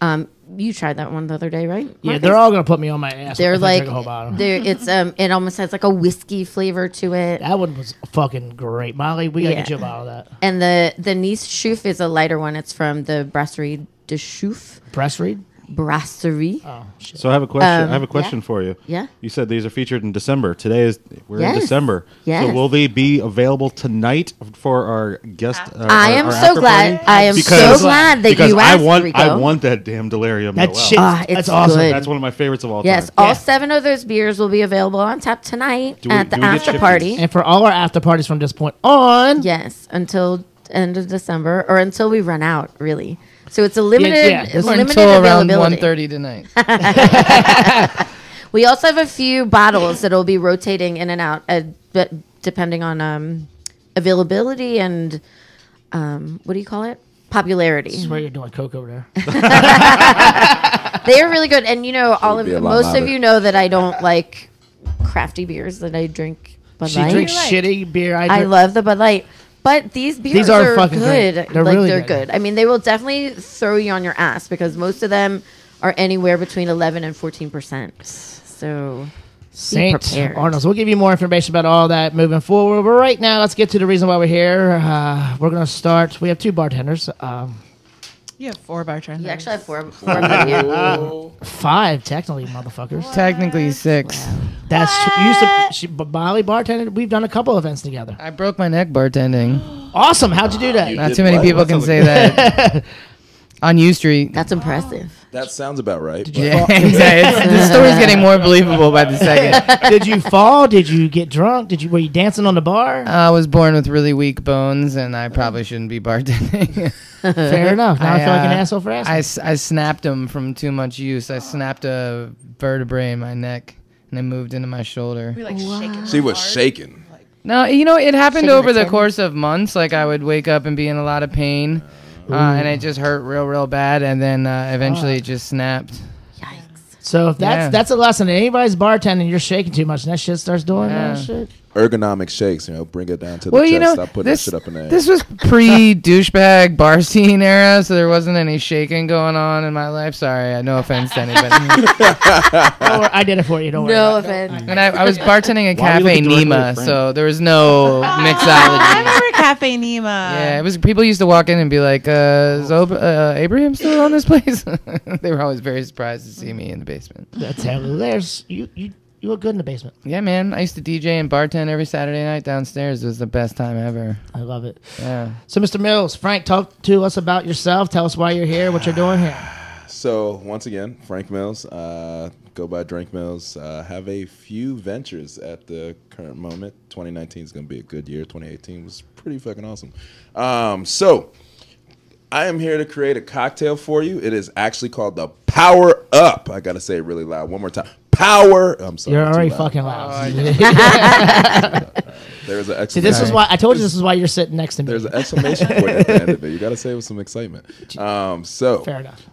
Speaker 3: Um, you tried that one the other day, right?
Speaker 2: Yeah,
Speaker 3: Marcus?
Speaker 2: they're all gonna put me on my ass.
Speaker 3: They're
Speaker 2: if I drink
Speaker 3: like
Speaker 2: a whole bottle.
Speaker 3: they're, it's um it almost has like a whiskey flavor to it.
Speaker 2: that one was fucking great, Molly. We gotta
Speaker 3: Yeah.
Speaker 2: get you a bottle of that.
Speaker 3: And the the Nice Schoof is a lighter one. It's from the Brasserie de Schoof
Speaker 2: Press read.
Speaker 3: Brasserie.
Speaker 2: Oh shit.
Speaker 6: So I have a question.
Speaker 3: Um,
Speaker 6: I have a question for you.
Speaker 3: Yeah.
Speaker 6: You said these are featured in December. Today is we're
Speaker 3: Yes.
Speaker 6: in December.
Speaker 3: Yes.
Speaker 6: So will they be available tonight for our guest? Uh,
Speaker 3: I
Speaker 6: our-
Speaker 3: am
Speaker 6: our
Speaker 3: so
Speaker 6: after
Speaker 3: glad.
Speaker 6: party?
Speaker 3: I am
Speaker 6: Because-
Speaker 3: so glad that
Speaker 6: because
Speaker 3: you
Speaker 6: I
Speaker 3: asked.
Speaker 6: want
Speaker 3: Rico.
Speaker 6: I want that damn delirium.
Speaker 2: That
Speaker 6: Noel.
Speaker 2: shit.
Speaker 3: Ah, it's
Speaker 2: that's awesome.
Speaker 3: good.
Speaker 6: That's one of my favorites of all
Speaker 3: Yes,
Speaker 6: time.
Speaker 3: all
Speaker 2: Yeah.
Speaker 3: seven of those beers will be available on tap tonight
Speaker 6: we-
Speaker 3: at
Speaker 6: do
Speaker 3: the
Speaker 6: we get
Speaker 3: after
Speaker 6: shipping?
Speaker 3: party.
Speaker 2: And for all our after parties from this point on,
Speaker 3: Yes, until end of December or until we run out, really. So it's a limited,
Speaker 2: yeah,
Speaker 3: it's
Speaker 2: or
Speaker 4: Or
Speaker 3: limited
Speaker 4: until around
Speaker 3: availability.
Speaker 4: 1.30 tonight.
Speaker 3: We also have a few bottles that'll be rotating in and out, uh, but depending on um, availability and um, what do you call it? Popularity.
Speaker 2: I swear you're doing coke over there.
Speaker 3: They are really good, and you know, all
Speaker 5: would
Speaker 3: of
Speaker 5: be a lot
Speaker 3: most of
Speaker 5: louder.
Speaker 3: you know that I don't like crafty beers that I drink. Bud
Speaker 2: She
Speaker 3: Light.
Speaker 2: drinks shitty beer. I,
Speaker 3: I
Speaker 2: drink-
Speaker 3: love the Bud Light. But these beers
Speaker 2: These are
Speaker 3: are,
Speaker 2: fucking
Speaker 3: good.
Speaker 2: great. They're
Speaker 3: like
Speaker 2: really
Speaker 3: they're
Speaker 2: good.
Speaker 3: good. I mean, they will definitely throw you on your ass because most of them are anywhere between eleven and fourteen percent. So
Speaker 2: Saint
Speaker 3: prepared.
Speaker 2: Arnold's. We'll give you more information about all that moving forward. But right now, let's get to the reason why we're here. Uh, we're gonna start. We have two bartenders. Um,
Speaker 1: You have four bartenders.
Speaker 3: you actually have four, four of them here.
Speaker 2: five technically, motherfuckers.
Speaker 4: Technically six.
Speaker 2: That's tr- you. Sub- she, B- Molly bartended. We've done a couple events together.
Speaker 4: I broke my neck bartending.
Speaker 2: Awesome. How'd you do that?
Speaker 5: You-
Speaker 4: Not
Speaker 5: Did
Speaker 4: too many
Speaker 5: what?
Speaker 4: people
Speaker 5: That
Speaker 4: can
Speaker 5: sounds
Speaker 4: say
Speaker 5: like-
Speaker 4: that. On U Street.
Speaker 3: That's impressive.
Speaker 5: That sounds about right. but-
Speaker 4: Yeah, exactly. It's- This story's getting more believable by the second.
Speaker 2: Did you fall? Did you get drunk? Did you were you dancing on the bar?
Speaker 4: Uh, I was born with really weak bones, and I probably shouldn't be bartending.
Speaker 2: Fair enough. Now I, feel like an
Speaker 4: uh,
Speaker 2: asshole for asking.
Speaker 4: I, s- I snapped them from too much use. I snapped a vertebrae in my neck, and it moved into my shoulder.
Speaker 1: We like shaking.
Speaker 5: She was shaking.
Speaker 4: No, you know, it happened
Speaker 3: Shaking
Speaker 4: over
Speaker 3: the
Speaker 4: the
Speaker 3: tin?
Speaker 4: course of months. Like I would wake up and be in a lot of pain, uh, and it just hurt real, real bad. And then uh,
Speaker 2: Ah.
Speaker 4: eventually, it just snapped.
Speaker 3: Yikes!
Speaker 2: so if that's
Speaker 4: Yeah.
Speaker 2: that's a lesson. If anybody's bartending, you're shaking too much, and that shit starts doing that
Speaker 4: Yeah.
Speaker 2: shit.
Speaker 5: Ergonomic shakes, you know, bring it down to the
Speaker 4: Oh, Well,
Speaker 5: chest.
Speaker 4: you know,
Speaker 5: Stop putting
Speaker 4: this,
Speaker 5: that shit up in there.
Speaker 4: this was pre douchebag bar scene era, so there wasn't any shaking going on in my life. Sorry, I no offense to anybody.
Speaker 2: Don't worry, I did it for you. Don't worry.
Speaker 3: No offense.
Speaker 4: and I, I was bartending a
Speaker 6: Why are we
Speaker 4: cafe
Speaker 6: looking directly
Speaker 4: Nima,
Speaker 6: at Frank?
Speaker 4: so there was no mixology.
Speaker 1: remember Cafe Nemo.
Speaker 4: Yeah, it was people used to walk in and be like, uh, is Ob- uh, Abraham still on this place? they were always very surprised to see me in the basement.
Speaker 2: That's hilarious. You you you look good in the basement.
Speaker 4: Yeah, man, I used to DJ and bartend every Saturday night downstairs. It was the best time ever.
Speaker 2: I love it.
Speaker 4: Yeah.
Speaker 2: So, Mr. Mills, Frank, talk to us about yourself. Tell us why you're here, what you're doing here.
Speaker 5: So once again, Frank Mills. Uh, go by Drink Mills. Uh, have a few ventures at the current moment. 2019 is going to be a good year. 2018 was pretty fucking awesome. Um, so I am here to create a cocktail for you. It is actually called the Power Up. I got to say it really loud one more time. Power. I'm sorry.
Speaker 2: You're
Speaker 5: too
Speaker 2: already
Speaker 5: loud.
Speaker 2: fucking
Speaker 4: Oh,
Speaker 2: loud.
Speaker 5: There is an
Speaker 2: See,
Speaker 5: exclamation.
Speaker 2: this is why I told you this is why you're sitting next to me.
Speaker 5: There's an exclamation point at the end of it. You got to say it with some excitement. Um, so
Speaker 2: Fair enough.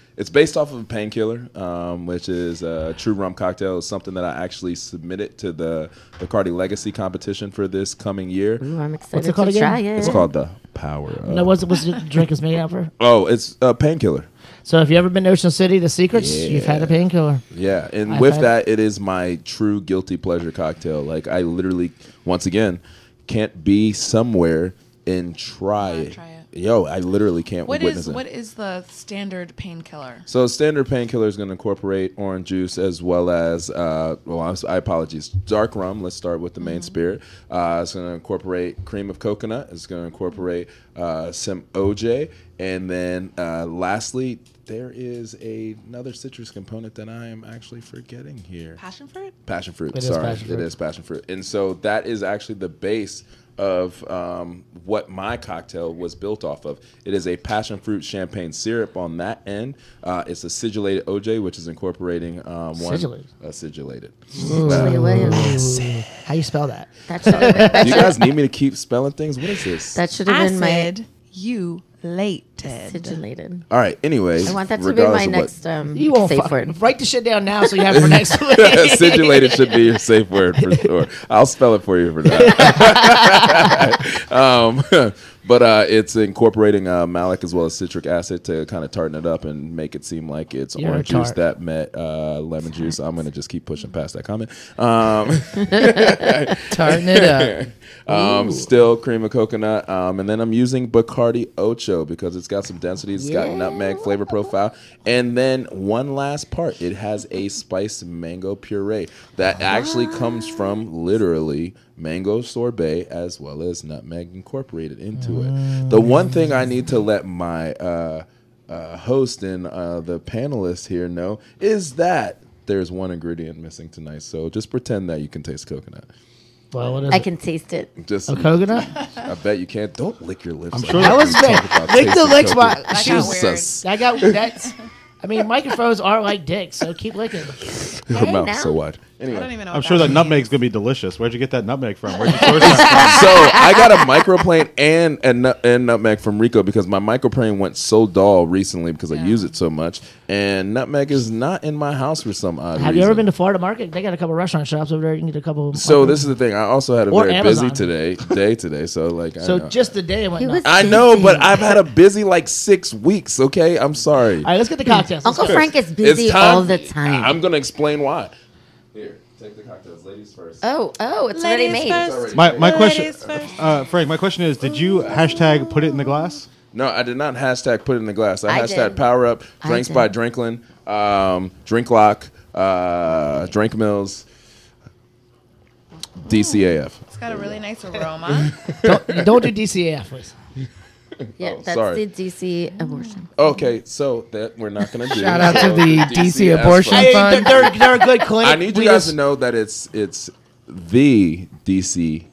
Speaker 5: it's based off of a painkiller, um, which is a true rum cocktail. It's something that I actually submitted to the Bacardi Legacy competition for this coming year.
Speaker 3: Ooh, I'm
Speaker 2: What's
Speaker 3: excited
Speaker 2: it called
Speaker 3: to
Speaker 2: again?
Speaker 3: try it.
Speaker 5: It's called the Power. Up.
Speaker 2: No, what's what's the drink is made out for?
Speaker 5: oh, it's a painkiller.
Speaker 2: So if you ever been to Ocean City, the secrets, you've had a painkiller.
Speaker 5: Yeah, and
Speaker 2: I've
Speaker 5: with
Speaker 2: had-
Speaker 5: that, it is my true guilty pleasure cocktail. Like I literally, once again, can't be somewhere and try,
Speaker 1: Not
Speaker 5: it.
Speaker 1: try it.
Speaker 5: Yo, I literally can't
Speaker 1: What
Speaker 5: witness
Speaker 1: is
Speaker 5: it.
Speaker 1: what is the standard painkiller?
Speaker 5: so standard painkiller is going to incorporate orange juice as well as uh, well, I'm s- I apologies, dark rum. Let's start with the
Speaker 1: Mm-hmm.
Speaker 5: main spirit. Uh, it's going to incorporate cream of coconut. It's going to incorporate uh, some OJ, and then uh, lastly. There is a, another citrus component that I am actually forgetting here
Speaker 1: Passion fruit?
Speaker 5: passion fruit.
Speaker 2: It is
Speaker 5: sorry,
Speaker 2: passion fruit.
Speaker 5: it is passion fruit, and so that is actually the base of um, what my cocktail was built off of. It is a passion fruit champagne syrup on that end. Uh, it's a sigillated OJ, which is incorporating um, one
Speaker 2: Sigillated?
Speaker 5: Uh, sigillated. uh,
Speaker 3: Shelley Williams.
Speaker 2: How you spell that?
Speaker 3: That should have been,
Speaker 5: Do you guys need me to keep spelling things? What is this?
Speaker 3: that should
Speaker 1: I
Speaker 3: have been my
Speaker 1: said you lated.
Speaker 3: sigilated.
Speaker 5: All right. Anyways,
Speaker 3: I want that to be
Speaker 5: regardless
Speaker 3: my
Speaker 5: of what-
Speaker 3: next um,
Speaker 2: You won't
Speaker 3: safe
Speaker 2: fuck-
Speaker 3: word.
Speaker 2: Write the shit down now so you have it for next week.
Speaker 5: Acidulated should be your safe word for sure. I'll spell it for you for that. um, but uh, it's incorporating uh, malic as well as citric acid to kind of tartan it up and make it seem like it's
Speaker 2: You're a
Speaker 5: orange juice
Speaker 2: tart.
Speaker 5: that met uh, lemon juice. I'm going to just keep pushing past that comment. Um,
Speaker 4: Tarting it up.
Speaker 5: um, still cream of coconut. Um, and then I'm using Bacardi Ocho because it's got some density. It's got nutmeg flavor profile. And then one last part, it has a spiced mango puree that actually comes from literally mango sorbet as well as nutmeg incorporated into it. The one thing I need to let my uh, uh, host and uh, the panelists here know is that there's one ingredient missing tonight. So just pretend that you can taste coconut.
Speaker 2: well, what is
Speaker 3: I
Speaker 2: it?
Speaker 3: can taste it.
Speaker 5: Just
Speaker 2: A coconut?
Speaker 5: I bet you can't. Don't lick your lips. I'm
Speaker 6: sure
Speaker 2: That was bad. Lick the licks. Why?
Speaker 1: That
Speaker 2: She
Speaker 1: got
Speaker 2: was.
Speaker 1: weird.
Speaker 5: Jesus.
Speaker 2: That got. That's. I mean, microphones are like dicks, so keep licking.
Speaker 5: Her
Speaker 3: Hey,
Speaker 5: mouth's
Speaker 3: now.
Speaker 5: so wide.
Speaker 1: I
Speaker 5: Anyway,
Speaker 1: don't even know.
Speaker 6: I'm
Speaker 1: what
Speaker 6: sure that
Speaker 1: means.
Speaker 6: nutmeg's gonna be delicious. Where'd you get that nutmeg from? Where'd you source that
Speaker 5: so I got a microplane and a nut, and nutmeg from Rico because my microplane went so dull recently because I use it so much, and nutmeg is not in my house for some odd
Speaker 2: Have
Speaker 5: reason.
Speaker 2: you ever been to Florida Market? They got a couple restaurant shops over there. You can get a couple.
Speaker 5: So this is the thing. I also had a
Speaker 2: Or
Speaker 5: very
Speaker 2: Amazon.
Speaker 5: busy today day today. So like, I
Speaker 2: So
Speaker 5: know.
Speaker 2: just the day it went.
Speaker 3: He was
Speaker 2: nuts.
Speaker 5: I know,
Speaker 3: busy.
Speaker 5: but I've had a busy like six weeks. Okay, I'm sorry.
Speaker 2: All right, let's get the cocktails. Let's
Speaker 3: Uncle
Speaker 2: go.
Speaker 3: Frank is busy all the time.
Speaker 5: I'm gonna explain why. Here, take the cocktails, ladies first.
Speaker 3: oh, oh, it's already
Speaker 1: Ladies
Speaker 3: made.
Speaker 1: first.
Speaker 6: My my question,
Speaker 1: Ladies first.
Speaker 6: uh, Frank. My question is, did you hashtag put it in the glass?
Speaker 5: No, I did not hashtag put it in the glass. I,
Speaker 3: I
Speaker 5: hashtag
Speaker 3: did.
Speaker 5: power up,
Speaker 3: I
Speaker 5: drinks
Speaker 3: did.
Speaker 5: by Drinklin, um, drink lock, uh, drink mills,
Speaker 4: Oh.
Speaker 5: DCAF.
Speaker 1: It's got a really nice aroma.
Speaker 2: Don't, don't do DCAF, please.
Speaker 3: Yeah,
Speaker 5: Oh,
Speaker 3: that's
Speaker 5: sorry.
Speaker 3: the DC abortion.
Speaker 5: Okay, so that we're not gonna do.
Speaker 4: Shout out to
Speaker 5: So
Speaker 4: the DC
Speaker 5: DCAF.
Speaker 4: abortion
Speaker 2: Hey, they're,
Speaker 4: fund.
Speaker 2: they're, they're a good clinic.
Speaker 5: I need you
Speaker 2: We
Speaker 5: guys
Speaker 2: just-
Speaker 5: to know that it's it's the DC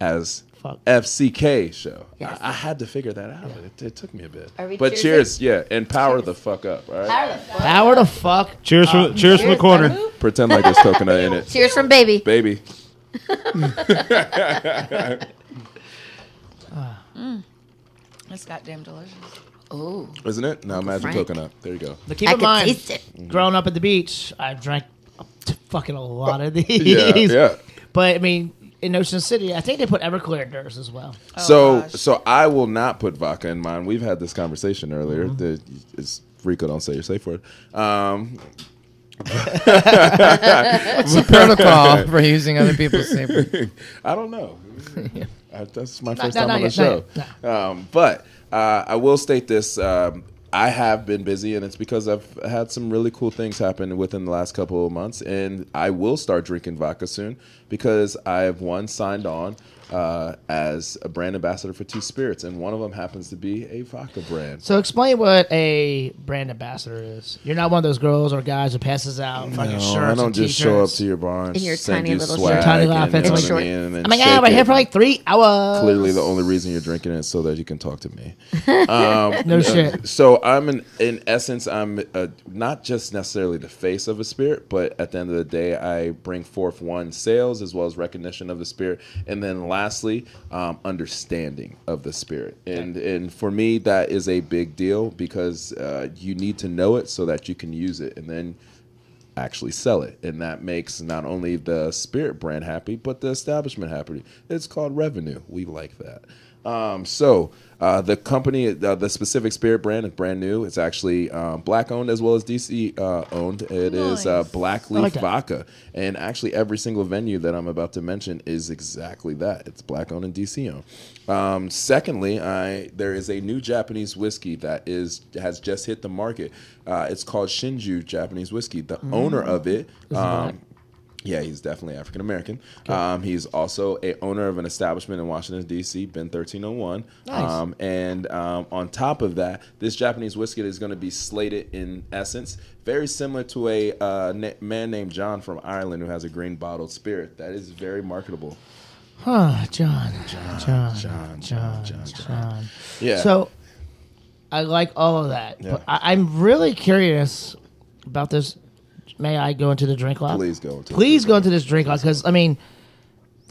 Speaker 5: as
Speaker 2: Fuck.
Speaker 5: FCK show.
Speaker 3: Yes.
Speaker 5: I, I had to figure that out. It, it took me a bit.
Speaker 3: Are we
Speaker 5: but cheers,
Speaker 3: cheers
Speaker 5: yeah, and power the fuck up. All right,
Speaker 2: Power the fuck.
Speaker 6: Cheers
Speaker 2: Uh,
Speaker 6: from cheers from the corner.
Speaker 5: pretend like there's coconut in it,
Speaker 3: Cheers from baby.
Speaker 5: baby.
Speaker 1: Mm. it's goddamn delicious.
Speaker 3: Oh,
Speaker 5: Isn't it? No, magic
Speaker 3: Frank.
Speaker 5: coconut. There you go. Mm-hmm.
Speaker 2: But keep
Speaker 3: I
Speaker 2: in
Speaker 3: could
Speaker 2: mind,
Speaker 3: taste it.
Speaker 2: growing up at the beach, I drank a- t- fucking a lot of these.
Speaker 5: Yeah, yeah.
Speaker 2: But I mean, in Ocean City, I think they put Everclear in theirs as well.
Speaker 5: so,
Speaker 1: gosh.
Speaker 5: so I will not put vodka in mine. We've had this conversation earlier.
Speaker 4: Mm-hmm.
Speaker 5: The- it's- Rico, don't say your safe word. Um,
Speaker 4: Protocol for using other people's saber.
Speaker 5: I don't know. I- that's my first
Speaker 2: no,
Speaker 5: time
Speaker 2: not
Speaker 5: on the
Speaker 2: yet, not
Speaker 5: show.
Speaker 2: yet,
Speaker 5: Um, but uh, I will state this. Um, I have been busy, and it's because I've had some really cool things happen within the last couple of months. And I will start drinking vodka soon because I have one signed on uh, as a brand ambassador for two spirits, and one of them happens to be a vodka brand.
Speaker 2: So explain what a brand ambassador is. You're not one of those girls or guys who passes out fucking shirts.
Speaker 5: No, I don't
Speaker 2: and
Speaker 5: just show up
Speaker 2: t-shirts.
Speaker 5: to your bar and
Speaker 3: In your
Speaker 5: send
Speaker 3: tiny
Speaker 5: you
Speaker 3: little
Speaker 5: swag
Speaker 2: Your tiny little
Speaker 5: and, you
Speaker 2: outfits
Speaker 5: know what
Speaker 2: and
Speaker 5: I
Speaker 3: shorts.
Speaker 5: mean, and then
Speaker 2: Oh my
Speaker 5: shake
Speaker 2: god, we're
Speaker 5: it.
Speaker 2: here for like three hours.
Speaker 5: Clearly, the only reason you're drinking it is so that you can talk to me.
Speaker 2: no shit.
Speaker 5: Um, So I'm an, in essence, I'm uh not just necessarily the face of a spirit, but at the end of the day, I bring forth one sales as well as recognition of the spirit, and then lastly, um, understanding of the spirit. And and for me, that is a big deal because uh, you need to know it so that you can use it, and then actually sell it and that makes not only the spirit brand happy but the establishment happy it's called revenue we like that Um, so uh, the company, uh, the specific Spirit brand, is brand new. It's actually um, black owned as well as DC uh, owned. It is uh, Black Leaf
Speaker 2: like that.
Speaker 5: Vodka, and actually every single venue that I'm about to mention is exactly that. It's black owned and DC owned. Um, secondly, I there is a new Japanese whiskey that is has just hit the market. Uh, it's called Shinju Japanese whiskey. The
Speaker 2: Mm.
Speaker 5: owner of it. Um, yeah, he's definitely African American. Um, he's also a owner of an establishment in Washington D.C., Ben 1301. Um, and um, on top of that, this Japanese whiskey is going to be slated in essence very similar to a uh, na- man named John from Ireland who has a green bottled spirit that is very marketable.
Speaker 2: Huh, John. John. John.
Speaker 5: John,
Speaker 2: John.
Speaker 5: John,
Speaker 2: John.
Speaker 5: John, Yeah.
Speaker 2: So I like all of that.
Speaker 5: Yeah.
Speaker 2: But I, I'm really curious about this. May I go into the drink lab?
Speaker 5: Please go into the
Speaker 2: Please
Speaker 5: drink
Speaker 2: go into this drink lab because I mean,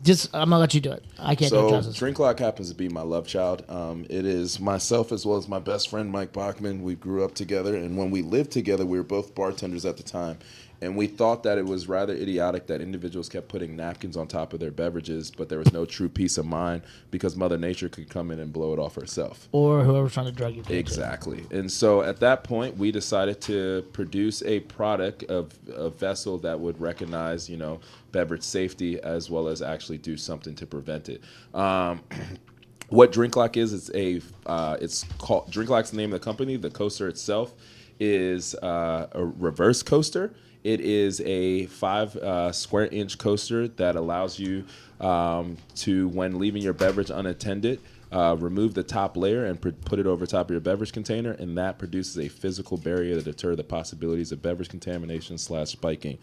Speaker 2: just I'm gonna let you do it. I can't do
Speaker 5: So
Speaker 2: it justice.
Speaker 5: Drink Lock happens to be my love child. Um, it is myself as well as my best friend Mike Bachman. We grew up together, and when we lived together, we were both bartenders at the time. And we thought that it was rather idiotic that individuals kept putting napkins on top of their beverages, but there was no true peace of mind because Mother Nature could come in and blow it off herself.
Speaker 2: or whoever's trying to drug you.
Speaker 5: Exactly. And so at that point, we decided to produce a product of a vessel that would recognize, you know, beverage safety as well as actually do something to prevent it. Um, what Drink Lock is, it's a, uh, it's called, Drink Lock's the name of the company. The coaster itself is uh, a reverse coaster. It is a five uh, square inch coaster that allows you um, to, when leaving your beverage unattended, uh, remove the top layer and pr- put it over top of your beverage container, and that produces a physical barrier to deter the possibilities of beverage contamination slash spiking.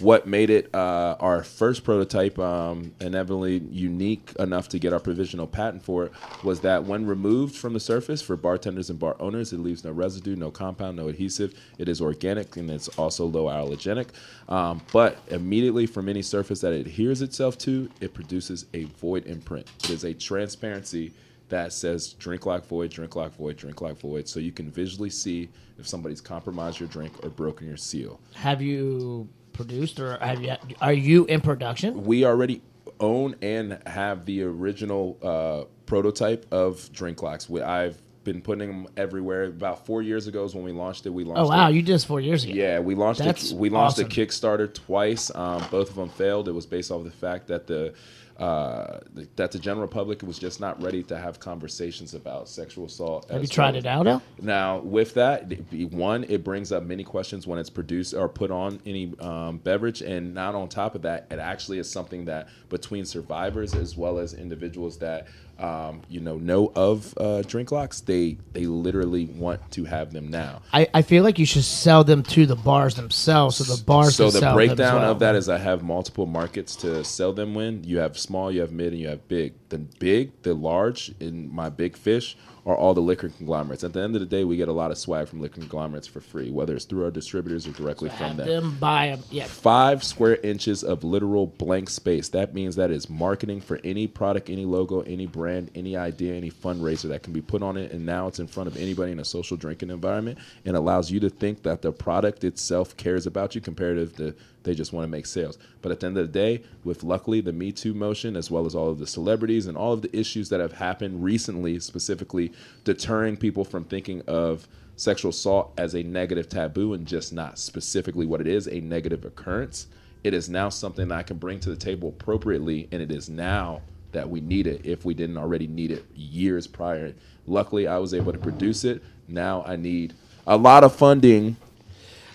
Speaker 5: What made it uh, our first prototype, um, inevitably unique enough to get our provisional patent for it, was that when removed from the surface for bartenders and bar owners, it leaves no residue, no compound, no adhesive. It is organic and it's also low allergenic. Um, but immediately from any surface that it adheres itself to, it produces a void imprint. It is a transparency that says drink lock void, drink lock void, drink lock void, so you can visually see if somebody's compromised your drink or broken your seal.
Speaker 2: Have you produced or have you? Are you in production?
Speaker 5: We already own and have the original uh, prototype of drink locks. We, I've been putting them everywhere. About four years ago is when we launched it. We launched.
Speaker 2: Oh wow,
Speaker 5: it.
Speaker 2: you did this four years ago.
Speaker 5: Yeah, we launched
Speaker 2: That's
Speaker 5: a, we launched a
Speaker 2: awesome.
Speaker 5: Kickstarter twice. Um, both of them failed. It was based off of the fact that the uh, the- that the general public was just not ready to have conversations about sexual assault.
Speaker 2: Have you
Speaker 5: as
Speaker 2: tried
Speaker 5: well as-
Speaker 2: it out? Al?
Speaker 5: now, with that, it be- one, it brings up many questions when it's produced or put on any um, beverage. And not on top of that, it actually is something that between survivors as well as individuals that, um, you know, know of uh, drink locks, they, they literally want to have them now.
Speaker 2: I, I feel like you should sell them to the bars themselves, so the bars.
Speaker 5: So
Speaker 2: can
Speaker 5: the
Speaker 2: sell them
Speaker 5: breakdown
Speaker 2: as well.
Speaker 5: of that is I have multiple markets to sell them in. You have small, you have mid, and you have big. The big, the large, and my big fish are all the liquor conglomerates. At the end of the day, we get a lot of swag from liquor conglomerates for free, whether it's through our distributors or directly from
Speaker 2: Have
Speaker 5: them
Speaker 2: them buy them. Yeah,
Speaker 5: five square inches of literal blank space. That means that is marketing for any product, any logo, any brand, any idea, any fundraiser that can be put on it. And now it's in front of anybody in a social drinking environment and allows you to think that the product itself cares about you comparative to they just want to make sales. But at the end of the day, with luckily the Me Too motion, as well as all of the celebrities and all of the issues that have happened recently, specifically deterring people from thinking of sexual assault as a negative taboo and just not specifically what it is a negative occurrence it is now something that i can bring to the table appropriately and it is now that we need it if we didn't already need it years prior luckily i was able to produce it now i need a lot of funding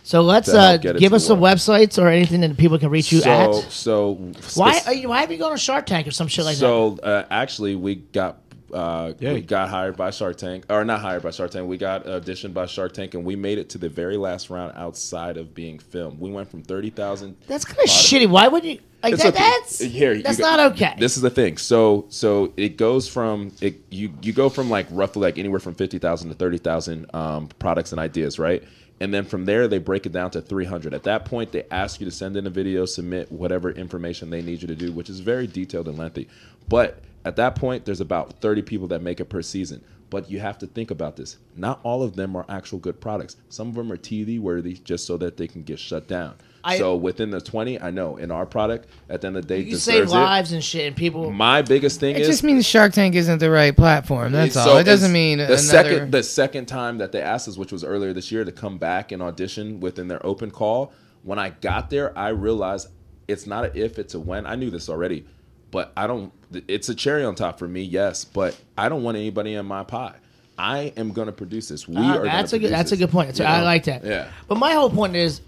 Speaker 2: So let's
Speaker 5: To help
Speaker 2: uh,
Speaker 5: get it
Speaker 2: give
Speaker 5: to
Speaker 2: us some
Speaker 5: work.
Speaker 2: websites or anything that people can reach you
Speaker 5: so
Speaker 2: at.
Speaker 5: so
Speaker 2: Why
Speaker 5: spec-
Speaker 2: are you, why have you gone on Shark Tank or some shit like that?
Speaker 5: so uh, actually we got uh, we
Speaker 6: Yay.
Speaker 5: got hired by Shark Tank, or not hired by Shark Tank. We got auditioned by Shark Tank, and we made it to the very last round outside of being filmed. We went from thirty thousand.
Speaker 2: That's kind of shitty. Why would you like
Speaker 5: It's
Speaker 2: that?
Speaker 5: okay.
Speaker 2: That's
Speaker 5: Here, you
Speaker 2: that's
Speaker 5: go-
Speaker 2: not okay.
Speaker 5: This is the thing. So so it goes from it you you go from like roughly like anywhere from fifty thousand to thirty thousand um, products and ideas, right? And then from there they break it down to three hundred. At that point they ask you to send in a video, submit whatever information they need you to do, which is very detailed and lengthy. But At that point, there's about 30 people that make it per season. But you have to think about this. Not all of them are actual good products. Some of them are TV worthy just so that they can get shut down.
Speaker 2: I-
Speaker 5: so within the 20, I know in our product, at the end of the day,
Speaker 2: You save
Speaker 5: deserves
Speaker 2: lives and shit, and people.
Speaker 5: It. My biggest thing
Speaker 4: It
Speaker 5: is
Speaker 4: just means Shark Tank isn't the right platform. That's
Speaker 5: so
Speaker 4: all. It doesn't
Speaker 5: it's
Speaker 4: mean uh,
Speaker 5: the
Speaker 4: another.
Speaker 5: second the second time that they asked us, which was earlier this year, to come back and audition within their open call. When I got there, I realized it's not a if, it's a when. I knew this already, but I don't. It's a cherry on top for me, yes, but I don't want anybody in my pie. I am going to produce this. We
Speaker 2: Ah,
Speaker 5: are.
Speaker 2: that's a
Speaker 5: gonna
Speaker 2: good.
Speaker 5: produce
Speaker 2: That's a
Speaker 5: this,
Speaker 2: good point. That's-
Speaker 5: you
Speaker 2: I
Speaker 5: know?
Speaker 2: like that.
Speaker 5: Yeah.
Speaker 2: But my whole point is,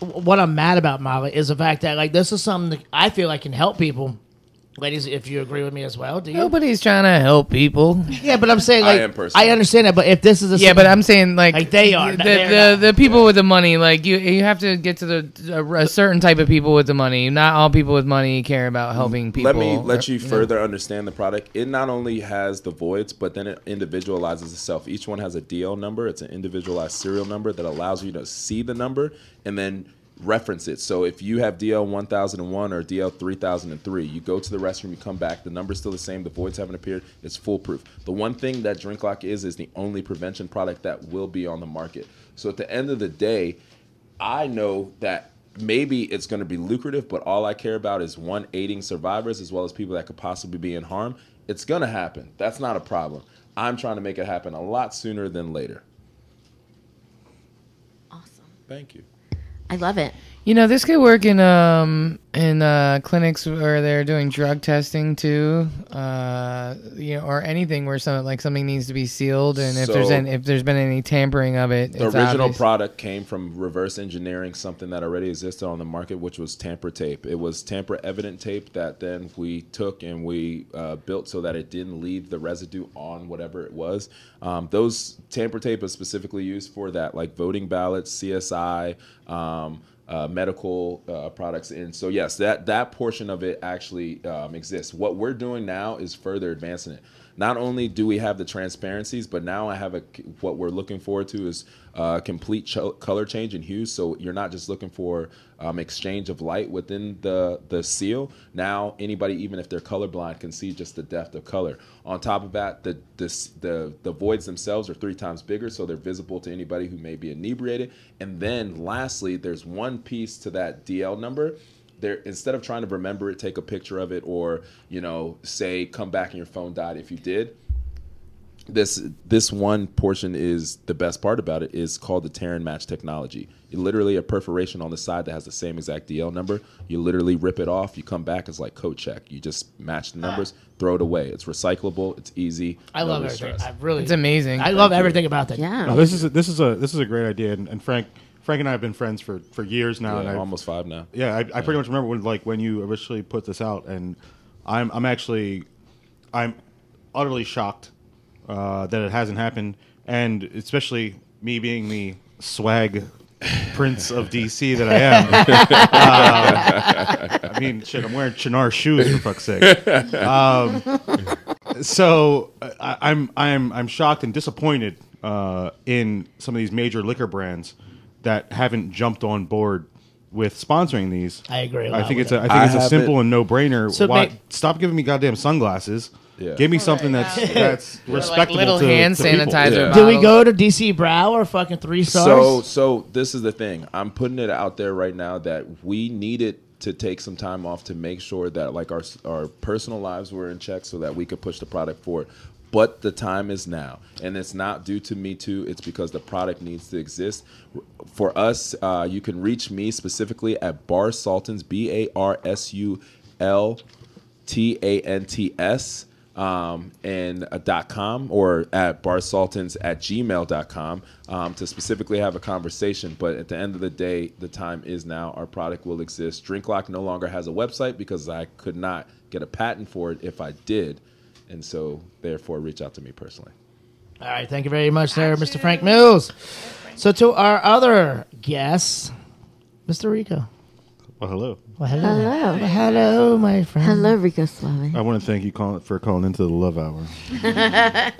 Speaker 2: w- what I'm mad about, Molly, is the fact that like this is something that I feel like can help people. Ladies, if you agree with me as well, do you?
Speaker 4: Nobody's trying to help people.
Speaker 2: Yeah, but I'm saying
Speaker 5: I
Speaker 2: like
Speaker 5: am personally.
Speaker 2: I understand that, but if this is a
Speaker 4: Yeah, but I'm saying like,
Speaker 2: Like, they are,
Speaker 4: the
Speaker 2: they're
Speaker 4: the, the people with the money. Like you, you have to get to the a, a certain type of people with the money. Not all people with money care about helping people.
Speaker 5: Let me let
Speaker 4: or-
Speaker 5: you
Speaker 4: know.
Speaker 5: further understand the product. It not only has the voids, but then it individualizes itself. Each one has a DL number. It's an individualized serial number that allows you to see the number and then reference it. So if you have DL 1001 or DL 3003, you go to the restroom, you come back, the number's still the same, the voids haven't appeared. It's foolproof. The one thing that Drink Lock is is the only prevention product that will be on the market. So at the end of the day, I know that maybe it's going to be lucrative, but all I care about is one aiding survivors as well as people that could possibly be in harm. It's going to happen. That's not a problem. I'm trying to make it happen a lot sooner than later.
Speaker 3: Awesome.
Speaker 5: Thank you.
Speaker 3: I love it.
Speaker 4: You know, this could work in um in uh, clinics where they're doing drug testing too, uh, you know, or anything where some like something needs to be sealed, and if there's
Speaker 5: So-
Speaker 4: any, if there's been any tampering of it,
Speaker 5: The
Speaker 4: it's
Speaker 5: original
Speaker 4: obvious.
Speaker 5: product came from reverse engineering something that already existed on the market, which was tamper tape. It was tamper evident tape that then we took and we uh, built so that it didn't leave the residue on whatever it was. Um, those tamper tape is specifically used for that, like voting ballots, CSI. Um, uh, medical uh, products, and so yes, that that portion of it actually um, exists. What we're doing now is further advancing it. Not only do we have the transparencies, but now I have a what we're looking forward to is uh, complete ch- color change and hues. So you're not just looking for um, exchange of light within the the seal. Now anybody, even if they're colorblind, can see just the depth of color. On top of that, the the s- the, the voids themselves are three times bigger, so they're visible to anybody who may be inebriated. And then lastly, there's one piece to that DL number there instead of trying to remember it take a picture of it or you know say come back and your phone died if you did this this one portion is the best part about it is called the Terran match technology. literally a perforation on the side that has the same exact DL number. You literally rip it off. You come back. It's like code check. You just match the numbers, throw it away. It's recyclable. It's easy.
Speaker 2: Ah. I
Speaker 5: no
Speaker 2: love
Speaker 5: stress.
Speaker 2: everything. I really,
Speaker 4: It's amazing.
Speaker 2: I love everything about that.
Speaker 6: No,
Speaker 3: Yeah.
Speaker 6: this is a, this is a this is a great idea, and, and Frank Frank and I have been friends for for years now,
Speaker 5: Yeah,
Speaker 6: and I
Speaker 5: almost five now.
Speaker 6: yeah, I, I pretty much remember when like when you originally put this out, and I'm I'm actually I'm utterly shocked uh, that it hasn't happened, and especially me being the swag prince of DC that I am. uh, I mean, shit, I'm wearing Chinar shoes for fuck's sake. Um, so I, I'm I'm I'm shocked and disappointed uh, in some of these major liquor brands that haven't jumped on board with sponsoring these.
Speaker 2: I agree a
Speaker 6: I
Speaker 2: lot
Speaker 6: think
Speaker 2: with
Speaker 6: it's a, I think
Speaker 5: I
Speaker 6: it's a
Speaker 5: haven't-
Speaker 6: simple and no brainer.
Speaker 2: So
Speaker 6: Why
Speaker 2: ma-
Speaker 6: stop giving me goddamn sunglasses?
Speaker 5: Yeah.
Speaker 6: Give me something that's that's respectable.
Speaker 4: Um, little
Speaker 6: to,
Speaker 4: hand
Speaker 6: to people.
Speaker 4: sanitizer.
Speaker 5: Yeah.
Speaker 2: Do
Speaker 4: Bottles.
Speaker 2: we go to DC Brow or fucking three stars?
Speaker 5: So so this is the thing. I'm putting it out there right now that we needed to take some time off to make sure that like our our personal lives were in check so that we could push the product forward. But the time is now, and it's not due to Me Too. It's because the product needs to exist. For us, uh, you can reach me specifically at Bar Saltans, B A R S U L T A N T S um, and uh, dot com or at barsaltans at gmail.com um, to specifically have a conversation. But at the end of the day, the time is now. Our product will exist. Drinklock no longer has a website because I could not get a patent for it if I did. And so, therefore, reach out to me personally.
Speaker 2: All right, thank you very much, there, Mr. Frank Mills. So to our other guest, Mr. Rico.
Speaker 6: Well, hello.
Speaker 2: Well, hello. hello, my friend.
Speaker 3: Hello, Rico Slaven.
Speaker 6: I want to thank you calling, for calling into the Love Hour. I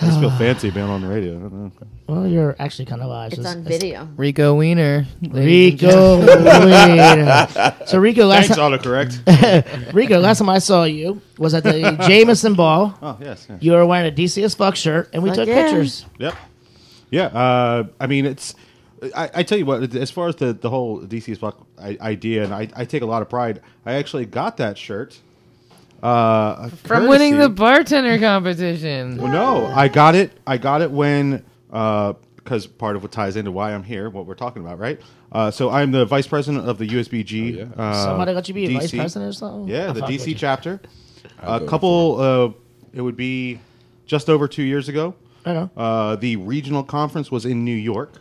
Speaker 6: just feel fancy being on the radio. I don't know.
Speaker 2: Well, you're actually kind of alive.
Speaker 3: It's on video.
Speaker 4: Rico Wiener.
Speaker 2: Rico. Wiener. so Rico, last
Speaker 6: Thanks,
Speaker 2: time,
Speaker 6: autocorrect.
Speaker 2: Rico, last time I saw you was at the Jameson Ball.
Speaker 6: oh yes. yeah.
Speaker 2: You were wearing a DC as fuck shirt, and we
Speaker 3: Fuck
Speaker 2: took
Speaker 3: yeah.
Speaker 2: pictures.
Speaker 6: Yep. Yeah. Uh, I mean, it's. I, I tell you what, as far as the, the whole DC's block i- idea, and I, I take a lot of pride. I actually got that shirt. Uh,
Speaker 4: From
Speaker 6: courtesy-
Speaker 4: winning the bartender competition.
Speaker 6: Well, no, I got it. I got it when because part of what ties into why I'm here, what we're talking about, right? Uh, so I'm the vice president of the USBG. uh,
Speaker 2: Somebody let you be a vice
Speaker 6: DC.
Speaker 2: president or something.
Speaker 6: Yeah,
Speaker 2: I
Speaker 6: the
Speaker 2: fuck with
Speaker 6: DC
Speaker 2: you.
Speaker 6: chapter. A
Speaker 5: go
Speaker 6: couple. Uh, it would be just over two years ago.
Speaker 2: I know.
Speaker 6: Uh, the regional conference was in New York,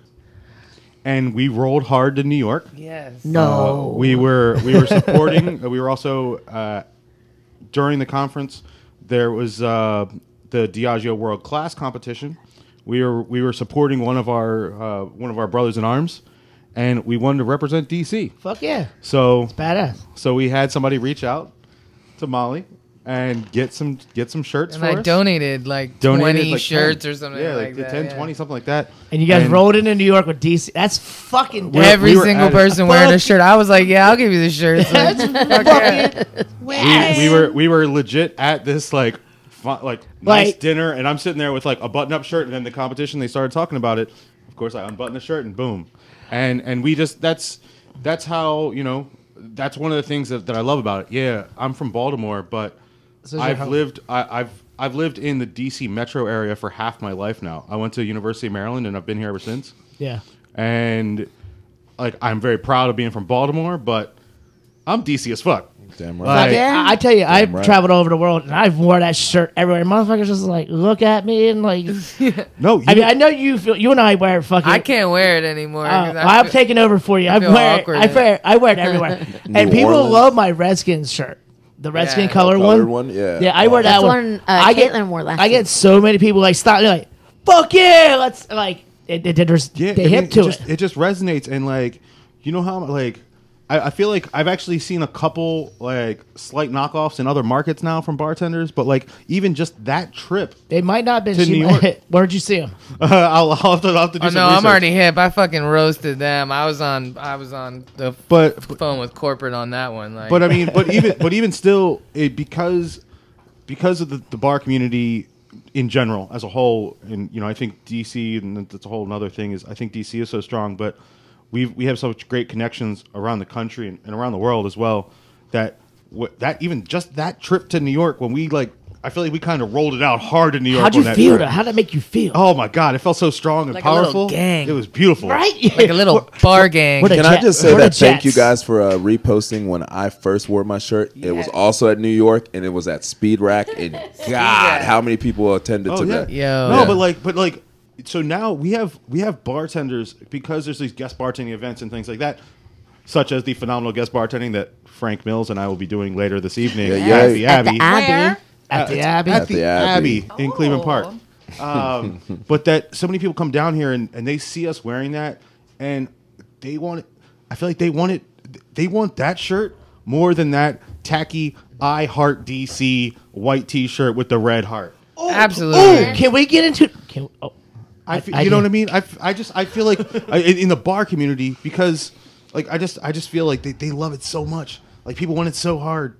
Speaker 6: and we rolled hard to New York. Uh,
Speaker 4: Yes.
Speaker 2: No.
Speaker 6: We were we were supporting. uh, we were also uh, during the conference. There was uh, the Diageo World Class competition. We were we were supporting one of our uh, one of our brothers in arms, and we wanted to represent DC.
Speaker 2: fuck yeah.
Speaker 6: So
Speaker 2: Badass.
Speaker 6: so we had somebody reach out to Molly and get some get some shirts
Speaker 4: And
Speaker 6: for
Speaker 4: I
Speaker 6: us.
Speaker 4: donated like
Speaker 6: Donated,
Speaker 4: 20
Speaker 6: like,
Speaker 4: shirts
Speaker 6: 10.
Speaker 4: or something
Speaker 6: Yeah,
Speaker 4: like, that.
Speaker 6: 10,
Speaker 4: yeah.
Speaker 6: 20, something like that.
Speaker 2: And you guys
Speaker 6: And-
Speaker 2: rolled into New York with DC. That's fucking dope.
Speaker 6: We're-
Speaker 4: Every
Speaker 6: we were
Speaker 4: single
Speaker 6: at-
Speaker 4: person wearing a
Speaker 2: Fuck.
Speaker 4: shirt. I was like, yeah, I'll give you the shirt. It's like, fuck yeah.
Speaker 6: we, we were we were legit at this like fun, like nice
Speaker 2: Like-
Speaker 6: dinner, and I'm sitting there with like a button up shirt, and then the competition they started talking about it. Of course, I unbuttoned the shirt, and boom, and and we just that's that's how you know that's one of the things that, that I love about it. Yeah, I'm from Baltimore, but
Speaker 2: This is your
Speaker 6: I've
Speaker 2: home.
Speaker 6: lived I, I've I've lived in the D.C. metro area for half my life now. I went to University of Maryland, and I've been here ever since
Speaker 2: Yeah.
Speaker 6: and like I'm very proud of being from Baltimore, but I'm DC as fuck.
Speaker 5: Damn right.
Speaker 6: Like,
Speaker 3: Yeah.
Speaker 2: I, I tell you, I've
Speaker 5: right.
Speaker 2: traveled all over the world and I've worn that shirt everywhere. Motherfuckers just like look at me and like.
Speaker 6: No, you,
Speaker 2: I mean, I know you feel you and I wear fucking.
Speaker 4: I can't wear it anymore.
Speaker 2: Uh,
Speaker 4: 'cause I
Speaker 2: I'm
Speaker 4: feel-
Speaker 2: taking over for you. I,
Speaker 4: feel
Speaker 2: wear it.
Speaker 4: awkward.
Speaker 2: I wear. I wear it everywhere, and
Speaker 5: New
Speaker 2: people
Speaker 5: Orleans.
Speaker 2: love my Redskins shirt. The redskin
Speaker 4: Yeah.
Speaker 2: color
Speaker 5: Colored
Speaker 2: one.
Speaker 5: one, yeah.
Speaker 2: Yeah, I wear that
Speaker 3: That's
Speaker 2: one.
Speaker 3: one, uh,
Speaker 2: I get
Speaker 3: Caitlin wore last
Speaker 2: I
Speaker 3: year.
Speaker 2: get so many people like stop. They're like, "Fuck yeah, let's like." It, it, there's
Speaker 6: yeah,
Speaker 2: they
Speaker 6: I mean,
Speaker 2: hip to
Speaker 6: just,
Speaker 2: it.
Speaker 6: it. just resonates, and like, you know how like I, I feel like I've actually seen a couple like slight knockoffs in other markets now from bartenders, but like even just that trip,
Speaker 2: They might not have been.
Speaker 6: To
Speaker 2: she
Speaker 6: New
Speaker 2: might-
Speaker 6: York.
Speaker 2: Where'd you see them?
Speaker 6: I'll, I'll, have to, I'll have to do
Speaker 4: Oh
Speaker 6: some
Speaker 4: no, I'm
Speaker 6: research.
Speaker 4: already hip. I fucking roasted them. I was on. I was on the
Speaker 6: But
Speaker 4: phone with corporate on that one. Like,
Speaker 6: But I mean, but even but even still, it, because because of the, the bar community in general as a whole, and you know, I think DC and that's a whole another thing is I think DC is so strong, but we we have such great connections around the country and, and around the world as well that w- that even just that trip to New York when we like I feel like we kind of rolled it out hard in New York.
Speaker 2: How'd
Speaker 6: on
Speaker 2: you
Speaker 6: that
Speaker 2: feel?
Speaker 6: trip.
Speaker 2: though? How'd that make you feel?
Speaker 6: Oh my God! It felt so strong and
Speaker 4: Like a little
Speaker 6: powerful.
Speaker 4: gang.
Speaker 6: It was beautiful,
Speaker 2: right.
Speaker 4: like a little bar gang.
Speaker 2: What a-
Speaker 5: Can
Speaker 2: the
Speaker 5: I
Speaker 2: Jet-
Speaker 5: just say
Speaker 2: we're the
Speaker 5: that thank you
Speaker 2: Jets.
Speaker 5: guys for uh, reposting when I first wore my shirt. It was also at New York and it was at Speed Rack. And God, how many people attended
Speaker 6: Oh
Speaker 5: to
Speaker 6: yeah,
Speaker 5: that?
Speaker 4: Yo.
Speaker 6: No,
Speaker 4: Yeah.
Speaker 6: but like, but like, so now we have we have bartenders because there's these guest bartending events and things like that, such as the phenomenal guest bartending that Frank Mills and I will be doing later this evening
Speaker 5: Yeah,
Speaker 6: at
Speaker 5: yeah.
Speaker 6: the
Speaker 3: At the
Speaker 6: Abbey,
Speaker 3: Abbey.
Speaker 1: Where?
Speaker 2: At the Abbey.
Speaker 6: at the
Speaker 5: the
Speaker 6: Abbey,
Speaker 5: Abbey.
Speaker 6: in Cleveland Park.
Speaker 1: Oh.
Speaker 6: Um, but that so many people come down here and, and they see us wearing that and they want it. I feel like they want it. They want that shirt more than that tacky I heart DC white T-shirt with the red heart.
Speaker 4: Absolutely.
Speaker 2: Ooh, Oh, can we get into? Can, oh,
Speaker 6: I feel,
Speaker 2: I
Speaker 6: you know
Speaker 2: do.
Speaker 6: what I mean? I, f- I just I feel like I, in in the bar community because like I just I just feel like they, they love it so much. Like people want it so hard,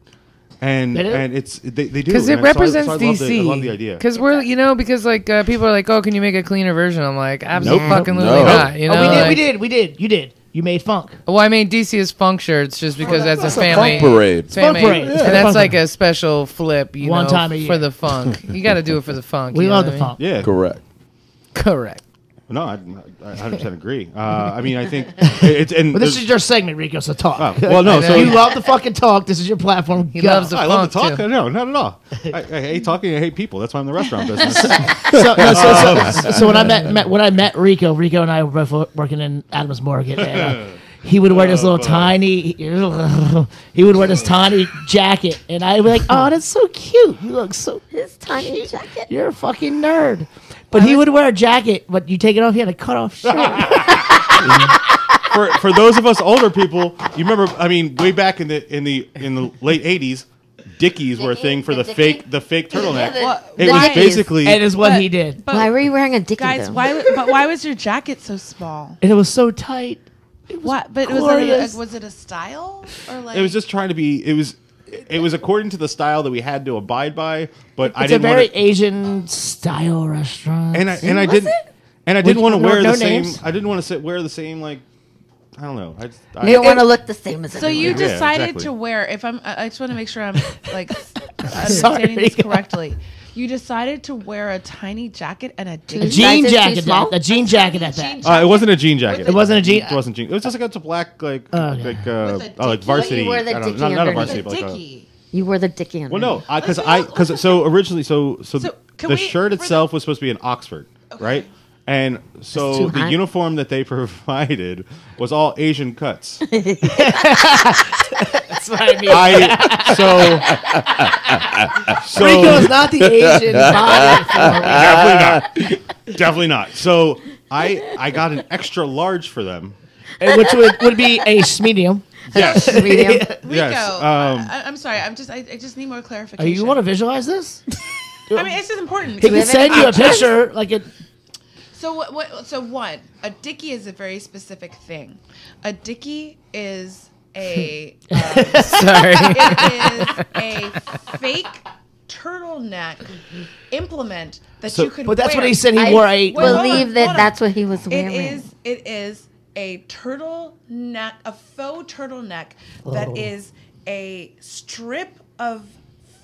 Speaker 6: and
Speaker 2: They do.
Speaker 6: and it's they, they do
Speaker 4: Because
Speaker 6: and
Speaker 4: it
Speaker 6: so I- so
Speaker 4: represents
Speaker 6: I love the-
Speaker 4: DC.
Speaker 6: I love the idea.
Speaker 4: Because we're, you know, because like uh, people are like, oh, can you make a cleaner version? I'm like, absolutely
Speaker 6: Nope.
Speaker 4: Mm, fucking
Speaker 5: Nope.
Speaker 4: literally
Speaker 5: Nope.
Speaker 4: not. You know,
Speaker 2: oh, we did. we
Speaker 4: like-
Speaker 2: did. We did. You did. You made funk. Oh,
Speaker 4: Well, I made DC's funk shirts just because that's,
Speaker 5: that's
Speaker 4: a
Speaker 5: a
Speaker 4: family
Speaker 5: funk parade.
Speaker 4: family-
Speaker 2: Funk parade. Yeah.
Speaker 4: and that's
Speaker 2: Funk
Speaker 4: like
Speaker 2: parade.
Speaker 4: a special flip. You
Speaker 2: One
Speaker 4: know,
Speaker 2: time a
Speaker 4: for
Speaker 2: year.
Speaker 4: the funk. You got to do it for the funk.
Speaker 2: We
Speaker 4: you know
Speaker 2: love
Speaker 4: what
Speaker 2: the
Speaker 4: I mean?
Speaker 2: funk.
Speaker 6: Yeah,
Speaker 5: Correct.
Speaker 4: Correct.
Speaker 6: no, I, I 100% agree. Uh, I mean, I think it's and
Speaker 2: But this
Speaker 6: there's-
Speaker 2: is your segment, Rico. So talk.
Speaker 6: oh, well, no, so
Speaker 2: you love the fucking talk. This is your platform.
Speaker 4: He
Speaker 2: Go.
Speaker 4: loves the
Speaker 6: I love to
Speaker 4: funk,
Speaker 6: talk.
Speaker 4: too.
Speaker 6: No, not at all. I, I hate talking. I hate people. That's why I'm in the restaurant business.
Speaker 2: so, no, so,
Speaker 6: Um,
Speaker 2: so, so when I met, met when I met Rico, Rico and I were both wo- working in Adams Morgan. And, uh, he would wear
Speaker 6: Oh,
Speaker 2: this little tiny. He would wear this tiny jacket, and I'd be like, "Oh, that's so cute. You look so.
Speaker 3: This tiny jacket.
Speaker 2: You're a fucking nerd." But he would wear a jacket, but you take it off, he had a cut off shirt.
Speaker 6: for for those of us older people, you remember. I mean, way back in the in the in the late '80s, Dickies were a thing for the
Speaker 10: Dickie?
Speaker 6: fake the fake turtleneck.
Speaker 10: What?
Speaker 6: it was
Speaker 3: Dickies.
Speaker 6: basically
Speaker 2: It is what
Speaker 1: But-
Speaker 2: he did.
Speaker 1: But
Speaker 3: why were you wearing a dickie
Speaker 1: guys,
Speaker 3: though?
Speaker 1: why? w- But why was your jacket so small?
Speaker 2: And it was so tight.
Speaker 1: What? But was it
Speaker 2: glorious.
Speaker 1: a, was it a style or like?
Speaker 6: it was just trying to be. It was it was according to the style that we had to abide by. But I
Speaker 2: It's a
Speaker 6: didn't
Speaker 2: very
Speaker 6: want to,
Speaker 2: Asian style restaurant.
Speaker 6: and I and I didn't and I didn't
Speaker 2: Which-
Speaker 6: want to
Speaker 2: no-
Speaker 6: wear
Speaker 2: no
Speaker 6: the
Speaker 2: names?
Speaker 6: same. I didn't want to wear the same like. I don't know. I, just- I
Speaker 3: you don't want to look the same as
Speaker 1: So you
Speaker 6: Yeah,
Speaker 1: decided
Speaker 6: exactly. Uh,
Speaker 1: to wear. If I'm, I I just want to make sure I'm like s- understanding this
Speaker 2: Sorry.
Speaker 1: correctly. You decided to wear a tiny jacket and a
Speaker 2: a
Speaker 1: jean.
Speaker 2: jean
Speaker 3: Sizes too
Speaker 2: jacket.
Speaker 3: small?
Speaker 2: That, a jean jacket at that.
Speaker 6: Uh, it wasn't a jean jacket.
Speaker 2: It wasn't a jean.
Speaker 6: It wasn't jean. It was just like it's a black like
Speaker 2: Oh,
Speaker 6: like uh,
Speaker 1: With a
Speaker 6: oh, like
Speaker 1: dickie.
Speaker 6: varsity.
Speaker 3: But you wore the
Speaker 6: I don't
Speaker 3: dickie
Speaker 6: know, not, not a
Speaker 3: underneath.
Speaker 6: varsity.
Speaker 1: With
Speaker 6: But
Speaker 1: a
Speaker 6: like a-
Speaker 1: dickie.
Speaker 3: you wore the dickie on.
Speaker 6: well, no, because I because so originally so so,
Speaker 1: So, can
Speaker 6: the
Speaker 1: we-
Speaker 6: shirt
Speaker 1: for the-
Speaker 6: itself was supposed to be an Oxford, right? And so
Speaker 3: too
Speaker 6: the
Speaker 3: hot.
Speaker 6: uniform that they provided was all Asian cuts.
Speaker 2: That's what I mean.
Speaker 6: I so so
Speaker 2: Rico is not the Asian body for
Speaker 6: definitely not. Definitely not. So I I got an extra large for them.
Speaker 2: me, which would, would be a medium.
Speaker 6: Yes.
Speaker 3: medium.
Speaker 1: Rico,
Speaker 6: Yes,
Speaker 1: uh,
Speaker 6: um,
Speaker 1: I, I'm sorry. I'm just. I, I just need more clarification.
Speaker 2: Oh, you want to visualize this?
Speaker 1: I mean, it's just important.
Speaker 2: He can send you a picture. Like it.
Speaker 1: So what, what? So one, a dicky is a very specific thing. A dicky is a um,
Speaker 4: Sorry.
Speaker 1: it is a fake turtleneck implement that
Speaker 6: So-
Speaker 1: you could.
Speaker 2: But that's
Speaker 1: wear.
Speaker 2: what he said. He
Speaker 3: I
Speaker 2: wore a.
Speaker 1: Wait, hold
Speaker 3: believe
Speaker 1: on,
Speaker 3: that
Speaker 1: hold on.
Speaker 3: that's what he was wearing.
Speaker 1: It is. It is a turtleneck, a faux turtleneck
Speaker 2: Oh.
Speaker 1: that is a strip of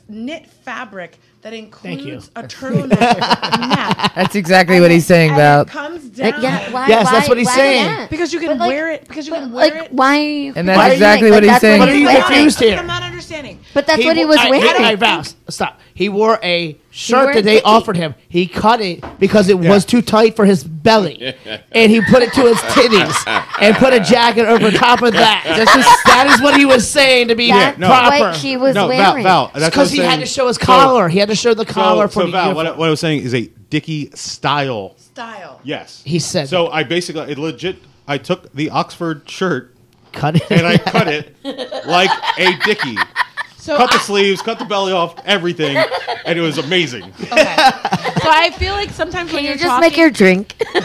Speaker 1: knit fabric that
Speaker 2: you.
Speaker 1: includes a turtleneck neck.
Speaker 4: That's exactly what he's saying
Speaker 1: And
Speaker 4: about.
Speaker 1: It comes down.
Speaker 3: That- Uh, yeah, why,
Speaker 2: Yes,
Speaker 3: why,
Speaker 2: that's what he's
Speaker 3: why
Speaker 2: saying.
Speaker 3: that?
Speaker 1: Because you can
Speaker 3: But, like,
Speaker 1: wear it. Because you
Speaker 3: but,
Speaker 1: can wear
Speaker 3: like,
Speaker 1: it.
Speaker 3: why?
Speaker 4: And that's
Speaker 2: Why are you-
Speaker 4: exactly what
Speaker 3: like,
Speaker 4: he's
Speaker 3: that's
Speaker 4: saying.
Speaker 2: What are you
Speaker 1: Hold on,
Speaker 2: confused here?
Speaker 1: I'm not understanding.
Speaker 3: But that's
Speaker 2: He
Speaker 3: what he
Speaker 2: wo-
Speaker 3: was
Speaker 2: I-
Speaker 3: wearing.
Speaker 2: I, I, Rouse, stop. He wore a shirt
Speaker 3: wore a
Speaker 2: that they
Speaker 3: dickie.
Speaker 2: offered him. He cut it because it was too tight for his belly, and he put it to his titties and put a jacket over top of that. That's just- that is what he was saying to be
Speaker 3: That's
Speaker 6: no.
Speaker 3: what
Speaker 2: proper.
Speaker 3: he was
Speaker 6: no, Val,
Speaker 3: wearing.
Speaker 6: Val, that's
Speaker 2: Because
Speaker 6: what I'm
Speaker 2: he had
Speaker 6: saying.
Speaker 2: to show his
Speaker 6: So-
Speaker 2: collar. he had to show the collar for
Speaker 6: so
Speaker 2: the
Speaker 6: Val, what I,
Speaker 2: uniform.
Speaker 6: what I was saying is a Dicky style.
Speaker 1: Style.
Speaker 6: Yes.
Speaker 2: He said
Speaker 6: So I basically, it legit, I took the Oxford shirt
Speaker 2: cut it.
Speaker 6: and I cut it like a Dicky.
Speaker 1: So
Speaker 6: Cut the sleeves, cut the belly off, everything, and it was amazing.
Speaker 1: Okay. so I feel like sometimes when
Speaker 3: Can you
Speaker 1: you're
Speaker 3: just
Speaker 1: talking,
Speaker 3: make your drink?
Speaker 1: when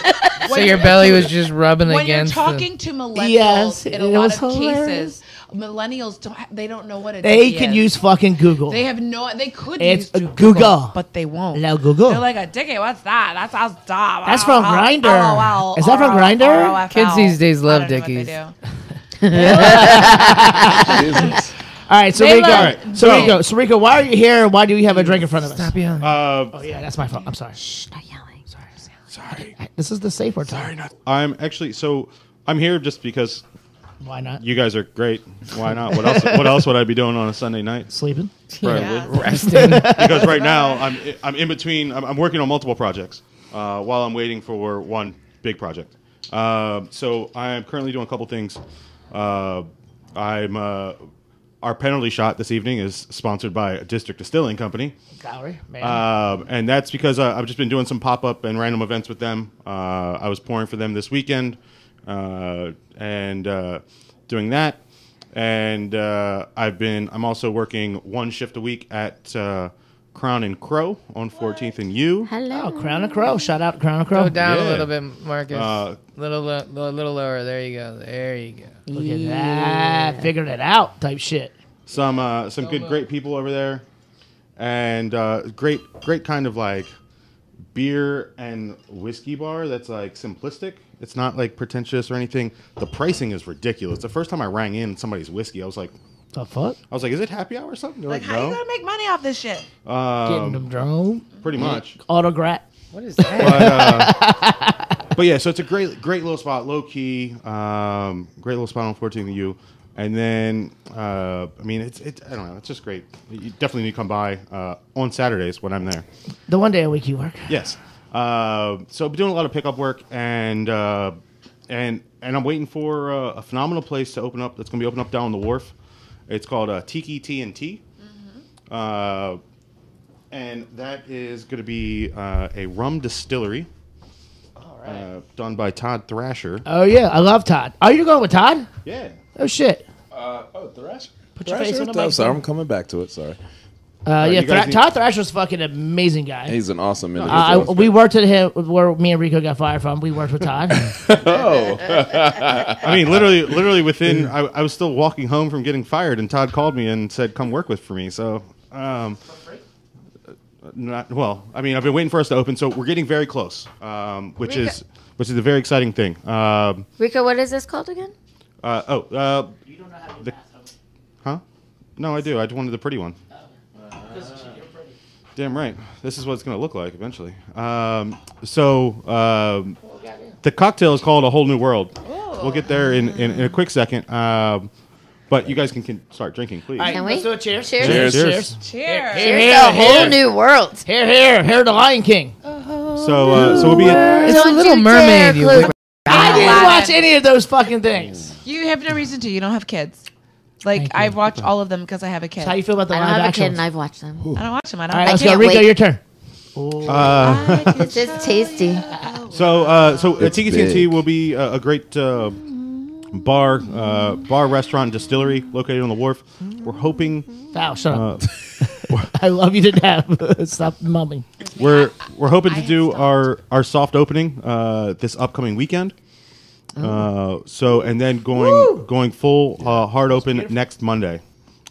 Speaker 4: So
Speaker 1: you're-
Speaker 4: your belly was just rubbing
Speaker 1: when you're
Speaker 4: against. the-
Speaker 1: talking to millennials,
Speaker 2: Yes,
Speaker 1: in
Speaker 2: it
Speaker 1: a lot
Speaker 2: was
Speaker 1: of
Speaker 2: hilarious.
Speaker 1: cases, millennials don't ha- they don't know what a
Speaker 2: They
Speaker 1: dicky
Speaker 2: can
Speaker 1: is.
Speaker 2: use fucking Google.
Speaker 1: They have no. They could
Speaker 2: It's
Speaker 1: use
Speaker 2: a
Speaker 1: Google,
Speaker 2: Google.
Speaker 1: but they won't.
Speaker 2: Hello, Google.
Speaker 1: They're like "Oh, a dicky. What's that? That's how dumb.
Speaker 2: That's from
Speaker 1: LOL,
Speaker 2: Grindr.
Speaker 1: LOL,
Speaker 2: Is that from
Speaker 1: ROL,
Speaker 2: Grindr?
Speaker 1: ROFL.
Speaker 4: Kids these days
Speaker 1: oh, I
Speaker 4: love
Speaker 1: don't know what they
Speaker 4: dickies.
Speaker 1: do.
Speaker 5: Jesus.
Speaker 2: All right, so
Speaker 1: They
Speaker 2: Rico,
Speaker 1: love-
Speaker 2: all right, so
Speaker 6: No.
Speaker 2: Rico, so Rico, why are you here? and Why do you have a drink in front of us?
Speaker 4: Stop yelling.
Speaker 6: Uh,
Speaker 2: Oh yeah, that's my fault. I'm sorry.
Speaker 3: Stop yelling.
Speaker 6: sorry.
Speaker 2: This is the safe word. Sorry,
Speaker 6: I'm actually, so I'm here just because
Speaker 2: Why not?
Speaker 6: you guys are great. Why not? What else, what else would I be doing on a Sunday night?
Speaker 2: sleeping?
Speaker 6: Right. because right now I'm I'm in between. I'm, I'm working on multiple projects uh, while I'm waiting for one big project. Um so I'm currently doing a couple things. Uh, I'm uh, our penalty shot this evening is sponsored by District Distilling Company.
Speaker 2: Lowry, man.
Speaker 6: Um, and that's because uh, I've just been doing some pop up and random events with them. Uh, I was pouring for them this weekend uh, and uh, doing that. And uh, I've been, I'm also working one shift a week at uh, Crown and Crow on 14th and U.
Speaker 2: oh,
Speaker 3: Hello.
Speaker 2: Crown and Crow. Shout out Crown and Crow.
Speaker 4: Go down
Speaker 6: Yeah.
Speaker 4: a little bit, Marcus.
Speaker 6: Uh,
Speaker 4: little, lo- lo- little lower. There you go. There you go.
Speaker 2: Look at that. Figured it out type shit.
Speaker 6: Some, uh, some good, great people over there. And uh, great, great kind of like beer and whiskey bar that's like simplistic. It's not like pretentious or anything. The pricing is ridiculous. The first time I rang in somebody's whiskey, I was like,
Speaker 2: The fuck?
Speaker 6: I was like, "Is it happy hour or something?" They're
Speaker 1: Like,
Speaker 6: like,
Speaker 1: how you
Speaker 6: "No, Um,
Speaker 1: gonna make money off this shit?
Speaker 2: Getting them drone.
Speaker 4: Mm-hmm.
Speaker 6: pretty much."
Speaker 2: Autograph.
Speaker 4: What is that?
Speaker 6: uh, But yeah, so it's a great, great little spot, low key, um, great little spot on 14th and U. And then, uh, I mean, it's, it, I don't know, it's just great. You definitely need to come by uh, on Saturdays when I'm there.
Speaker 2: The one day a week you work.
Speaker 6: Yes. Uh, so I've been doing a lot of pickup work, and uh, and and I'm waiting for uh, a phenomenal place to open up. That's going to be open up down the wharf. It's called uh, Tiki T and T. Uh, and that is going to be uh, a rum distillery. uh, done by Todd Thrasher.
Speaker 2: Oh yeah, I love Todd. Oh, you're going with Todd?
Speaker 6: yeah.
Speaker 2: Oh shit.
Speaker 5: Uh, oh, Thrasher.
Speaker 2: Put your face on the
Speaker 5: I'm sorry,
Speaker 2: microphone.
Speaker 5: I'm coming back to it. Sorry.
Speaker 6: Oh,
Speaker 2: Uh, yeah,
Speaker 6: you guys
Speaker 2: Thra-
Speaker 6: need-
Speaker 2: Todd Thrasher's fucking an amazing guy. Uh,
Speaker 5: He's an awesome
Speaker 2: I,
Speaker 5: individual.
Speaker 2: we worked at him where me and Rico got fired from. We worked with Todd.
Speaker 5: Oh.
Speaker 6: I mean, literally, literally within. I, I was still walking home from getting fired, and Todd called me and said, "Come work with for me." So, um, not well. I mean, I've been waiting for us to open, so we're getting very close, um, which
Speaker 3: Rico-
Speaker 6: is which is a very exciting thing. Um,
Speaker 3: Rico, what is this called again?
Speaker 6: uh, oh, uh, the- huh? No, I do. I just wanted the pretty one. Damn right. This is what it's going to look like eventually. Um, so um, the cocktail is called a whole new world. We'll get there in, in, in a quick second. Um, but you guys can, can start drinking, please.
Speaker 2: All right,
Speaker 3: Can
Speaker 2: let's
Speaker 3: we?
Speaker 2: do a cheers.
Speaker 3: Cheers.
Speaker 5: Cheers.
Speaker 1: Cheers.
Speaker 2: Here,
Speaker 3: It's
Speaker 2: here,
Speaker 3: a whole
Speaker 2: here,
Speaker 3: new world.
Speaker 2: here, here, here, the Lion King.
Speaker 6: So uh, so we'll be.
Speaker 4: It's
Speaker 3: Don't
Speaker 4: a little
Speaker 3: you dare
Speaker 4: mermaid. You
Speaker 3: close-
Speaker 4: wicked-
Speaker 2: I didn't
Speaker 10: Aladdin.
Speaker 2: watch any of those fucking things.
Speaker 10: You have no reason to. You don't have kids. Like I've watched all of them because I have a kid.
Speaker 2: How you feel about the
Speaker 3: I don't
Speaker 2: live
Speaker 3: have a
Speaker 2: action?
Speaker 3: kid and I've watched them.
Speaker 10: I don't watch them. I don't.
Speaker 2: All right,
Speaker 10: I
Speaker 2: let's go.
Speaker 3: can't
Speaker 2: Rico,
Speaker 3: wait.
Speaker 2: your turn.
Speaker 3: This is tasty.
Speaker 6: Uh, So uh, so uh,
Speaker 5: It's
Speaker 6: Tiki TNT
Speaker 5: big.
Speaker 6: will be uh, a great uh, bar uh, bar restaurant distillery located on the wharf. We're hoping uh,
Speaker 2: Ow, shut up. I love you to death. Stop mumbling.
Speaker 6: We're we're hoping to do our our soft opening uh, this upcoming weekend. Uh, so and then going going full uh, hard open next Monday,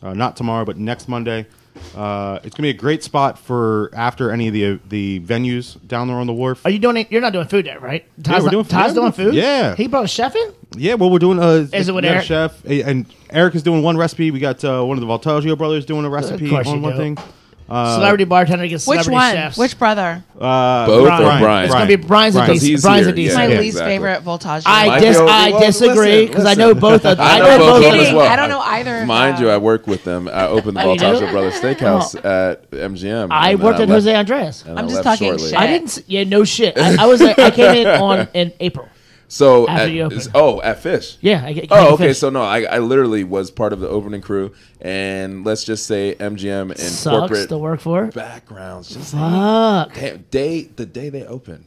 Speaker 6: uh, not tomorrow but next Monday. Uh, it's gonna be a great spot for after any of the the venues down there on the wharf.
Speaker 2: Are you doing it? You're not doing food there, right? Todd's,
Speaker 6: we're
Speaker 2: not-
Speaker 6: doing food.
Speaker 2: Todd's
Speaker 6: Yeah,
Speaker 2: doing
Speaker 6: we're doing-
Speaker 2: food?
Speaker 6: yeah.
Speaker 2: He brought a chef in?
Speaker 6: yeah, well we're doing uh,
Speaker 2: Is it with
Speaker 6: we got a
Speaker 2: Eric?
Speaker 6: chef A- and Eric is doing one recipe. We got uh, one of the Voltaggio brothers doing a recipe
Speaker 2: course
Speaker 6: on
Speaker 2: you
Speaker 6: one
Speaker 2: do.
Speaker 6: thing. Uh,
Speaker 2: celebrity bartender against
Speaker 10: Which
Speaker 2: celebrity
Speaker 10: one?
Speaker 2: chefs.
Speaker 10: Which brother?
Speaker 5: Both
Speaker 2: Brian.
Speaker 5: or Brian?
Speaker 2: It's going to be Brian's a
Speaker 6: Brian.
Speaker 5: 'Cause
Speaker 2: decent.
Speaker 5: he's
Speaker 2: Brian's
Speaker 5: here,
Speaker 2: a
Speaker 5: yeah.
Speaker 2: decent.
Speaker 10: My
Speaker 5: Yeah,
Speaker 10: least
Speaker 5: exactly.
Speaker 10: favorite voltage.
Speaker 2: I,
Speaker 5: My
Speaker 2: dis-
Speaker 5: feel-
Speaker 2: I
Speaker 5: well,
Speaker 2: disagree
Speaker 5: listen,
Speaker 2: because I
Speaker 5: listen.
Speaker 2: know both of
Speaker 5: I know both of them as
Speaker 10: kidding.
Speaker 5: well.
Speaker 10: I don't know either. Uh,
Speaker 5: Mind you, I work with them. I opened the
Speaker 2: uh, Oh, you do?
Speaker 5: Baltasar Brothers Steakhouse at MGM.
Speaker 2: I
Speaker 5: and then
Speaker 2: worked at
Speaker 5: left-
Speaker 2: Jose Andres.
Speaker 5: and I
Speaker 10: I'm just
Speaker 5: left
Speaker 10: talking
Speaker 5: shortly.
Speaker 10: shit.
Speaker 2: I didn't. s- Yeah, no shit. I, I was. Like, I came in on in April.
Speaker 5: So
Speaker 2: After
Speaker 5: at,
Speaker 2: you opened.
Speaker 5: oh, at Fish.
Speaker 2: Yeah. I get,
Speaker 5: Oh, okay. So no, I, I literally was part of the opening crew, and let's just say MGM and
Speaker 2: sucks
Speaker 5: corporate
Speaker 2: to work for.
Speaker 5: backgrounds. Just
Speaker 2: Fuck.
Speaker 5: damn, day the day they open.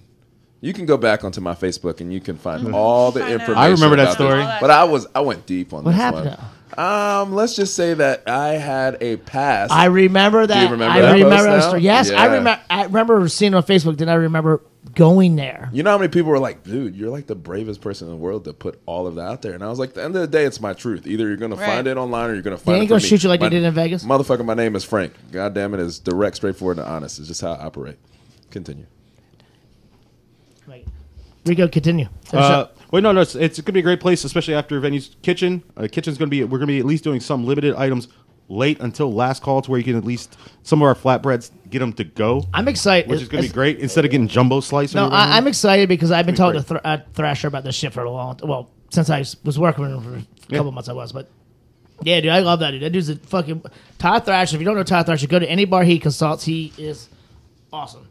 Speaker 5: You can go back onto my Facebook and you can find all the information.
Speaker 6: I remember that
Speaker 5: about this.
Speaker 6: story.
Speaker 5: but I was I went deep on
Speaker 2: What
Speaker 5: this
Speaker 2: happened?
Speaker 5: one. Um, let's just say that I had a pass.
Speaker 2: I remember that.
Speaker 5: remember
Speaker 2: I
Speaker 5: that post
Speaker 2: remember.
Speaker 5: now?
Speaker 2: story. Yes, I
Speaker 5: Yeah.
Speaker 2: remember. I remember seeing it on Facebook. Then I remember going there.
Speaker 5: you know how many people were like, dude, you're like the bravest person in the world to put all of that out there. And I was like, at the end of the day, it's my truth. Either you're going to find it online or you're going to find
Speaker 2: ain't
Speaker 5: it. from
Speaker 2: gonna
Speaker 5: me.
Speaker 2: shoot you like they
Speaker 5: My-
Speaker 2: did in Vegas.
Speaker 5: Motherfucker, my name is Frank. God damn it, it's direct, straightforward, and honest. It's just how I operate. Continue.
Speaker 2: Right. Rico, continue. Finish
Speaker 6: Uh,
Speaker 2: up.
Speaker 6: well, no, no, it's, it's gonna be a great place, especially after venues kitchen. Uh, kitchen's gonna be we're gonna be at least doing some limited items late until last call, to where you can at least some of our flatbreads get them to go,
Speaker 2: I'm excited.
Speaker 6: which is gonna be
Speaker 2: It's-
Speaker 6: great instead of getting jumbo slice.
Speaker 2: No,
Speaker 6: on your way
Speaker 2: I, I'm
Speaker 6: home.
Speaker 2: excited because I've been
Speaker 6: be
Speaker 2: talking to
Speaker 6: great.
Speaker 2: Thr- uh, Thrasher about this shit for a long. Well, since I s- was working with him for a couple months, I was. But yeah, dude, I love that dude. That dude's a fucking Todd Thrasher. If you don't know Todd Thrasher, go to any bar he consults. He is awesome.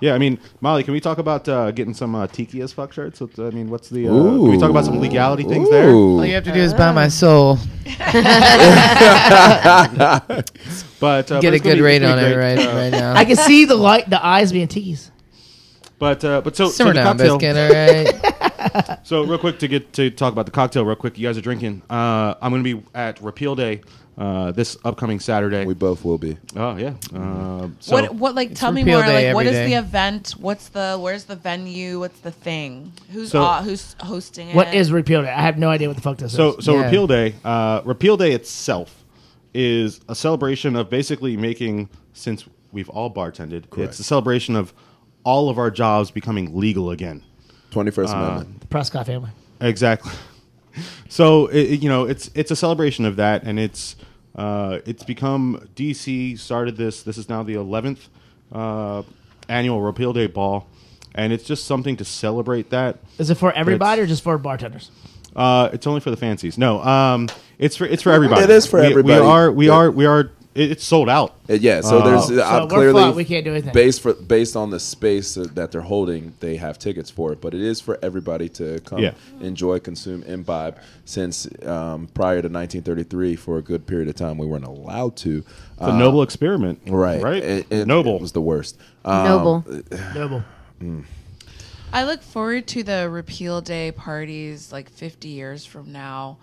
Speaker 6: yeah. I mean, Molly, can we talk about uh, getting some uh, tiki as fuck shirts? What- I mean, what's the? Uh, can we talk about some legality things there?
Speaker 4: All you have to do is
Speaker 2: Uh-huh.
Speaker 4: buy my soul.
Speaker 6: But uh,
Speaker 4: Get
Speaker 6: but
Speaker 4: a
Speaker 6: it's gonna
Speaker 4: good
Speaker 6: be-
Speaker 4: rate
Speaker 6: it's
Speaker 4: on
Speaker 6: gonna be
Speaker 4: it
Speaker 6: great. uh,
Speaker 4: right right
Speaker 2: I
Speaker 4: now.
Speaker 2: can see the light, the eyes being teased.
Speaker 6: But uh, but so so
Speaker 4: Simmer
Speaker 6: the
Speaker 4: down,
Speaker 6: cocktail-
Speaker 4: biscuit. All right.
Speaker 6: So real quick to get to talk about the cocktail real quick. You guys are drinking. Uh, I'm going to be at Repeal Day uh, this upcoming Saturday.
Speaker 5: We both will be.
Speaker 6: oh yeah. Uh, so
Speaker 10: what? What? Like, tell me
Speaker 4: repeal
Speaker 10: more.
Speaker 4: day
Speaker 10: Like, what
Speaker 4: every
Speaker 10: is
Speaker 4: day.
Speaker 10: the event? What's the? Where's the venue? What's the thing? Who's
Speaker 6: So-
Speaker 10: uh, who's hosting it?
Speaker 2: What is repealed? I have no idea what the fuck this
Speaker 6: so
Speaker 2: is.
Speaker 6: so
Speaker 4: Yeah.
Speaker 6: Repeal Day. Uh, Repeal Day itself is a celebration of basically making since we've all bartended. It's a celebration of all of our jobs becoming legal again. Uh,
Speaker 5: 21st Amendment.
Speaker 2: The Prescott family.
Speaker 6: Exactly. So it, it- you know, it's it's a celebration of that, and it's uh, it's become DC started this. This is now the eleventh uh, annual Repeal Day ball, and it's just something to celebrate that.
Speaker 2: Is it for everybody
Speaker 6: It's-
Speaker 2: or just for bartenders?
Speaker 6: Uh, it's only for the fancies. No, um, it's for it's for everybody.
Speaker 5: It is for
Speaker 6: We-
Speaker 5: everybody.
Speaker 6: We are we
Speaker 5: Yeah.
Speaker 6: are we are. it- It's sold out.
Speaker 5: Uh, Yeah, so there's
Speaker 2: Oh.
Speaker 5: uh,
Speaker 2: So
Speaker 5: I'm
Speaker 2: we're
Speaker 5: clearly
Speaker 2: fucked. We can't do anything.
Speaker 5: Based for based on the space that that they're holding, they have tickets for it, but it is for everybody to come
Speaker 6: Yeah.
Speaker 5: enjoy, consume, imbibe. Since um, prior to 1933, for a good period of time, we weren't allowed to.
Speaker 6: It's a noble experiment.
Speaker 5: Right,
Speaker 6: Right.
Speaker 5: It, it-
Speaker 6: noble.
Speaker 5: it was the worst. Um,
Speaker 3: Noble.
Speaker 2: Noble.
Speaker 10: I look forward to the repeal day parties like 50 years from now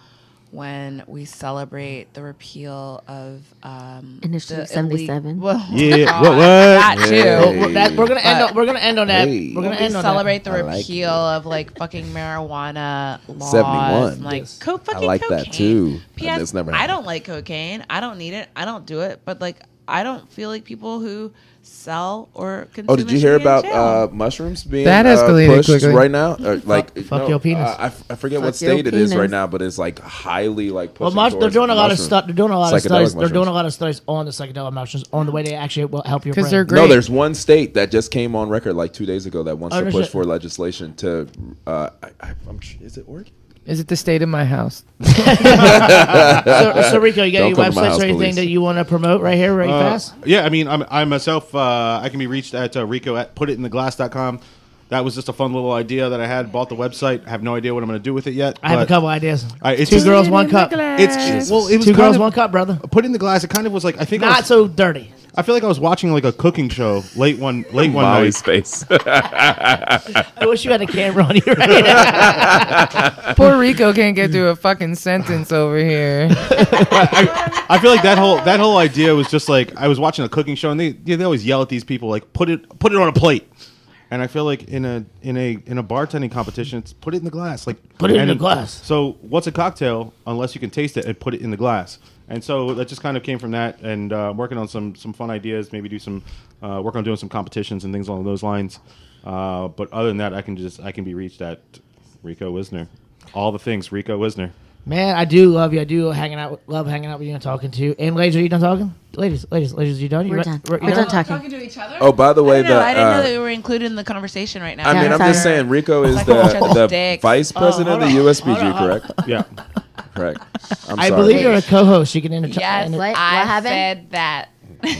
Speaker 10: when we celebrate the repeal of um
Speaker 3: Initiative
Speaker 10: the
Speaker 3: 77.
Speaker 10: well
Speaker 6: Yeah,
Speaker 10: God,
Speaker 6: what- what?
Speaker 10: that too
Speaker 5: Hey.
Speaker 2: Well, that, we're gonna end on we're gonna end on that.
Speaker 5: Hey.
Speaker 2: We're gonna
Speaker 10: we
Speaker 2: end on
Speaker 10: celebrate the
Speaker 5: I like
Speaker 10: repeal
Speaker 5: it.
Speaker 10: of like fucking marijuana laws.
Speaker 5: 71.
Speaker 10: and, Like
Speaker 2: Yes.
Speaker 10: co fucking
Speaker 5: I like
Speaker 10: cocaine.
Speaker 5: that too, but
Speaker 10: P.S.
Speaker 5: it's never
Speaker 10: I
Speaker 5: happened.
Speaker 10: don't like cocaine. I don't need it. I don't do it. But like I don't feel like people who sell or consume.
Speaker 5: Oh, did
Speaker 10: it
Speaker 5: you
Speaker 10: should
Speaker 5: hear
Speaker 10: be in
Speaker 5: about
Speaker 10: jail.
Speaker 5: uh, mushrooms being
Speaker 4: That
Speaker 5: uh,
Speaker 4: escalated
Speaker 5: pushed
Speaker 4: quickly.
Speaker 5: right now? Or, like,
Speaker 2: fuck your penis.
Speaker 5: uh, I, f- I forget what
Speaker 3: Fuck your
Speaker 5: state it is right
Speaker 3: penis.
Speaker 5: now, but it's like highly like.
Speaker 2: Well,
Speaker 5: pushing
Speaker 2: mush- they're
Speaker 5: towards
Speaker 2: doing a lot of
Speaker 5: mushroom-
Speaker 2: stuff. They're doing a lot of
Speaker 5: psychedelic
Speaker 2: studies. They're doing
Speaker 5: mushrooms.
Speaker 2: a lot of studies on the psychedelic mushrooms, on the way they actually will help your brain.
Speaker 4: because they're great.
Speaker 5: No, there's one state that just came on record like two days ago that wants
Speaker 2: Oh,
Speaker 5: to
Speaker 2: no
Speaker 5: push
Speaker 2: shit.
Speaker 5: for legislation to. Uh, I, I, I'm, tr- is it Oregon?
Speaker 4: Is it the state of my house?
Speaker 2: so, so Rico, you got
Speaker 5: Don't
Speaker 2: any
Speaker 5: come to my
Speaker 2: websites
Speaker 5: house,
Speaker 2: or anything
Speaker 5: please.
Speaker 2: that you want to promote right here, right
Speaker 6: Uh,
Speaker 2: fast?
Speaker 6: yeah, I mean, I'm, I myself, uh, I can be reached at uh, Rico at putitintheglass.com. That was just a fun little idea that I had. Bought the website. Have no idea what I'm going to do with it yet.
Speaker 2: I have a
Speaker 6: but
Speaker 2: couple ideas.
Speaker 6: uh, I- it's
Speaker 2: Two
Speaker 6: just-
Speaker 2: girls, one cup. Two
Speaker 6: It's well, it was kind
Speaker 2: girls,
Speaker 6: of-
Speaker 2: one cup, brother.
Speaker 6: Put in the glass. It kind of was like I think I,
Speaker 2: Not
Speaker 6: was,
Speaker 2: so dirty.
Speaker 6: I feel like I was watching like a cooking show late one late one
Speaker 5: Molly's
Speaker 6: night.
Speaker 5: face.
Speaker 2: I wish you had a camera on you right now.
Speaker 4: Puerto Rico can't get through a fucking sentence over here.
Speaker 6: I feel like that whole that whole idea was just like I was watching a cooking show and they yeah, they always yell at these people like put it put it on a plate. And I feel like in a in a in a bartending competition, it's put it in the glass. Like
Speaker 2: Put it in
Speaker 6: and-
Speaker 2: the glass.
Speaker 6: So what's a cocktail unless you can taste it and put it in the glass? And so that just kind of came from that, and uh, working on some some fun ideas, maybe do some uh, work on doing some competitions and things along those lines. Uh, but other than that, I can just I can be reached at Rico Wisner, all the things Rico Wisner.
Speaker 2: Man, I do love you. I do hanging out, love hanging out with you and talking to you. And ladies, are you done talking? Ladies, ladies, ladies, you done? You
Speaker 3: We're
Speaker 2: re-
Speaker 3: done.
Speaker 2: re- you
Speaker 3: We're
Speaker 2: done?
Speaker 3: done talking.
Speaker 10: to each other.
Speaker 5: oh, by the
Speaker 10: I
Speaker 5: way,
Speaker 10: don't know.
Speaker 5: the.
Speaker 10: I didn't
Speaker 5: uh,
Speaker 10: know that we were included in the conversation right now.
Speaker 5: I mean,
Speaker 3: Yeah,
Speaker 5: I'm
Speaker 3: sorry.
Speaker 5: just saying, Rico is
Speaker 2: "Oh,
Speaker 10: Like watch
Speaker 5: the,
Speaker 10: out
Speaker 5: the
Speaker 10: for dicks.
Speaker 5: vice
Speaker 10: Oh,
Speaker 5: president of the
Speaker 2: hold on.
Speaker 5: USBG, correct?
Speaker 6: Yeah,
Speaker 5: Correct. I'm
Speaker 2: I
Speaker 5: sorry.
Speaker 2: believe you're a co-host. You can entertain.
Speaker 10: Yes,
Speaker 3: What? What
Speaker 10: I
Speaker 3: happened?
Speaker 10: said that.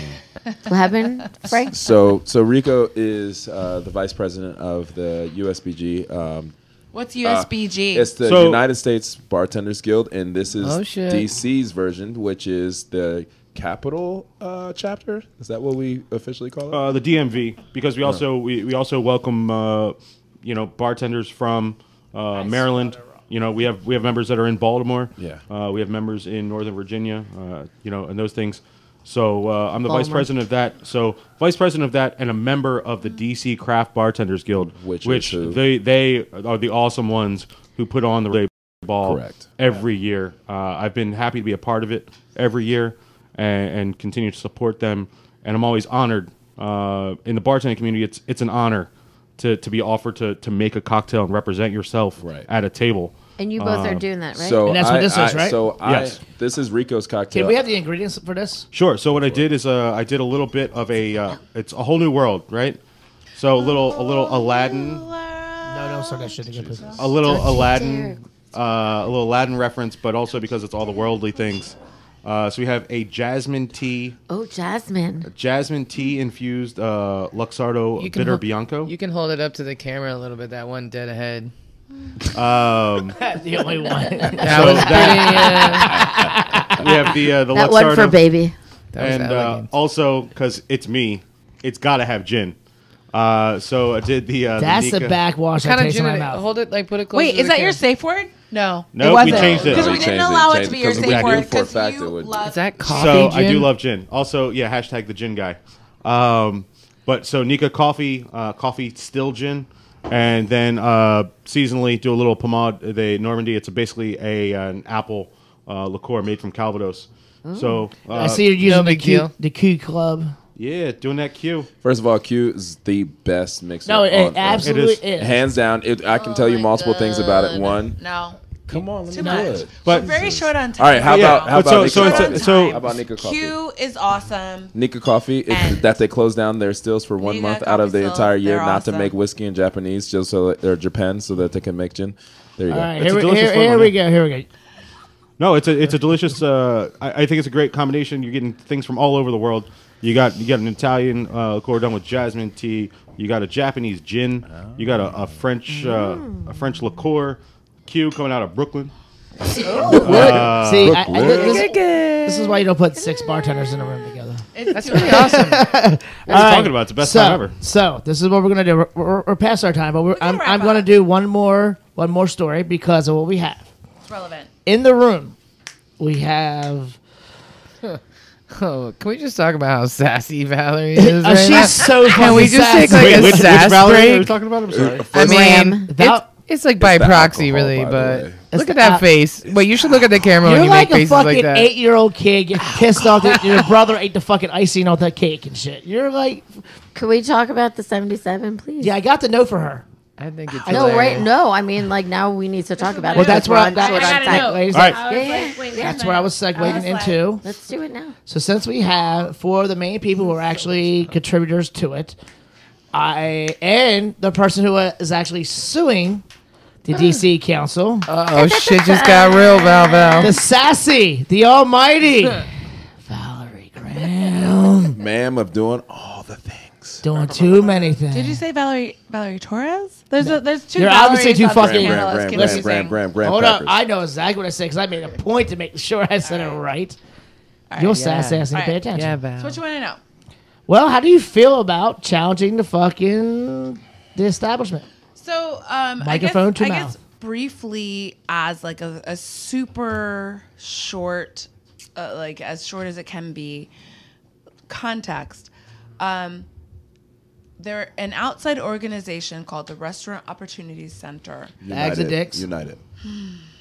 Speaker 3: What happened, Frank?
Speaker 5: So, so Rico is uh, the vice president of the USBG. Um,
Speaker 10: What's USBG?
Speaker 5: it's the
Speaker 6: So-
Speaker 5: United States Bartenders Guild, and this is
Speaker 4: Oh, shit.
Speaker 5: DC's version, which is the capital uh, chapter. Is that what we officially call it?
Speaker 6: uh, the DMV because we also we, we also welcome uh, you know bartenders from uh, Maryland. You know we have we have members that are in Baltimore.
Speaker 5: Yeah.
Speaker 6: uh, we have members in Northern Virginia. Uh, you know, and those things. So uh, I'm the vice
Speaker 3: Baltimore.
Speaker 6: president of that. So vice president of that, and a member of the DC Craft Bartenders Guild,
Speaker 5: Which is
Speaker 6: which
Speaker 5: who?
Speaker 6: they they are the awesome ones who put on the relay ball
Speaker 5: Correct.
Speaker 6: every year. Uh, I've been happy to be a part of it every year and, and continue to support them. And I'm always honored uh, in the bartending community. It's it's an honor to, to be offered to, to make a cocktail and represent yourself
Speaker 5: Right.
Speaker 6: at a table. Um,
Speaker 3: And you both are doing that, right?
Speaker 5: So
Speaker 2: And that's what
Speaker 5: I-
Speaker 2: this
Speaker 5: I-
Speaker 2: is, right?
Speaker 5: So I,
Speaker 6: Yes.
Speaker 5: this is Rico's cocktail.
Speaker 2: Did we have the ingredients for this?
Speaker 6: Sure. So what I did is uh, I did a little bit of a uh, it's a whole new world, right? So a little a little Aladdin,
Speaker 2: No, no, sir. That shit again, please.
Speaker 6: a little
Speaker 3: Don't you
Speaker 6: Aladdin, uh, a little Aladdin reference, but also because it's all the worldly things. Uh, so we have a jasmine tea
Speaker 3: oh, Jasmine.
Speaker 6: jasmine tea infused uh, Luxardo
Speaker 4: You can
Speaker 6: bitter
Speaker 4: hold-
Speaker 6: bianco.
Speaker 4: You can hold it up to the camera a little bit. That one dead ahead.
Speaker 6: Um,
Speaker 2: the only one.
Speaker 4: That was pretty.
Speaker 6: we have the uh, the
Speaker 3: That
Speaker 6: Luxardo,
Speaker 3: one for baby.
Speaker 4: Uh, that was
Speaker 6: and uh,
Speaker 4: elegant.
Speaker 6: also because it's me, it's got to have gin. Uh, so I did the uh, the
Speaker 2: That's the
Speaker 6: Nika-
Speaker 2: backwash that
Speaker 4: kind of
Speaker 2: tastes in
Speaker 4: gin.
Speaker 2: my
Speaker 4: it-
Speaker 2: mouth.
Speaker 4: Hold it like put it close.
Speaker 10: Wait,
Speaker 4: to
Speaker 10: is
Speaker 4: the
Speaker 10: that your
Speaker 4: camera.
Speaker 10: safe word? No.
Speaker 6: No, we changed it.
Speaker 10: Because
Speaker 6: No,
Speaker 10: we
Speaker 6: we
Speaker 10: didn't
Speaker 5: changed it,
Speaker 10: allow it
Speaker 5: changed
Speaker 10: to be
Speaker 5: it,
Speaker 10: your
Speaker 5: because
Speaker 10: safe
Speaker 5: we
Speaker 10: word
Speaker 5: knew for a
Speaker 10: because
Speaker 5: fact
Speaker 10: you
Speaker 5: it would-
Speaker 10: love
Speaker 4: Is that coffee?
Speaker 6: So I do
Speaker 4: gin?
Speaker 6: love gin. Also, yeah, hashtag the gin guy. Um, but so Nika coffee, uh, coffee still gin, and then uh, seasonally do a little pomade de Normandy. It's basically a an apple uh, liqueur made from Calvados. So uh,
Speaker 2: I see you're using the
Speaker 4: big
Speaker 2: Q,
Speaker 4: deal.
Speaker 2: the Q Club.
Speaker 6: yeah, doing that cue.
Speaker 5: First of all, Q is the best mixer.
Speaker 2: No, it,
Speaker 5: on Earth.
Speaker 2: absolutely
Speaker 6: It
Speaker 2: is. Oh
Speaker 5: Hands down, it, I can tell you
Speaker 10: my
Speaker 5: multiple things about it. One,
Speaker 10: No.
Speaker 5: come on, let
Speaker 10: Too
Speaker 5: me
Speaker 10: much.
Speaker 5: do it.
Speaker 6: But-
Speaker 10: We're very short on time.
Speaker 5: All right, how
Speaker 6: Yeah,
Speaker 5: about how
Speaker 6: but so-
Speaker 5: about
Speaker 6: so
Speaker 5: Nika
Speaker 6: it's-
Speaker 5: Coffee?
Speaker 6: so-
Speaker 5: how about Nika Coffee?
Speaker 10: Q is awesome.
Speaker 5: Nika Coffee is
Speaker 10: And-
Speaker 5: that they closed down their stills for one
Speaker 10: Nika
Speaker 5: month out of the
Speaker 10: coffee stills,
Speaker 5: entire year,
Speaker 10: they're
Speaker 5: not to
Speaker 10: awesome.
Speaker 5: make whiskey in Japanese, just so that, or Japan, so that they can make gin. There you
Speaker 2: All
Speaker 5: go.
Speaker 2: right,
Speaker 6: It's
Speaker 2: here,
Speaker 6: a
Speaker 2: we,
Speaker 6: delicious one,
Speaker 2: here, here
Speaker 6: man.
Speaker 2: we go. Here we go.
Speaker 6: No, it's a it's a delicious. Uh, I, I think it's a great combination. You're getting things from all over the world. You got you got an Italian uh, liqueur done with jasmine tea. You got a Japanese gin. You got a, a French uh, a French liqueur. Q coming out of Brooklyn. Uh,
Speaker 2: See, I, I,
Speaker 1: Oh.
Speaker 5: Look,
Speaker 2: this, this is why you don't put six bartenders in a room together.
Speaker 4: That's really awesome.
Speaker 6: What are you talking about? It's the best
Speaker 2: so,
Speaker 6: time ever.
Speaker 2: So this is what we're gonna do. We're, we're, we're past our time, but we're, I'm,
Speaker 1: wrap
Speaker 2: I'm
Speaker 1: up.
Speaker 2: gonna do one more one more story because of what we have
Speaker 1: It's relevant.
Speaker 2: in the room. We have.
Speaker 4: Oh, can we just talk about how sassy Valerie is?
Speaker 2: Oh,
Speaker 4: right
Speaker 2: she's
Speaker 4: now?
Speaker 2: so
Speaker 4: Can we
Speaker 2: fucking
Speaker 4: just take
Speaker 2: sassy.
Speaker 4: like
Speaker 6: Wait,
Speaker 4: a
Speaker 6: which, which
Speaker 4: sass
Speaker 6: Valerie are we
Speaker 4: break?
Speaker 6: talking about? I'm sorry.
Speaker 4: I
Speaker 3: Ram.
Speaker 4: mean, it's,
Speaker 2: That-
Speaker 4: it's like by
Speaker 5: the
Speaker 4: proxy,
Speaker 5: alcohol,
Speaker 4: really.
Speaker 5: by the
Speaker 4: But
Speaker 5: way.
Speaker 4: look
Speaker 2: the
Speaker 4: at that
Speaker 2: al-
Speaker 4: face. Wait, you should look at the camera when
Speaker 2: You're
Speaker 4: you
Speaker 2: like
Speaker 4: make
Speaker 2: a
Speaker 4: faces
Speaker 2: fucking
Speaker 4: like that.
Speaker 2: eight year old kid getting pissed off that your brother ate the fucking icing off that cake and shit. You're like,
Speaker 3: Could we talk about the 77, please?
Speaker 2: yeah, I got to know for her.
Speaker 4: I think it's
Speaker 3: No, right?
Speaker 4: hilarious.
Speaker 3: No, I mean, like, now we need to talk about
Speaker 2: Well,
Speaker 3: it.
Speaker 2: that's where
Speaker 3: where
Speaker 2: I, that's what I'm
Speaker 11: gotta know.
Speaker 2: ladies,
Speaker 6: All right.
Speaker 11: I was like, wait,
Speaker 2: That's where I was segueing into.
Speaker 3: Let's do it now.
Speaker 2: So since we have four of the main people who are actually contributors to it, I and the person who is actually suing the DC Council,
Speaker 4: Oh shit, just got real, Val Val.
Speaker 2: the sassy, the almighty Valerie Graham,
Speaker 5: Ma'am of doing all the things.
Speaker 2: doing too many things.
Speaker 1: Did you say Valerie Valerie Torres? There's a, there's two.
Speaker 2: You're
Speaker 1: Valeries
Speaker 2: obviously
Speaker 1: on
Speaker 2: too
Speaker 1: this
Speaker 2: fucking-
Speaker 1: panel. It's
Speaker 5: Graham, Graham, Graham,
Speaker 1: confusing.
Speaker 5: Graham, Graham
Speaker 2: Hold up,
Speaker 5: Peppers.
Speaker 2: I know exactly what I said because I made a point to make sure I said it right. Your sass ass need to pay
Speaker 1: Alright.
Speaker 2: attention.
Speaker 4: Yeah,
Speaker 1: So what
Speaker 4: Val.
Speaker 1: you want to know?
Speaker 2: Well, how do you feel about challenging the fucking the establishment?
Speaker 1: So um,
Speaker 2: Microphone
Speaker 1: I guess,
Speaker 2: to
Speaker 1: I
Speaker 2: mouth.
Speaker 1: guess briefly as like a, a super short, uh, like as short as it can be, context. Um, they're an outside organization called the Restaurant Opportunities Center.
Speaker 2: Bags of
Speaker 5: United,
Speaker 2: dicks.
Speaker 5: United.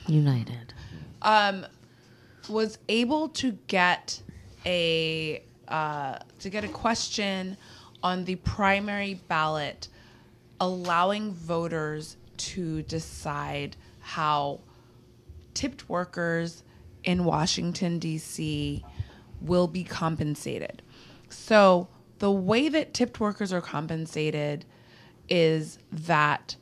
Speaker 3: United.
Speaker 1: um, was able to get a uh, to get a question on the primary ballot, allowing voters to decide how tipped workers in Washington D.C. will be compensated. So the way that tipped workers are compensated is that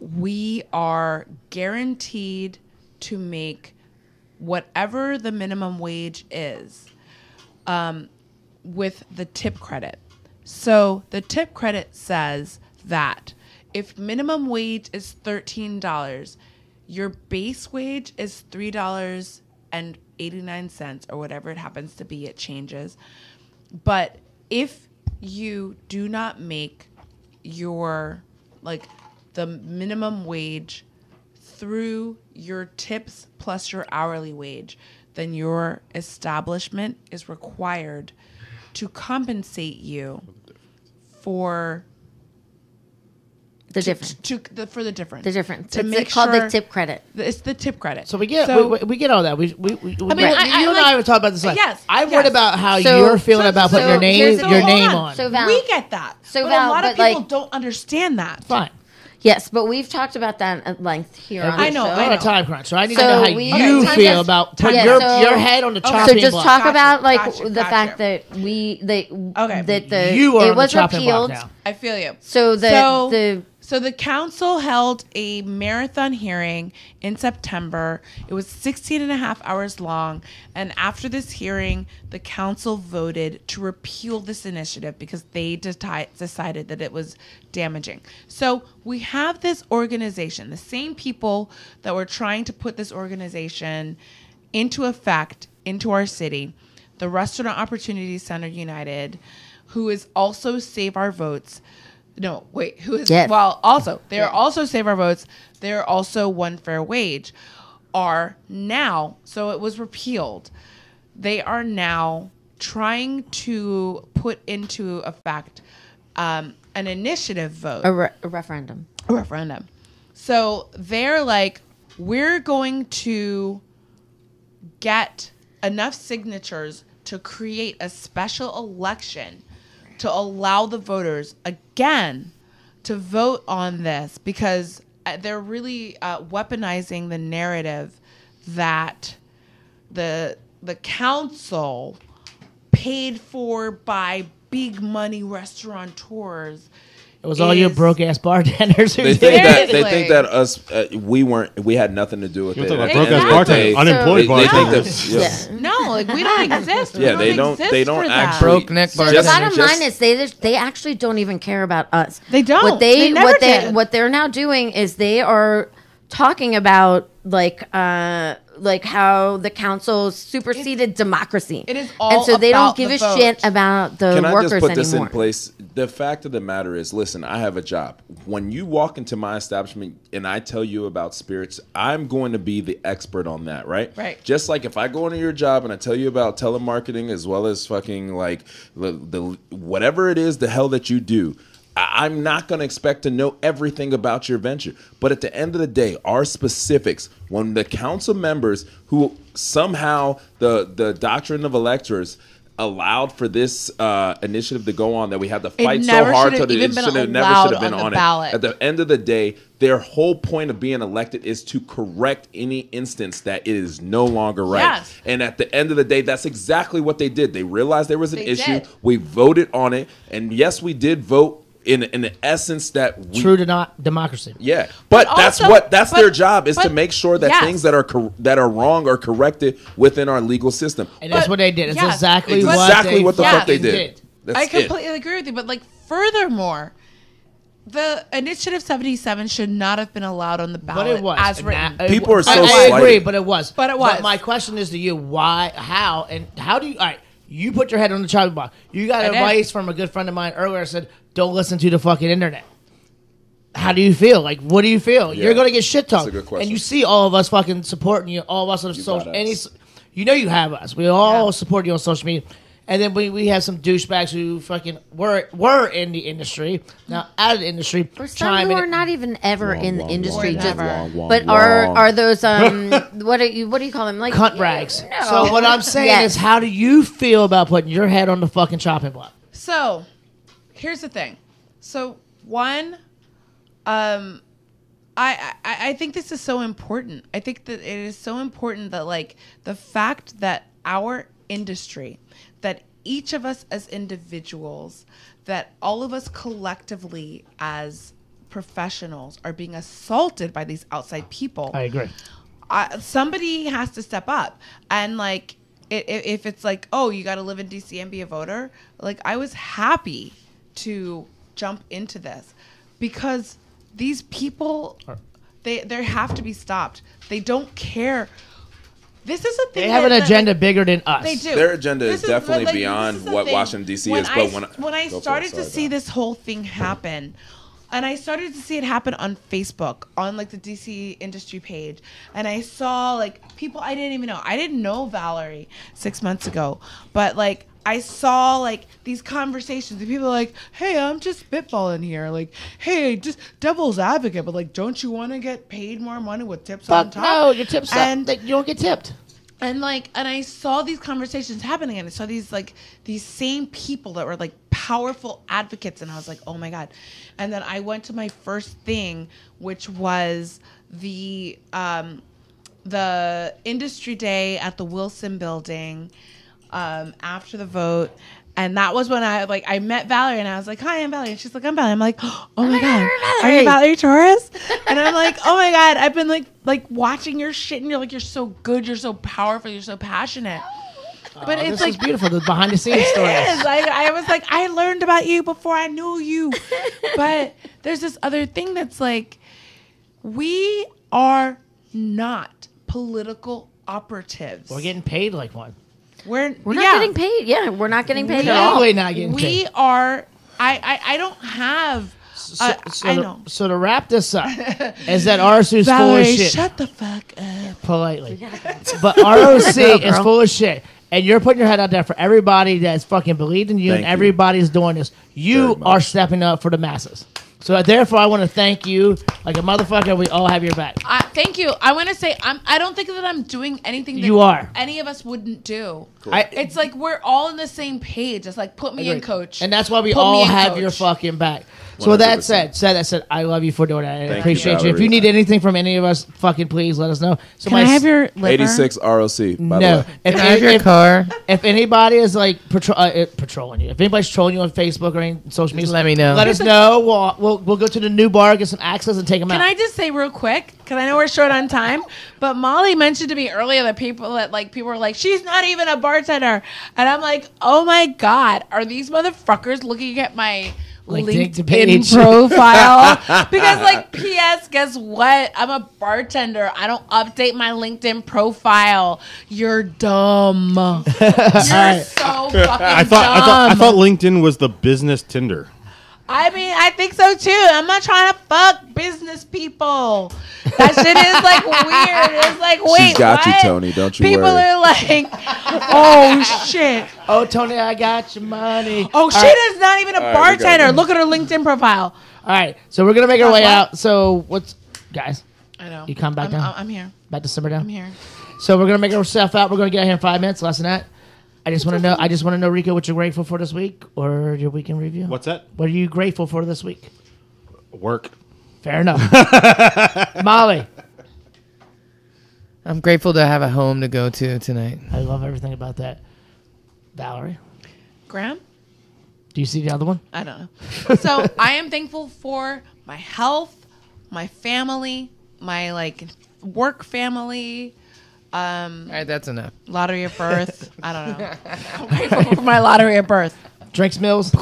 Speaker 1: we are guaranteed to make whatever the minimum wage is um, with the tip credit. So the tip credit says that if minimum wage is $13, your base wage is $3.89 or whatever it happens to be, it changes. But if you do not make your like the minimum wage through your tips plus your hourly wage, then your establishment is required to compensate you for
Speaker 3: The difference.
Speaker 1: to the, for the difference.
Speaker 3: The difference.
Speaker 1: to
Speaker 3: it's
Speaker 1: make
Speaker 3: called
Speaker 1: sure
Speaker 3: the tip credit.
Speaker 1: It's the tip credit.
Speaker 2: So we get we, we- we get all that. We we, we I
Speaker 1: mean, I-
Speaker 2: you
Speaker 1: I
Speaker 2: and
Speaker 1: like-
Speaker 2: I were talking about this. Last.
Speaker 1: Uh, Yes,
Speaker 2: I worried
Speaker 1: yes.
Speaker 2: about how
Speaker 3: So-
Speaker 2: you're feeling
Speaker 1: So-
Speaker 2: about putting
Speaker 1: so-
Speaker 2: your name
Speaker 3: here's the
Speaker 2: your
Speaker 3: thing.
Speaker 2: name
Speaker 1: hold
Speaker 2: on.
Speaker 3: So Val-
Speaker 1: we get that.
Speaker 3: So
Speaker 1: but
Speaker 3: Val,
Speaker 1: a lot of
Speaker 3: but,
Speaker 1: people
Speaker 3: like-
Speaker 1: don't understand that.
Speaker 2: Fine.
Speaker 3: Yes, but we've talked about that at length here on
Speaker 1: I
Speaker 3: the
Speaker 1: know,
Speaker 3: show.
Speaker 1: I
Speaker 2: We're on a
Speaker 1: know.
Speaker 2: time crunch, so I need to
Speaker 3: So
Speaker 2: know how
Speaker 3: we-
Speaker 2: you
Speaker 1: Okay, time
Speaker 2: feel
Speaker 1: crunch.
Speaker 2: about
Speaker 1: Time
Speaker 2: put
Speaker 1: crunch.
Speaker 2: your
Speaker 3: So-
Speaker 2: your head on the
Speaker 1: So
Speaker 3: So
Speaker 2: chopping
Speaker 3: just
Speaker 2: block.
Speaker 3: talk
Speaker 1: Gotcha,
Speaker 3: about like
Speaker 1: gotcha,
Speaker 3: the
Speaker 1: gotcha.
Speaker 3: fact that we that
Speaker 1: Okay.
Speaker 3: that the
Speaker 2: you are
Speaker 3: it
Speaker 2: on
Speaker 3: was
Speaker 2: the chopping
Speaker 3: repealed.
Speaker 2: block now.
Speaker 1: I feel you.
Speaker 3: So the- the-
Speaker 1: so the council held a marathon hearing in September. It was 16 and a half hours long. And after this hearing, the council voted to repeal this initiative because they deti- decided that it was damaging. So we have this organization, the same people that were trying to put this organization into effect into our city, the Restaurant Opportunity Center United, who is also Save Our Votes. No, wait, who is
Speaker 3: Yes.
Speaker 1: well also they're also Save Our Votes, they're also One Fair Wage, are now so it was repealed. They are now trying to put into effect um, an initiative vote
Speaker 3: A, re- a referendum.
Speaker 1: a referendum. So they're like, we're going to get enough signatures to create a special election to allow the voters again to vote on this because uh, they're really uh, weaponizing the narrative that the the council paid for by big money restaurateurs
Speaker 2: It was all your
Speaker 1: is-
Speaker 2: broke ass bartenders who
Speaker 5: They
Speaker 2: did.
Speaker 5: think that they
Speaker 1: Seriously.
Speaker 5: think that us uh, we weren't we had nothing to do with
Speaker 6: You're
Speaker 5: it.
Speaker 6: talking
Speaker 5: At
Speaker 6: about
Speaker 5: the
Speaker 6: broke
Speaker 5: end of
Speaker 6: ass
Speaker 5: the day,
Speaker 6: bartenders, unemployed
Speaker 5: they, they think
Speaker 6: bartenders.
Speaker 5: that yeah.
Speaker 1: No, like we don't exist. We
Speaker 5: Yeah, they don't.
Speaker 1: exist
Speaker 5: They don't
Speaker 1: for that.
Speaker 5: actually.
Speaker 4: Broke neck
Speaker 5: just-
Speaker 3: So the
Speaker 4: Yes.
Speaker 3: bottom
Speaker 5: just-
Speaker 3: line is they they actually don't even care about us.
Speaker 1: They don't.
Speaker 3: What they,
Speaker 1: They never
Speaker 3: what they
Speaker 1: did.
Speaker 3: what they're now doing is they are talking about like uh like how the council superseded democracy.
Speaker 1: it is
Speaker 3: and
Speaker 1: all
Speaker 3: so they
Speaker 1: about
Speaker 3: don't give
Speaker 1: the
Speaker 3: a
Speaker 1: vote.
Speaker 3: shit about the
Speaker 5: Can I
Speaker 3: workers
Speaker 5: just put this
Speaker 3: anymore.
Speaker 5: in place? The fact of the matter is, listen, I have a job. When you walk into my establishment and I tell you about spirits, I'm going to be the expert on that, right?
Speaker 1: Right.
Speaker 5: Just like if I go into your job and I tell you about telemarketing as well as fucking like the, the whatever it is the hell that you do. I- I'm not going to expect to know everything about your venture. But at the end of the day, our specifics, when the council members who somehow the the doctrine of electors allowed for this uh, initiative to go on that we had to fight so
Speaker 1: never
Speaker 5: hard
Speaker 1: should
Speaker 5: to
Speaker 1: have
Speaker 5: the
Speaker 1: even
Speaker 5: it
Speaker 1: been
Speaker 5: should have never
Speaker 1: allowed
Speaker 5: should have been
Speaker 1: on the
Speaker 5: on
Speaker 1: ballot.
Speaker 5: it. At the end of the day, their whole point of being elected is to correct any instance that it is no longer right.
Speaker 1: Yes.
Speaker 5: And at the end of the day, that's exactly what they did. They realized there was an
Speaker 1: They
Speaker 5: issue.
Speaker 1: did.
Speaker 5: We voted on it, and yes, we did vote in in the essence that we
Speaker 2: True to not democracy.
Speaker 5: yeah, but,
Speaker 1: But
Speaker 5: that's
Speaker 1: also-
Speaker 5: what that's
Speaker 1: but-
Speaker 5: their job is to
Speaker 1: but-
Speaker 5: make sure that
Speaker 1: yes.
Speaker 5: things that are cor- that are wrong are corrected within our legal system.
Speaker 2: And that's
Speaker 1: But-
Speaker 2: what they did. It's
Speaker 1: yeah.
Speaker 2: exactly,
Speaker 5: exactly
Speaker 2: what,
Speaker 5: what, the
Speaker 1: yeah.
Speaker 5: fuck they did. That's
Speaker 1: I
Speaker 5: it.
Speaker 1: completely agree with you, but like furthermore, the initiative 77 should not have been allowed on the ballot
Speaker 2: But it was.
Speaker 1: as
Speaker 2: And
Speaker 1: written.
Speaker 2: that- it
Speaker 5: People
Speaker 2: was.
Speaker 5: are so
Speaker 2: I, I agree,
Speaker 5: slighted.
Speaker 2: but it was.
Speaker 1: But it was.
Speaker 2: my question is to you: Why? How? And how do you? All right, you put your head on the chopping block. You got
Speaker 1: I did.
Speaker 2: advice from a good friend of mine earlier. Said, "Don't listen to the fucking internet." How do you feel? Like, what do you feel?
Speaker 5: Yeah.
Speaker 2: You're gonna get shit
Speaker 5: That's a
Speaker 2: talked,
Speaker 5: good question.
Speaker 2: and you see all of us fucking supporting you. All of us on social,
Speaker 5: got
Speaker 2: any,
Speaker 5: us.
Speaker 2: s- you know, you have us. We all support you on social media, and then we, we have some douchebags who fucking were were in the industry now out of the industry.
Speaker 3: Or some who
Speaker 2: in-
Speaker 3: are not even ever in the industry,
Speaker 1: wrong,
Speaker 3: just
Speaker 1: wrong,
Speaker 5: wrong,
Speaker 3: but are
Speaker 5: wrong.
Speaker 3: are those um what do you what do you call them like
Speaker 2: cunt rags.
Speaker 3: No.
Speaker 2: So what I'm saying
Speaker 3: Yes.
Speaker 2: is, how do you feel about putting your head on the fucking chopping block?
Speaker 1: So, here's the thing. So, one, um, I, I I think this is so important. I think that it is so important that like the fact that our industry, that each of us as individuals, that all of us collectively as professionals are being assaulted by these outside people
Speaker 2: I agree.
Speaker 1: uh, somebody has to step up and like i- i- if it's like oh you got to live in dc and be a voter like i was happy to jump into this because these people they they have to be stopped they don't care this is a thing
Speaker 2: They have
Speaker 1: that-
Speaker 2: an
Speaker 1: that,
Speaker 2: agenda
Speaker 1: like,
Speaker 2: bigger than us.
Speaker 1: they do.
Speaker 5: Their agenda
Speaker 1: This
Speaker 5: is definitely
Speaker 1: but,
Speaker 5: beyond
Speaker 1: this is the
Speaker 5: what
Speaker 1: thing.
Speaker 5: Washington, D.C.
Speaker 1: When
Speaker 5: is,
Speaker 1: I,
Speaker 5: but when I-
Speaker 1: when I
Speaker 5: Go for it,
Speaker 1: started
Speaker 5: sorry
Speaker 1: to see
Speaker 5: about
Speaker 1: this whole thing happen, and I started to see it happen on Facebook, on like the DC industry page, and I saw like people I didn't even know. I didn't know Valerie six months ago, but like. I saw like these conversations. The people are like, "Hey, I'm just spitballing here. Like, hey, just devil's advocate, but like, don't you want to get paid more money with tips on
Speaker 2: Fuck
Speaker 1: top?"
Speaker 2: no, your tips
Speaker 1: And
Speaker 2: and that you don't get tipped.
Speaker 1: and like and i saw these conversations happening and i saw these like these same people that were like powerful advocates and i was like oh my god and then i went to my first thing which was the um the industry day at the wilson building um after the vote and that was when I like I met Valerie and I was like, "Hi, I'm Valerie." And she's like, "I'm Valerie." I'm like, "Oh my god, are you Valerie Torres?" And I'm like, "Oh my god, I've been like like watching your shit, and you're like, you're so good, you're so powerful, you're so passionate." But
Speaker 2: Oh,
Speaker 1: it's
Speaker 2: This is
Speaker 1: like
Speaker 2: beautiful. The behind the scenes
Speaker 1: it
Speaker 2: stories.
Speaker 1: is. Like I was like, I learned about you before I knew you. But there's this other thing that's like, we are not political operatives.
Speaker 2: We're getting paid like one.
Speaker 1: we're,
Speaker 3: we're not
Speaker 1: yeah.
Speaker 3: getting paid yeah we're not getting paid
Speaker 2: No,
Speaker 3: at all
Speaker 2: we're not getting
Speaker 1: we
Speaker 2: paid.
Speaker 1: are. I, I I don't have. uh,
Speaker 2: so,
Speaker 1: I
Speaker 2: to,
Speaker 1: know.
Speaker 2: so to wrap this up, is that ROC is full
Speaker 1: Valerie,
Speaker 2: of shit
Speaker 1: shut the fuck up.
Speaker 2: politely, but ROC is full of shit, and you're putting your head out there for everybody that's fucking believed in you,
Speaker 5: Thank
Speaker 2: and
Speaker 5: you.
Speaker 2: everybody's doing this.
Speaker 5: Very
Speaker 2: You
Speaker 5: much.
Speaker 2: are stepping up for the masses. So therefore, I want to thank you, like a motherfucker. We all have your back.
Speaker 1: I, thank you. I want to say I'm. I don't think that I'm doing anything. That
Speaker 2: You are.
Speaker 1: Any of us wouldn't do.
Speaker 2: I-
Speaker 1: It's like we're all on the same page. It's like put me in,
Speaker 2: Agreed.
Speaker 1: coach.
Speaker 2: And that's why we
Speaker 1: Put me
Speaker 2: all
Speaker 1: in,
Speaker 2: have
Speaker 1: coach.
Speaker 2: your fucking back. So with that
Speaker 5: 100%.
Speaker 2: said, said that said, I love you for doing that. I
Speaker 5: you,
Speaker 2: appreciate you. If
Speaker 5: Valerie.
Speaker 2: you need anything from any of us, fucking please let us know. So
Speaker 12: Can I have your liver?
Speaker 5: 86 ROC. By
Speaker 2: no.
Speaker 5: the way.
Speaker 2: If,
Speaker 7: Can I have your
Speaker 2: if,
Speaker 7: car?
Speaker 2: if anybody is like patro- uh, uh, patrolling you, if anybody's trolling you on Facebook or any social media,
Speaker 7: let me know.
Speaker 2: Let us know. We'll, we'll we'll go to the new bar, get some access, and take them
Speaker 1: Can
Speaker 2: out.
Speaker 1: I just say real quick? Because I know we're short on time, but Molly mentioned to me earlier that people that like people were like, she's not even a bartender, and I'm like, oh my god, are these motherfuckers looking at my
Speaker 2: Like, dig the
Speaker 1: LinkedIn
Speaker 2: page.
Speaker 1: profile because like PS guess what I'm a bartender I don't update my LinkedIn profile you're dumb you're so fucking
Speaker 6: I thought, I thought I
Speaker 1: dumb
Speaker 6: thought LinkedIn was the business Tinder.
Speaker 1: I mean, I think so too. I'm not trying to fuck business people. That shit is like weird. It's like, wait,
Speaker 5: She's got you,
Speaker 1: what?
Speaker 5: Tony. Don't you
Speaker 1: people
Speaker 5: worry.
Speaker 1: are like, oh shit,
Speaker 2: Oh, Tony, I got your money.
Speaker 1: oh she
Speaker 2: right.
Speaker 1: is not even a
Speaker 5: All right, we got
Speaker 1: bartender.
Speaker 5: it.
Speaker 1: Look at her LinkedIn profile.
Speaker 2: All right, so we're gonna make our way
Speaker 1: what?
Speaker 2: out. So what's guys
Speaker 1: I know.
Speaker 2: You come back
Speaker 1: I'm,
Speaker 2: down?
Speaker 1: I'm- I'm here.
Speaker 2: about to simmer down?
Speaker 1: I'm here.
Speaker 2: So we're gonna make ourselves out. We're gonna get out here in five minutes, less than that. I just want to know. I just want to know, Rico, what you're grateful for this week or your week in review.
Speaker 6: What's that?
Speaker 2: What are you grateful for this week?
Speaker 6: Work.
Speaker 2: Fair enough. Molly,
Speaker 4: I'm grateful to have a home to go to tonight.
Speaker 2: I love everything about that. Valerie,
Speaker 1: Graham?
Speaker 2: do you see the other one?
Speaker 1: I don't know. So I am thankful for my health, my family, my like work family, um,
Speaker 4: All right, that's enough.
Speaker 1: lottery of birth. I don't know. I'm grateful for my lottery of birth.
Speaker 2: Drinks Mills.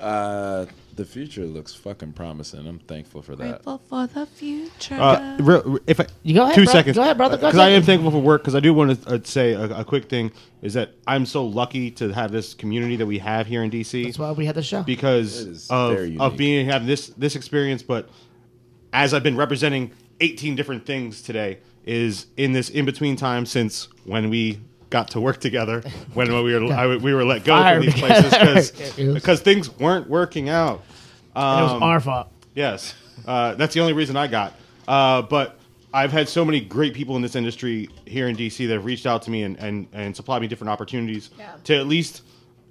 Speaker 5: Uh, the future looks fucking promising. I'm thankful for that.
Speaker 1: Grateful for the future.
Speaker 6: Uh, re- if I,
Speaker 2: You go ahead,
Speaker 6: two
Speaker 2: bro.
Speaker 6: seconds.
Speaker 2: Go ahead, brother. Go
Speaker 6: Because I am
Speaker 2: second.
Speaker 6: thankful for work. Because I do want to uh, say a, a quick thing is that I'm so lucky to have this community that we have here in DC.
Speaker 2: That's why we had the show.
Speaker 5: It
Speaker 6: because
Speaker 5: is very
Speaker 6: of,
Speaker 5: unique.
Speaker 6: of being having this this experience. But as I've been representing 18 different things today, is in this in between time since when we got to work together, when we were I, we were let go
Speaker 2: Fired
Speaker 6: from these
Speaker 2: together.
Speaker 6: places
Speaker 2: It was-
Speaker 6: because things weren't working out.
Speaker 2: And it was
Speaker 6: Um,
Speaker 2: our fault.
Speaker 6: Yes, uh, that's the only reason I got. Uh, but I've had so many great people in this industry here in DC that have reached out to me and and, and supplied me different opportunities to at least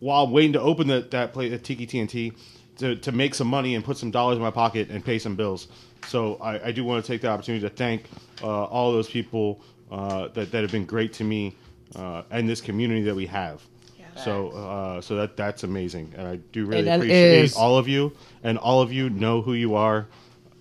Speaker 6: while I'm waiting to open the, that place at Tiki TNT to to make some money and put some dollars in my pocket and pay some bills. So I, I do want to take the opportunity to thank uh, all those people uh, that that have been great to me uh, and this community that we have. So, uh, so that that's amazing, and I do really
Speaker 2: that
Speaker 6: appreciate
Speaker 2: is-
Speaker 6: all all of you, and all of you know who you are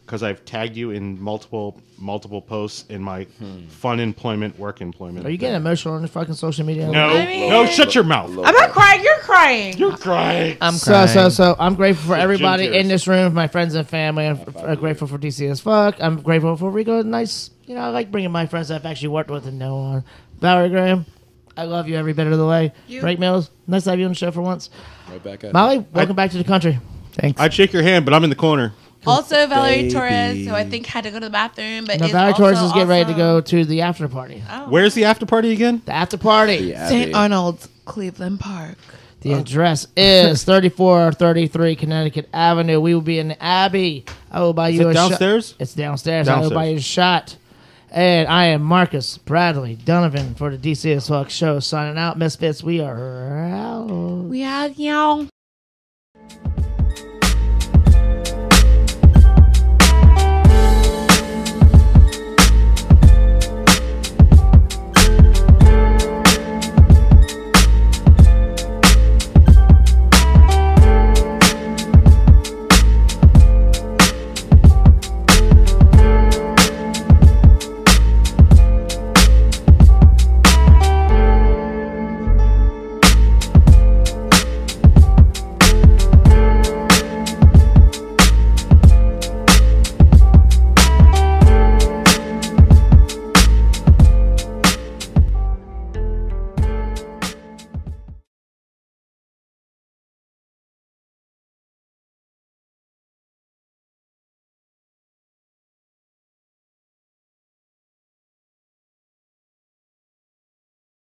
Speaker 6: because I've tagged you in multiple multiple posts in my
Speaker 5: Hmm.
Speaker 6: fun employment, work employment.
Speaker 2: Are you getting emotional on the fucking social media?
Speaker 6: no,
Speaker 1: I mean-
Speaker 6: no, shut your mouth.
Speaker 5: Low
Speaker 1: I'm not crying. You're crying.
Speaker 6: You're crying.
Speaker 4: I'm
Speaker 2: So
Speaker 4: crying.
Speaker 2: so so I'm grateful for everybody
Speaker 6: tears.
Speaker 2: in this room, my friends and family. I'm f- uh, grateful for DC as fuck. I'm grateful for Rico. Nice, you know, I like bringing my friends I've actually worked with and know on. Valerie Graham, I love you every bit of the way. Drake Mills, nice to have you on the show for once.
Speaker 5: right back at
Speaker 2: Molly,
Speaker 5: you.
Speaker 2: welcome back to the country.
Speaker 4: Thanks.
Speaker 6: I'd shake your hand, but I'm in the corner.
Speaker 1: Also, Valerie Torres, who I think had to go to the bathroom, but
Speaker 2: Now
Speaker 1: is
Speaker 2: Valerie
Speaker 1: also
Speaker 2: Torres is getting ready to
Speaker 1: awesome. Oh.
Speaker 2: go to the after party.
Speaker 6: Where's the after party again?
Speaker 2: The after party.
Speaker 5: The Abbey.
Speaker 1: St. Arnold's, Cleveland Park.
Speaker 2: The
Speaker 6: Oh.
Speaker 2: address is 3433 Connecticut Avenue. We will be in the Abbey. I will buy you
Speaker 6: it
Speaker 2: a shot.
Speaker 6: downstairs?
Speaker 2: It's downstairs. I will
Speaker 6: Downstairs.
Speaker 2: buy you a shot. And I am Marcus Bradley Donovan for the DC as Fuck show. Signing out, Misfits. We are out.
Speaker 1: We out, y'all.